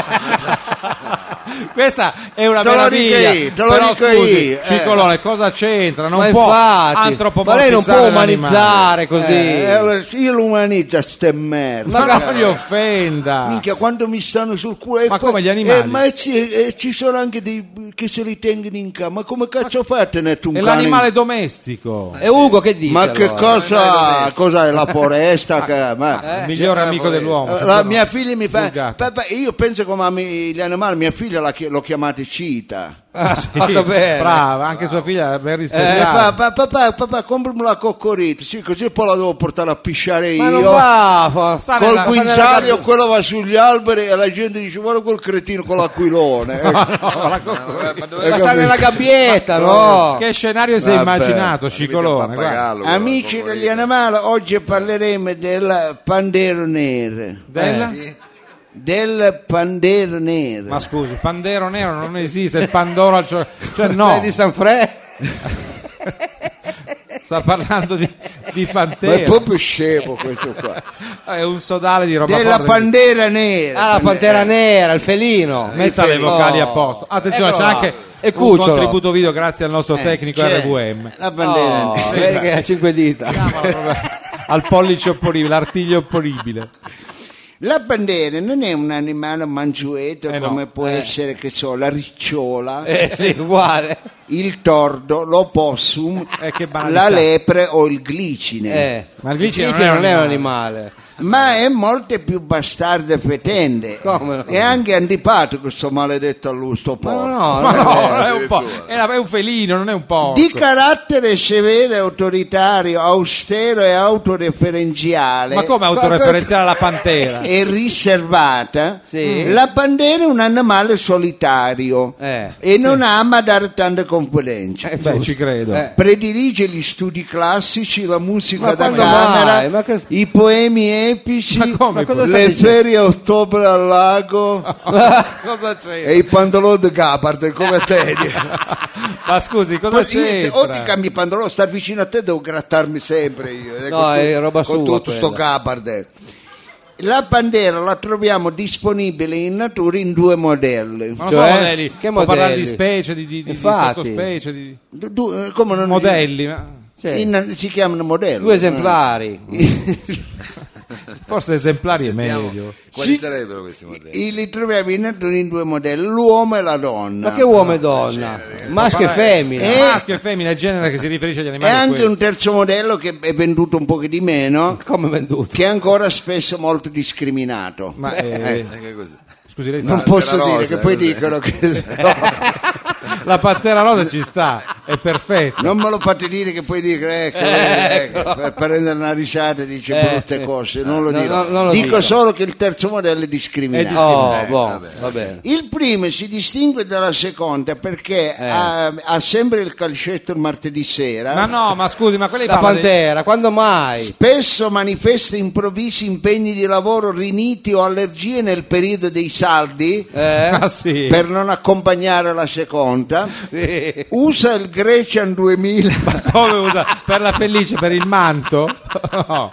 S2: Questa è una
S1: Te lo
S2: meraviglia.
S1: dico io, te lo
S2: Però,
S1: dico
S2: scusi,
S1: io, eh.
S2: Cicolone, cosa c'entra? Non
S1: Ma
S2: può
S1: infatti,
S2: antropomorfizzare
S1: ma lei non può
S2: l'animale.
S1: umanizzare così. Eh, allora, io l'umanizzo ste merda.
S2: Ma
S1: Cioè,
S2: non li offenda.
S1: Minchia, quando mi stanno sul culo. e
S2: Ma
S1: poi-
S2: come gli animali?
S1: eh, ma sì, eh, ci sono anche dei che se li tengono in casa. Ma come cazzo fai a tenere un
S2: È
S1: cane?
S2: l'animale domestico.
S4: E Ugo che dice?
S1: Ma che
S4: allora?
S1: cosa, cosa è
S2: [laughs]
S1: la foresta? che- ma-
S2: Il migliore amico dell'uomo.
S1: Eh, La mia figlia mi fa papà, io penso come ami gli animali mia figlia la chi- l'ho chiamata Cita
S2: Ah, [laughs] sì,
S1: Fatto bene.
S2: Brava, anche sua figlia è ben
S1: Eh, fa,
S2: rispettata.
S1: pa- papà, papà, comprami la coccorita, sì, così poi la devo portare a pisciare
S4: Ma
S1: io.
S4: non va, fa- sta
S1: Col
S4: nella- sta nella
S1: guinzaglio
S4: gabbia.
S1: quello va sugli alberi e la gente dice guarda quel cretino con [laughs] l'aquilone. Eh, eh,
S4: Ma sta
S1: capito?
S4: nella gabbietta, no?
S2: Che scenario si è
S1: Vabbè.
S2: immaginato, Scicolone? Guarda.
S1: Amici degli animali, oggi parleremo del pandero nero.
S2: Del?
S1: Eh. Del pandero nero.
S2: Ma scusi, il pandero nero non esiste, il pandoro al cioc- cioè no.
S1: Quello di San Fre-
S2: [laughs] Sta parlando di, di
S1: Ma è
S2: pantera.
S1: proprio scemo questo qua.
S2: [laughs] È un sodale di roba
S1: Della
S2: forte.
S1: pandera nera.
S4: Ah, la
S1: eh.
S4: pantera nera, il felino.
S2: Metta le vocali a posto.
S3: Eh,
S2: Attenzione, c'è anche
S4: Eh, E
S2: un
S4: cucciolo.
S2: contributo video grazie al nostro
S4: Eh,
S2: tecnico
S4: c'è.
S2: RVM.
S1: La bandiera
S4: Oh,
S1: nera.
S4: vedi che ha cinque dita.
S2: Al pollice opporibile, l'artiglio opporibile.
S1: La bandera non è un animale mangiueto
S13: Eh no,
S1: come può
S13: eh.
S1: essere, che so, la ricciola,
S13: Eh, sì, uguale.
S1: il tordo, l'opossum,
S2: Eh,
S13: banalità.
S1: la lepre o il glicine.
S13: Eh, ma il glicine Il glicine non è un non è un animale.
S1: Ma è molte più bastardo e fetente. È anche antipatico questo maledetto allusto porco.
S2: Ma no, non
S1: [laughs]
S2: è un po'. È, una- è un felino, non è un po'.
S1: eh. Di carattere severo, e autoritario, austero e autoreferenziale.
S2: Ma come autoreferenziale alla pantera?
S1: E riservata.
S2: Sì. Eh,
S1: La bandera è un animale solitario e non ama dare tante confidenze.
S2: Beh, ci credo.
S1: Eh. Predilige gli studi classici, la musica
S2: Ma
S1: da
S2: quando
S1: camera,
S2: mai? Ma
S1: i poemi epici,
S2: come Ma cosa i poemi? stai
S1: le
S2: dicendo?
S1: ferie a ottobre al lago
S2: [laughs] Cosa c'è?
S1: e i pantaloni di Gabard come
S2: [laughs]
S1: te.
S2: Ma scusi, cosa
S1: Poi niente, O ti
S2: c'entra?
S1: cambi i pantaloni, star vicino a te, devo grattarmi sempre io. eh,
S2: No,
S1: con tu-
S2: è roba
S1: Con
S2: sua
S1: tutto
S2: quella.
S1: sto Gabard. La bandera la troviamo disponibile in natura in due modelli.
S2: Ma non sono Cioè? modelli, può parlare di specie, di, di, di, di
S1: Infatti.
S2: sottospecie, di
S1: Du- du- come non-
S2: modelli. ma-
S1: In- si chiamano modelli.
S2: Due esemplari. [laughs] Forse esemplari
S1: Sentiamo.
S2: è meglio.
S5: Quali
S1: Sì.
S5: sarebbero questi modelli?
S1: E li [laughs] troviamo in natura in due modelli, l'uomo e la donna.
S2: Ma che uomo e
S1: donna?
S2: Maschio e
S1: femmina.
S2: Eh, Maschio e femmina è il genere che si riferisce agli
S1: E
S2: animali.
S1: anche
S2: quello.
S1: un terzo modello che è venduto un po' di meno. Che è ancora spesso molto discriminato.
S2: Ma, eh,
S1: [laughs] Eh.
S5: Che cos'è?
S2: Scusi, lei
S1: Non
S2: sa-
S1: posso
S2: Pantera
S1: dire
S2: rosa,
S1: che poi
S2: cos'è? [laughs]
S1: dicono che
S2: La pantera rosa ci sta, è perfetta.
S1: Non me lo fate dire che poi
S2: [laughs]
S1: dicono ecco, eh, ecco, per prendere una risata dice
S2: Eh,
S1: brutte
S2: sì.
S1: cose, non lo
S2: No,
S1: dirò.
S2: no, non lo
S1: dico,
S2: dico.
S1: solo che il terzo modello è
S2: È
S1: discriminato.
S2: discriminato.
S3: Oh,
S1: Eh,
S2: buono,
S1: vabbè.
S2: va bene.
S1: Il primo si distingue dalla seconda perché ha, ha sempre il calcetto il martedì sera.
S2: Eh. Ma no, ma scusi, ma quella è
S1: La pantera,
S2: quando mai?
S1: Spesso manifesta improvvisi impegni di lavoro, riniti o allergie nel periodo dei saldi
S2: Ma sì.
S1: per non accompagnare la seconda.
S2: Sì.
S1: Usa il
S2: [laughs]
S1: Grecian 2000.
S2: Come usa? Per la pelliccia, per il manto? [laughs] No.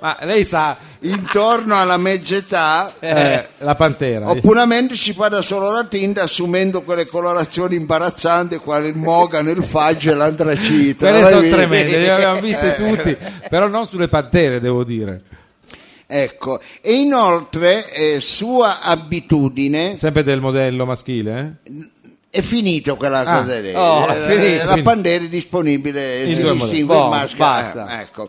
S2: Ma lei sa,
S1: intorno alla mezz'età
S2: eh, la pantera.
S1: Oppuramente si fa da solo la tinta assumendo quelle colorazioni imbarazzanti quali il mogano, il faggio e l'andracita.
S2: Quelle
S1: L'hai
S2: sono
S1: visto?
S2: tremende, le
S1: [laughs]
S2: abbiamo viste
S1: Eh,
S2: tutti, però non sulle pantere, devo dire.
S1: Ecco, e inoltre eh, sua abitudine
S2: Sempre del modello maschile, eh?
S1: è finito quella
S2: Ah.
S1: cosa lì.
S2: Oh,
S1: Eh,
S2: è
S1: la-
S2: finito.
S1: La pandera è disponibile,
S2: In
S1: si
S2: due modelli.
S1: distingue il
S2: Boh,
S1: maschio.
S2: basta.
S1: eh, ecco.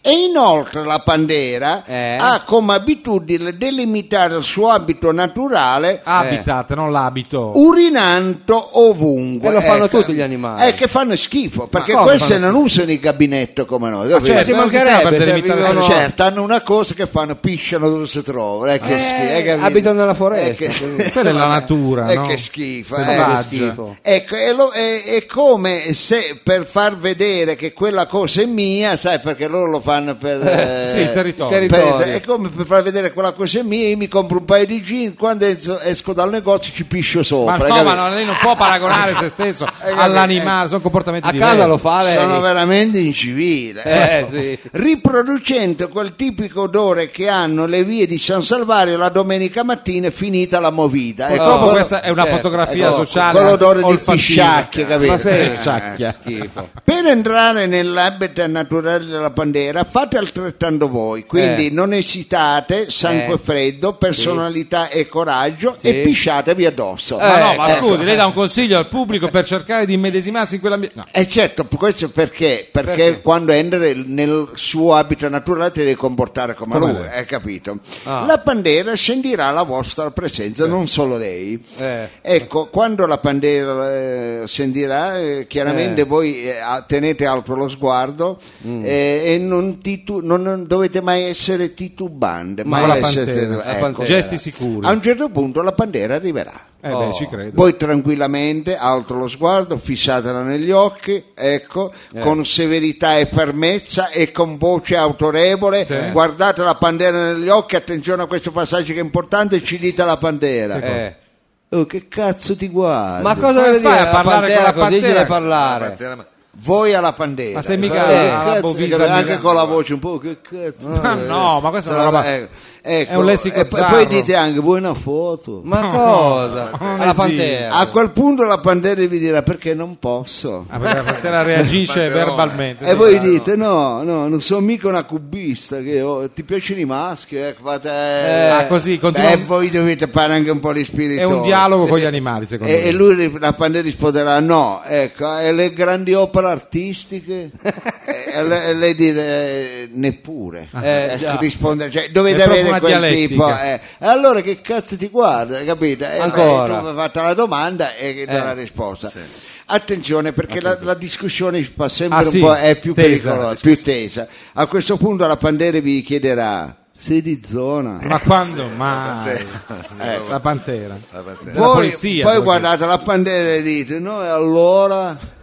S1: E inoltre la pandera
S2: Eh.
S1: ha come abitudine delimitare il suo abito naturale Eh.
S2: Habitat, non l'abito.
S1: urinando ovunque.
S2: E lo fanno tutti
S1: gli
S2: animali.
S1: Eh, che fanno schifo, perché
S2: come
S1: queste
S2: fanno
S1: non usano il gabinetto come noi. capito?
S2: certo, Ci non si mancherebbe, sta per se delimitare- vivono-
S1: Eh, certo, hanno una cosa che fanno, pisciano dove si trovano. Eh, che schifo, eh, capito?
S4: abitano nella
S1: Eh,
S4: foresta.
S1: che-
S4: quindi.
S2: Quella è la natura,
S1: Eh,
S2: no?
S1: che schifo,
S2: Selvaggia.
S1: eh, Ecco, è, lo- è- è come se per far vedere che quella cosa è mia, sai, perché loro lo fanno per
S2: Eh, sì, il territorio.
S1: per-
S2: Territorio.
S1: è come per far vedere che quella cosa è mia, io mi compro un paio di jeans, quando es- esco dal negozio ci piscio
S2: Ma
S1: sopra.
S2: no,
S1: capito?
S2: ma no, lei non può
S1: [laughs]
S2: paragonare se stesso
S1: capito,
S2: all'animale, sono comportamenti
S1: A
S2: diversi.
S1: casa lo fa lei. Sono veramente incivile.
S2: Eh,
S1: Ecco. Riproducendo quel tipico odore che hanno le vie di San Salvario la domenica mattina è finita la movita.
S2: Purtroppo
S1: Ecco, quello-
S2: Oh, questa è una
S1: Certo,
S2: fotografia
S1: ecco,
S2: sociale
S1: Con l'odore di
S2: olfattiva.
S1: pisciacchie, capito?
S2: eh, oh, Ma sei
S1: Eh,
S2: sciacchia.
S1: schifo. Per entrare nell'habitat naturale della pandera fate altrettanto voi, quindi
S13: Eh.
S1: non esitate, sangue
S13: Eh.
S1: freddo, personalità e coraggio
S2: Sì. Eh,
S1: e pisciatevi addosso.
S2: Ma no, ma
S1: Ecco.
S2: scusi, lei dà un consiglio al pubblico per cercare di immedesimarsi in quell'ambiente. No.
S1: E certo, questo perché? Perché, quando entri nel suo abito naturale ti devi comportare come,
S2: Come
S1: lui,
S2: lui.
S1: hai capito?
S2: Ah.
S1: La pandera scenderà alla vostra presenza, non solo lei. Ecco, quando la pandera eh, scenderà, eh, chiaramente
S13: Eh.
S1: voi eh, a- tenete alto lo sguardo
S13: Mm.
S1: eh, e non, titu- non- non dovete mai essere titubande,
S2: Ma
S1: mai
S2: la
S1: essere-
S2: Pantera, la Pantera. Gesti sicuri.
S1: A un certo punto la pandera arriverà.
S2: Eh beh, ci credo.
S1: Voi tranquillamente, alto lo sguardo, fissatela negli occhi, ecco,
S2: Eh.
S1: con severità e fermezza e con voce autorevole,
S2: Sì.
S1: guardate la pandera negli occhi, attenzione a questo passaggio che è importante, ci dite la pandera.
S13: Che cosa? Eh.
S1: Oh, che cazzo ti guardi?
S13: Ma cosa deve dire la pantera così, deve parlare?
S1: La Voi alla pandera.
S13: Ma sei mica
S1: Eh,
S13: alla
S1: cazzo,
S13: Bovisa
S1: anche
S13: Milano.
S1: con la voce un po' che cazzo.
S2: Ma [laughs] no, ma questa è una roba-
S1: ecco. Ecco,
S2: È un lessico
S1: e poi-
S2: zarro.
S1: poi dite anche voi una foto. Eh,
S2: Ma
S1: [laughs]
S2: No, cosa? non Alla esiste. pantera.
S1: A quel punto la pantera vi dirà perché non posso.
S2: Ah, perché la pantera reagisce
S1: Panterone.
S2: verbalmente. eh,
S1: E voi dite no, no, non sono mica una cubista, che ho- ti piacciono i maschi, eh, fate...
S2: Ah, così, continua-
S1: E voi dovete fare anche un po' di spirito.
S2: È un dialogo con gli animali, secondo
S1: E,
S2: me.
S1: e lui ri- la pantera risponderà no, ecco, e le grandi opere artistiche? e le- e lei dire eh, neppure.
S2: Ah.
S1: Eh,
S2: Eh, già.
S1: rispondere, cioè,
S2: È
S1: dovete
S2: proprio
S1: avere
S2: una
S1: quel
S2: dialettica.
S1: tipo. eh. E allora che cazzo ti guarda, capito? E
S2: Ancora. Eh,
S1: beh, tu hai fatto la domanda e dà la risposta. Attenzione perché la, la discussione fa sempre
S2: Ah,
S1: un
S2: sì,
S1: po' è più
S2: tesa, la
S1: pericolosa, più tesa. A questo punto la Pandere vi chiederà sei di zona.
S2: Ma
S1: [laughs]
S2: quando mai?
S1: Eh,
S2: La pantera.
S5: La
S2: Della
S1: poi,
S2: polizia. certo.
S1: poi
S2: voglio
S1: guardate la Pandera e dite no
S2: [laughs]
S1: e allora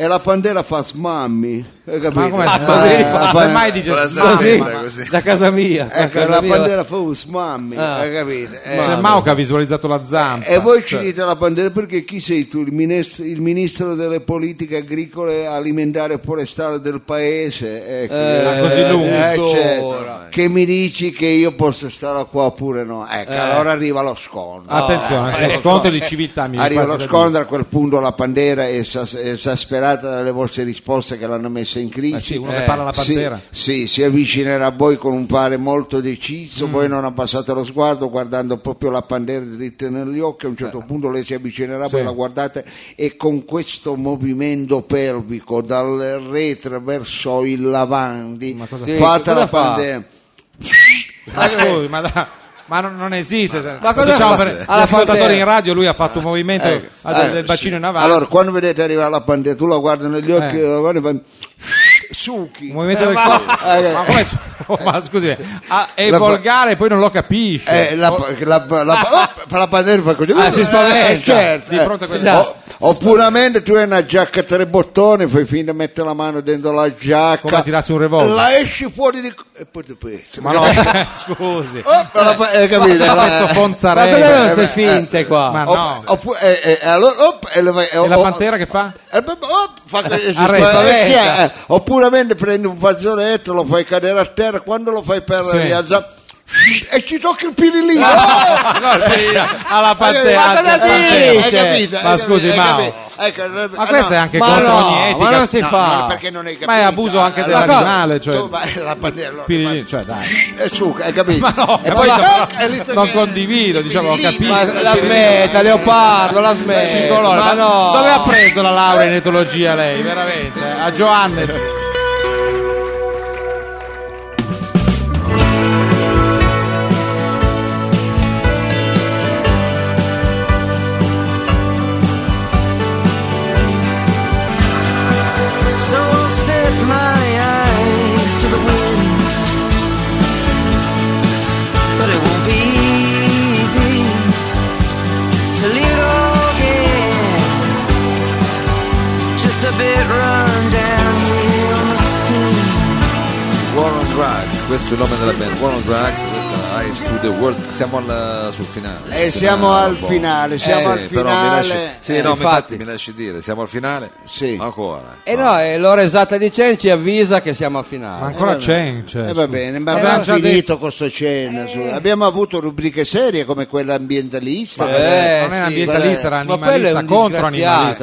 S1: e la Pandera fa smammi, hai capito?
S2: Ma come
S1: Eh,
S2: smammi?
S1: la
S2: Ma
S1: pan-
S2: semmai dice Con la smammi, zampetta, ma- così.
S4: da casa mia, da
S1: Ecco,
S4: casa
S1: la
S4: mia.
S1: Pandera fa un smammi,
S4: Ah.
S1: hai capito?
S2: dire.
S1: Eh,
S2: C'è Mao che ha visualizzato la zampa.
S1: E voi ci
S2: Cioè,
S1: dite alla bandiera perché chi sei tu? Il ministro, il ministro delle politiche agricole, alimentari e forestali del paese? Ecco,
S2: Eh, ma così lungo,
S1: certo.
S2: ora.
S1: che mi dici che io posso stare qua oppure no? Ecco,
S2: Eh.
S1: allora arriva lo scontro.
S2: Ah, Attenzione, eh,
S1: Arriva
S2: lo scontro di civiltà, mi
S1: Arriva
S2: quasi
S1: lo
S2: da
S1: scontro, Ah, ecco. a quel punto la bandiera è esas- esasperata dalle vostre risposte che l'hanno messa in crisi. Eh,
S2: Ma Eh sì, uno che parla alla
S1: Sì,
S2: Pantera.
S1: sì, si avvicinerà a voi con un fare molto deciso,
S2: Mm.
S1: voi non abbassate lo sguardo guardando proprio la pandera dritta negli occhi, a un certo punto lei si avvicinerà,
S2: Eh. Sì.
S1: voi la guardate e con questo movimento pelvico dal retro verso il avanti
S2: cosa-
S1: fate
S2: Sì, cosa
S1: la
S2: fa?
S1: pandera.
S2: Ma scusi, ma, da- ma non, non esiste.
S1: Ma cosa
S2: diciamo
S1: fa-
S2: per
S1: alla
S2: l'ascoltatore
S1: Pantera?
S2: in radio lui ha fatto un movimento
S1: Ecco,
S2: a- del,
S1: eh,
S2: del bacino in avanti.
S1: Allora, quando vedete arrivare la pandera, tu la guardi negli occhi,
S2: Eh.
S1: la guardi e fai succhi. Eh,
S2: un movimento del corpo. ma come su- ma scusi, ah, è
S1: La-
S2: volgare e poi non lo capisce.
S1: Eh, la, la, la, la, la padella fa così,
S2: Ah, si spaventa.
S1: Eh, certo,
S2: Di
S1: eh.
S2: fronte a Esatto, questa-
S1: O- Oppuramente tu hai una giacca a tre bottoni, fai finta di mettere la mano dentro la giacca,
S2: Come a tirarsi un revolver.
S1: la esci fuori di... e poi ti pezzi. [laughs]
S2: Ma no, [laughs] scusi.
S1: Oh, la fa- eh, capito?
S2: Ma ha
S1: Eh,
S2: fatto Fonzarelli.
S1: ma perché non stai
S2: Eh,
S1: finte
S2: qua? Ma
S1: Opp-
S2: no.
S1: oppure- eh, eh, allora, op, e, le vai-
S2: E la
S1: oh,
S2: pantera che fa?
S1: eh, beh, oh, fa così, si
S2: Arresta,
S1: spaventa,
S2: arresta.
S1: eh, oppure mentre prendi un fazzoletto, lo fai cadere a terra, quando lo fai per
S2: Sì. Ah,
S1: rialzare e ci tocca il pirilino. Eh,
S2: alla pantera.
S1: Ma cosa
S2: alla
S1: dici?
S2: pantera.
S1: Hai capito?
S2: Ma
S1: Hai
S2: scusi,
S1: capito?
S2: Mao.
S1: Hai capito? Ecco,
S2: Ma questo
S1: no,
S2: è anche
S1: ma
S2: contro
S1: no,
S2: ogni etica.
S1: ma non si
S2: No,
S1: fa.
S2: no,
S1: perché non hai capito.
S2: Ma è abuso anche
S1: Allora,
S2: dell'animale, cioè-
S1: tu vai alla bandiera, allora,
S2: Pirini, cioè, dai.
S1: e su, hai capito?
S2: [laughs]
S1: e
S2: Ma
S1: poi
S2: no,
S1: tac, e lì
S2: non
S1: tocca-
S2: condivido, diciamo, ho capito.
S4: Ma la smetta, Leopardo, la smetta.
S2: Cincolone,
S4: Ma
S2: ma
S4: no.
S2: Dove ha preso la laurea in etologia lei, veramente? eh? A Giovanni.
S6: So I'll set my eyes to the wind. But it won't be easy to lead again. Just a bit run down here on the sea.
S5: War on Drugs, questo è il nome della band. War on Drugs, questa è Eyes to the World. Siamo al- sul finale.
S1: Eh,
S5: sul
S1: siamo
S5: finale
S1: al
S5: un po'.
S1: finale, siamo
S5: sì,
S1: al
S5: Però mi lasci,
S1: finale.
S5: sì,
S1: Eh,
S5: no, ma infatti.
S1: infatti.
S5: mi lasci dire, siamo al finale. Sì. Ma ancora.
S4: E Eh, no, e l'ora esatta di Chen ci avvisa che siamo al finale.
S2: Ma ancora c'è, c'è.
S1: Eh, va bene, ma
S2: Eh,
S1: abbiamo
S2: ma già
S1: finito questo cena. su. Abbiamo avuto rubriche serie come quella ambientalista.
S2: Ma
S4: Eh,
S1: quella-
S2: Eh, non era ambientalista, era
S1: quella-
S2: animalista contro animalista.
S1: Era-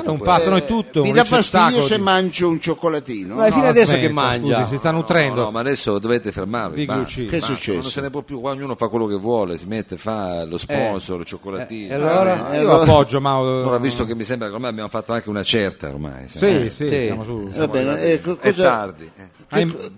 S2: Era un passano è tutto.
S1: Mi
S2: un
S1: dà fastidio
S2: ricettacolo
S1: se
S2: di-
S1: mangio un cioccolatino.
S2: Ma fino No, adesso che aspetta, mangia? scusi, si sta nutrendo.
S5: No, no, ma adesso dovete fermarvi.
S2: Di
S5: basta,
S2: glucine.
S1: Che è
S5: basta,
S1: successo?
S5: Non se ne può più. qua Ognuno fa quello che vuole, si mette, fa lo sponsor, il cioccolatino.
S1: eh, e allora?
S5: Eh,
S1: Eh,
S2: Eh. Io lo appoggio, ma... eh,
S5: Ora, visto che mi sembra che ormai abbiamo fatto anche una certa ormai.
S2: Sì,
S5: eh,
S2: sì, siamo su-
S1: Va bene, eh, co-
S5: È
S1: cosa-
S5: tardi. eh.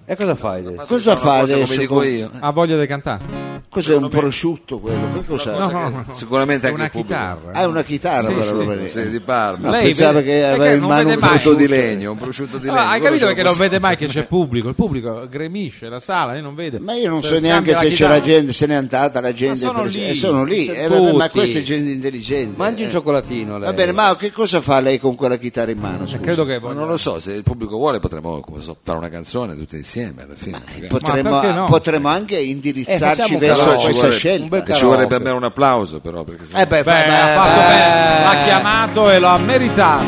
S4: E cosa fai adesso?
S1: Cosa
S5: Sono
S1: fa
S5: cose
S1: adesso?
S5: come dico
S1: con-
S5: io.
S2: Ha voglia di cantare.
S1: Cos'è un prosciutto quello? Che cos'è?
S5: Cosa che Sicuramente anche
S2: Una
S5: il pubblico-
S2: chitarra. eh.
S1: Ah, è una chitarra
S5: Sì,
S1: quella
S5: sì,
S1: roba lì.
S5: sì, di Parma.
S1: No,
S2: Lei
S1: pensava
S2: vede-
S1: che aveva
S2: perché
S1: in
S2: non
S1: mano
S2: vede
S1: un
S2: mai.
S1: prosciutto.
S5: prosciutto di legno, un prosciutto di legno.
S2: Ah, hai
S5: quello
S2: capito
S5: ce lo
S2: perché non
S5: possiamo-
S2: vede mai che c'è pubblico? Il pubblico gremisce la sala, lei non vede. Cioè,
S1: Ma io non
S2: Se
S1: so
S2: scambia
S1: neanche
S2: la
S1: se c'è
S2: chitarra.
S1: la gente, se n'è andata la gente.
S2: sono
S1: per-
S2: lì,
S1: eh, sono lì.
S2: sono
S1: eh, vabbè, ma
S2: tutti.
S1: questa è gente intelligente.
S4: Mangi un
S1: eh.
S4: cioccolatino lei.
S1: Va bene, ma che cosa fa lei con quella chitarra in mano? scusa?
S2: Eh, Credo che
S5: Ma
S2: voglia.
S5: non lo so, se il pubblico vuole potremmo come so, fare una canzone tutti insieme alla fine. magari.
S1: eh, Potremmo,
S2: Ma perché no? Eh,
S1: potremmo anche indirizzarci verso
S5: ci
S1: questa
S5: vorrebbe-
S1: scelta.
S5: Ci vorrebbe almeno un applauso però perché se
S1: Eh
S2: Beh,
S1: beh, fa-
S2: ha
S1: beh,
S2: fatto
S1: beh.
S2: bene, l'ha chiamato e l'ha meritato.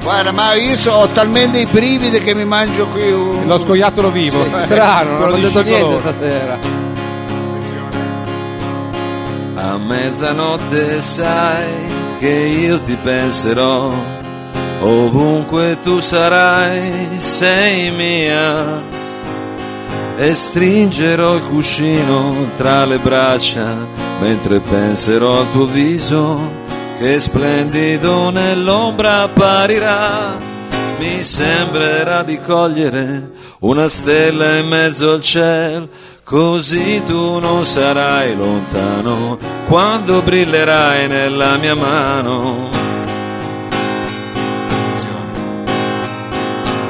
S1: Guarda, ma io so- ho talmente i brividi che mi mangio qui un...
S2: L'ho scoiattolo vivo.
S1: Sì,
S2: Eh,
S4: Strano, non
S2: quello
S4: ho
S2: di
S4: detto niente
S2: Scicolone.
S4: stasera.
S5: A mezzanotte sai che io ti penserò, ovunque tu sarai, sei mia. E stringerò il cuscino tra le braccia, mentre penserò al tuo viso, che splendido nell'ombra apparirà. Mi sembrerà di cogliere una stella in mezzo al cielo, così tu non sarai lontano quando brillerai nella mia mano.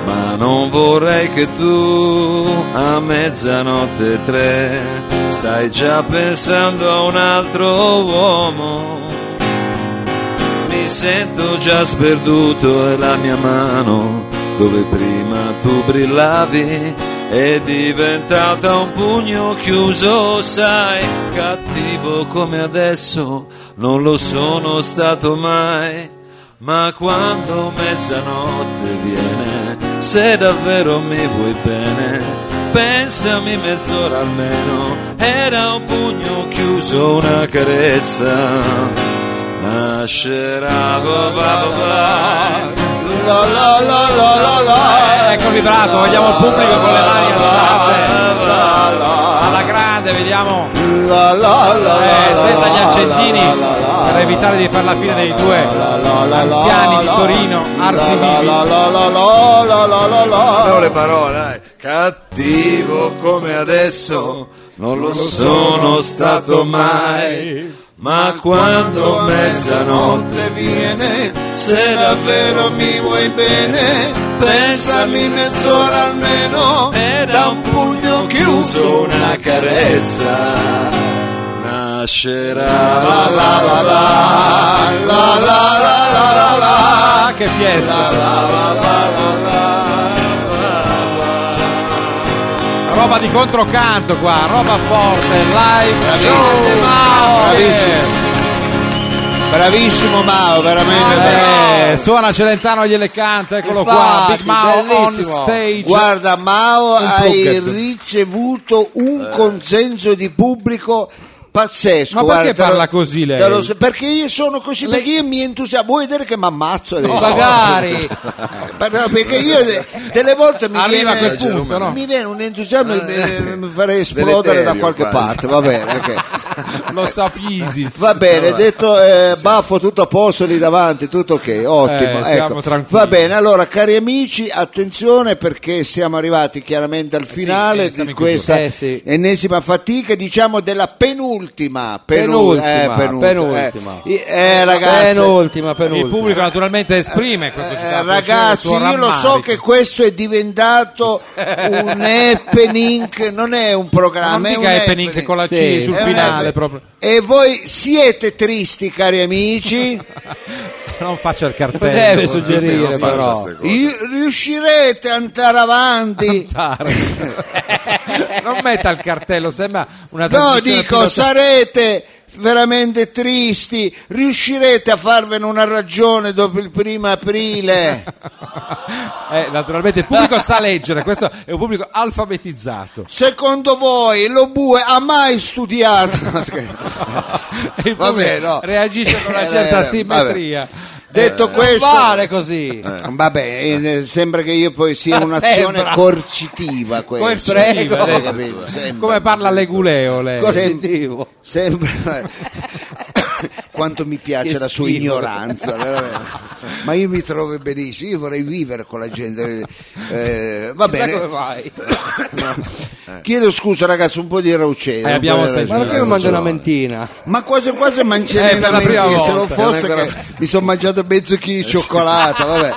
S5: Ma non vorrei che tu a mezzanotte e tre stai già pensando a un altro uomo. Mi sento già sperduto e la mia mano, dove prima tu brillavi, è diventata un pugno chiuso, sai, cattivo come adesso, non lo sono stato mai. Ma quando mezzanotte viene, se davvero mi vuoi bene, pensami mezz'ora almeno, era un pugno chiuso, una carezza. Nascerà va, va, va, la la la la la la
S2: Ecco il vibrato, vogliamo il pubblico con le mani alzate. Alla grande, vediamo. Eh, senza gli accentini per evitare di far la fine dei due anziani di Torino, arsi
S5: Non le parole, eh. cattivo come adesso, non lo sono stato mai. Ma quando mezzanotte viene,
S6: Se davvero mi vuoi bene, pensami mezz'ora almeno, da un pugno chiuso una
S5: carezza nascerà.
S6: La la la la la la la la la la
S2: Ah, che fiesta! Roba di controcanto qua, roba forte, live show. Mao.
S1: Bravissimo. Bravissimo Mao, veramente.
S2: Eh, suona Celentano gliele canta, eccolo qua, Big Mao on stage.
S1: Guarda, Mao
S2: Un
S1: hai
S2: pocket.
S1: ricevuto un consenso di pubblico pazzesco.
S2: Ma
S1: guarda,
S2: perché
S1: te lo-
S2: parla così lei?
S1: te lo so- perché io sono così, perché io mi entusiasmo. Vuoi vedere che mi ammazzo adesso? [laughs]
S2: magari.
S1: Per- no, perché io delle volte mi
S2: Arriva a
S1: viene,
S2: quel punto, no?
S1: mi viene un entusiasmo e mi- mi farei esplodere da
S2: deleterio
S1: qualche
S2: quasi.
S1: parte, va bene, ok.
S2: [laughs] Lo sa Pisis.
S1: Va bene, detto eh, baffo tutto a posto lì davanti, tutto ok, ottimo.
S2: Eh, siamo
S1: ecco.
S2: tranquilli.
S1: Va bene, allora cari amici, attenzione perché siamo arrivati chiaramente al finale
S2: eh, siamo
S1: di
S2: in chiusura.
S1: questa
S2: Eh, sì.
S1: ennesima fatica, diciamo della penultima. penul-
S2: Penultima,
S1: eh,
S2: penultima.
S1: Eh, eh, ragazzi,
S2: Il pubblico naturalmente esprime questo
S1: eh, ragazzi, io lo so che questo
S2: [laughs]
S1: è diventato un happening, non è un
S2: non
S1: programma, è un
S2: dica happening con la C
S1: Sì,
S2: sul
S1: è un
S2: finale
S1: happening.
S2: proprio.
S1: E voi siete tristi, cari
S2: [laughs]
S1: amici?
S2: Non faccia il cartello.
S1: deve
S2: suggerire,
S1: Non faccia
S2: però.
S1: ste cose. Io- riuscirete ad andare avanti? [laughs]
S2: non metta il cartello, sembra una
S1: No,
S2: trasmissione
S1: dico,
S2: pilota-
S1: sarete veramente tristi, riuscirete a farvene una ragione dopo il primo aprile?
S2: [laughs] Eh, naturalmente il pubblico sa leggere, questo è un pubblico
S1: [laughs]
S2: alfabetizzato.
S1: Eh, Secondo voi l'Obue ha
S2: [laughs]
S1: mai studiato? No, scherzo. [laughs]
S2: Il
S1: Va bene,
S2: pubblico
S1: no.
S2: Reagisce con una
S1: Eh,
S2: certa
S1: vabbè.
S2: simmetria.
S1: Detto
S2: Eh,
S1: questo,
S2: non vale
S1: così. Eh, Vabbè, eh, sembra che io poi sia
S2: Ma
S1: un'azione
S2: Ah, sembra.
S1: coercitiva questa.
S2: Poi prego.
S1: Lei capito? Sembra.
S2: Come parla Leguleo lei?
S1: Sem- [laughs] sembra- eh, Quanto mi piace
S2: Che
S1: la sua
S2: schifo.
S1: ignoranza, veramente. ma io mi trovo benissimo. Io vorrei vivere con la gente. Eh, va
S13: Chissà
S1: bene,
S13: come vai.
S6: [laughs]
S1: chiedo scusa, ragazzi, un po' di raucera.
S13: Eh,
S1: un po'
S13: abbiamo
S1: di
S13: sentito.
S1: raucera.
S13: Ma perché non mangia una
S1: mentina? Ma quasi quasi
S13: Eh,
S1: mangerei
S13: per
S1: una
S13: la prima
S1: mentina. Se non
S13: volta.
S1: fosse
S13: Non è
S1: che mi sono mangiato mezzo chilo di cioccolato. Vabbè.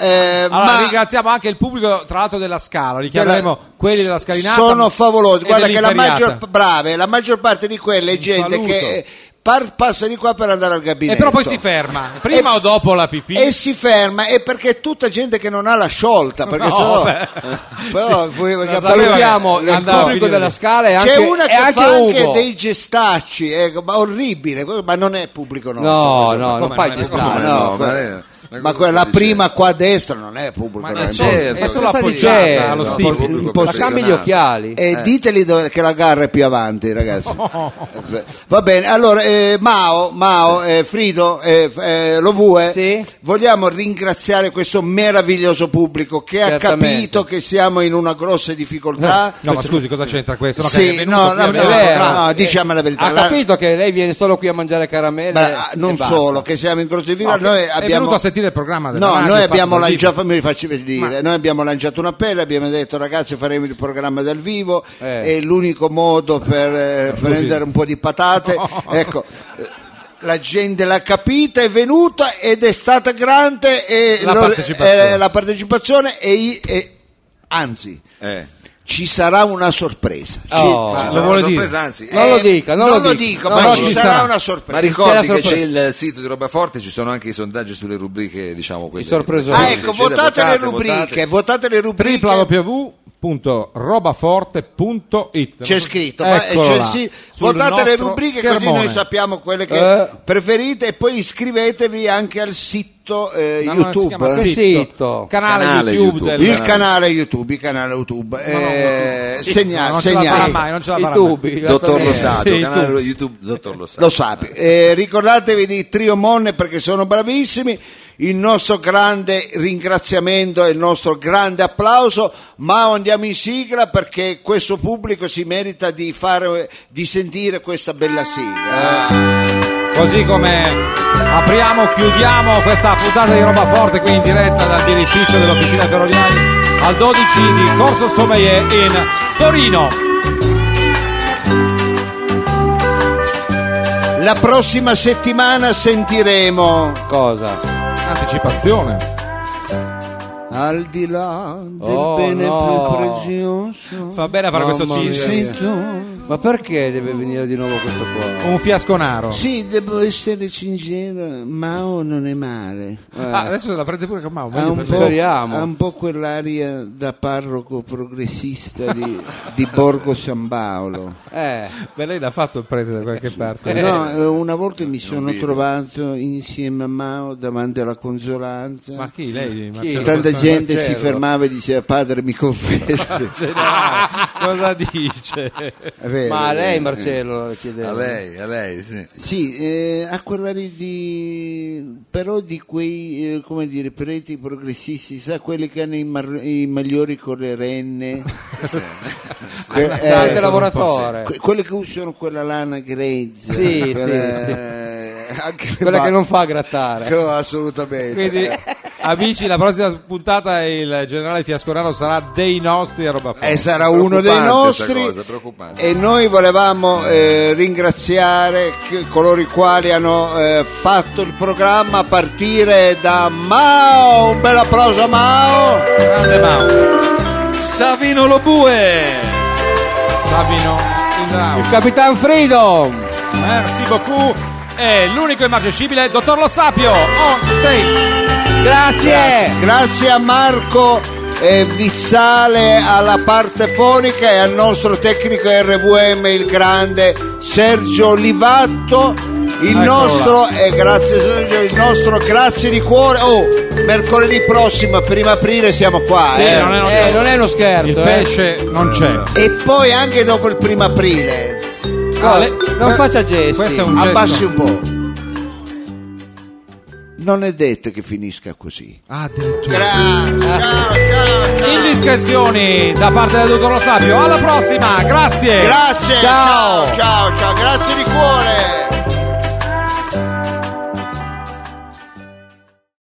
S1: Eh,
S2: Allora,
S1: ma-
S2: ringraziamo anche il pubblico, tra l'altro, della Scala. Li chiameremo quelli della scalinata.
S1: sono favolosi.
S2: e
S1: Guarda che la
S2: dell'inferiata.
S1: maggior, brave, la maggior parte di quella è gente
S2: saluto.
S1: che eh, par- passa di qua per andare al gabinetto.
S2: E però poi si ferma, prima o dopo la pipì.
S1: E si ferma, e perché è tutta gente che non ha la sciolta, perché
S2: No,
S1: sennò-
S2: beh.
S1: però
S2: Sì,
S1: voi-
S2: lo
S1: perché
S2: sapeva
S1: salutiamo
S2: che
S1: il
S2: andava a
S1: pubblico
S2: finire
S1: della
S2: lì.
S1: scala e
S2: C'è
S1: anche-
S2: una
S1: e
S2: che
S1: anche
S2: fa
S1: anche
S6: [laughs]
S2: Ugo.
S1: dei gestacci, ecco, ma orribile, ma non è pubblico nostro.
S13: No,
S1: insomma.
S13: no, non
S1: Come
S13: fai
S1: no?
S13: gestare.
S1: Come no?
S13: No, ma-
S1: ma quella prima qua a destra non è pubblico
S5: Ma no,
S1: Raimondi.
S5: certo, È solo cosa appoggiata dicendo? allo
S1: No,
S5: stipite.
S1: pubblico
S5: Ma cambi
S1: professionale.
S5: gli occhiali.
S1: e
S5: Eh.
S1: diteli dove- che la gara è più avanti ragazzi va bene allora eh, Mao, Mao eh, Frido eh, f- eh, Lovue vogliamo ringraziare questo meraviglioso pubblico che ha
S2: Certamente.
S1: capito che siamo in una grossa difficoltà
S2: No, ma scusi, cosa c'entra questo? No, che è
S1: sì,
S2: venuto
S1: no,
S2: qui
S1: no,
S2: a
S1: no,
S2: vedere.
S1: no, no, diciamo la verità.
S2: Ha
S1: La-
S4: capito che lei viene solo qui a mangiare caramelle.
S1: Ma, ah, non solo, che siamo in grosso
S2: Eh,
S1: di
S4: No, che-
S1: noi
S4: è
S1: abbiamo...
S4: venuto a
S2: sentire il programma
S4: della
S1: No,
S4: radio,
S1: noi
S4: fatto
S1: abbiamo,
S4: dal
S1: lanciato, fammi- facci dire, noi abbiamo lanciato un appello, abbiamo detto ragazzi faremo il programma dal vivo,
S4: Eh.
S1: è l'unico modo per eh,
S4: scusi.
S1: prendere un po' di patate. ecco, la gente l'ha capita, è venuta ed è stata grande e
S2: La
S1: lo-
S2: partecipazione.
S1: eh, la partecipazione e, i- e- anzi...
S5: Eh.
S1: Ci sarà una sorpresa.
S5: Sì, Oh. ci sarà Lo vuole una dire? sorpresa, anzi,
S1: Eh, non lo dico,
S5: non lo dico. No,
S1: ma
S5: no,
S1: ci,
S5: ci
S1: sarà,
S5: sarà.
S1: una sorpresa.
S5: Ma ricordi che c'è il sito di Roba Forte, ci sono anche i sondaggi sulle rubriche, diciamo, quelle.
S1: Ah, ecco,
S5: Leggete,
S1: votate le
S5: votate,
S1: rubriche,
S5: votate.
S1: votate le rubriche.
S2: www.robaforte.it
S1: C'è scritto, ma- eh, c'è il sì. votate le rubriche così noi sappiamo quelle che
S2: Eh.
S1: preferite e poi iscrivetevi anche al sito eh,
S2: No, no, si
S1: YouTube.
S2: chiama sito. Sito. Canale Canale YouTube YouTube. del-
S1: Il canale YouTube, il canale YouTube.
S2: no,
S1: Eh,
S2: no, sì,
S1: segna-
S2: no, non ce la farà
S1: segnate.
S2: mai, non ce la
S1: I
S2: farà
S1: tubi,
S2: mai.
S1: la
S5: Dottor
S1: tabella.
S5: Lossato,
S1: Sì, i
S5: canale
S1: tubi.
S5: YouTube Dottor Lossato.
S1: Lo sapi. Eh, ricordatevi di Trio Monne perché sono bravissimi. Il nostro grande ringraziamento e il nostro grande applauso, ma andiamo in sigla perché questo pubblico si merita di, fare, di sentire questa bella sigla.
S2: Così come apriamo, chiudiamo questa puntata di roba forte qui in diretta dal direttrice dell'officina ferroviaria al 12 di Corso Sommelier in Torino.
S1: La prossima settimana sentiremo
S4: Cosa?
S2: Anticipazione.
S1: Al di là del
S4: Oh,
S1: bene
S4: no.
S1: più prezioso.
S2: Fa bene a fare questo
S4: Mamma
S2: teaser.
S4: mia.
S1: Sì.
S4: Ma perché deve venire di nuovo questo qua?
S2: Un fiasconaro.
S1: Sì, devo essere sincero, Mao non è male.
S2: Ah, adesso la prende pure con Mau.
S1: ha
S2: meglio
S1: Eh. un,
S2: per
S1: po',
S2: lei.
S1: ha un po' quell'aria da parroco progressista di, di Borgo San Paolo.
S4: Eh.
S2: Beh, lei l'ha fatto il prete da
S1: [laughs]
S2: qualche parte.
S1: No, eh, una volta mi sono
S2: vivo.
S1: trovato insieme a Mao davanti alla consolanza.
S2: Ma chi? Lei? Marcello
S1: Tanta
S2: Marcello
S1: gente si
S2: Marcello.
S1: fermava e diceva padre
S2: [laughs]
S1: mi confessi.
S2: Generale, cosa dice?
S1: vero,
S4: Ma a
S1: è vero,
S4: lei,
S1: eh.
S4: Marcello, la chiedeva.
S5: A lei, a lei, sì.
S1: Sì, eh, a quell'aria di... però di quei, eh, come dire, preti progressisti, sa, quelli che hanno i, mar- i magliori con le
S5: [laughs]
S1: renne. [laughs] eh, Que-
S4: Ah, dai, lavoratore.
S1: que- quelli che usano quella lana grezza.
S4: Sì,
S1: quella,
S4: sì,
S1: eh, anche le
S4: Quella
S1: ba-
S4: che non fa grattare.
S1: Che- [laughs] assolutamente.
S2: Quindi,
S1: [laughs]
S2: amici, la prossima puntata il generale Fiasconaro sarà dei nostri a roba forte.
S1: E Eh, sarà uno dei nostri e noi volevamo eh, ringraziare chi- coloro i quali hanno eh, fatto il programma a partire da Mao. Un bel applauso a Mao.
S2: Grande Mao.
S5: Savino Lobue.
S2: Sabino Indrao.
S4: Il Capitan Freedom!
S2: Merci beaucoup. E l'unico immarcescibile, dottor Lo Sapio, on stage.
S1: Grazie. Grazie a Marco eh, Vizzale alla parte fonica e al nostro tecnico RVM il grande Sergio Livatto. Il
S2: Eccolo
S1: nostro e grazie Sergio, il nostro grazie di cuore. Oh, mercoledì prossimo, prima aprile siamo qua,
S2: Sì,
S1: eh.
S2: non è uno
S1: Eh,
S2: scherzo.
S1: non è uno
S2: Il
S1: scherzo. eh.
S2: pesce non c'è.
S1: E poi anche dopo il primo aprile.
S2: Ah, le-
S1: non
S2: que-
S1: faccia gesti.
S2: questo è un gesto.
S1: Abbassi un po'. Non è detto che finisca così.
S2: Ah, addirittura. Indiscrezioni da parte del dottor Lo Sapio. Alla prossima, grazie.
S1: Grazie, ciao, ciao, ciao, grazie di cuore.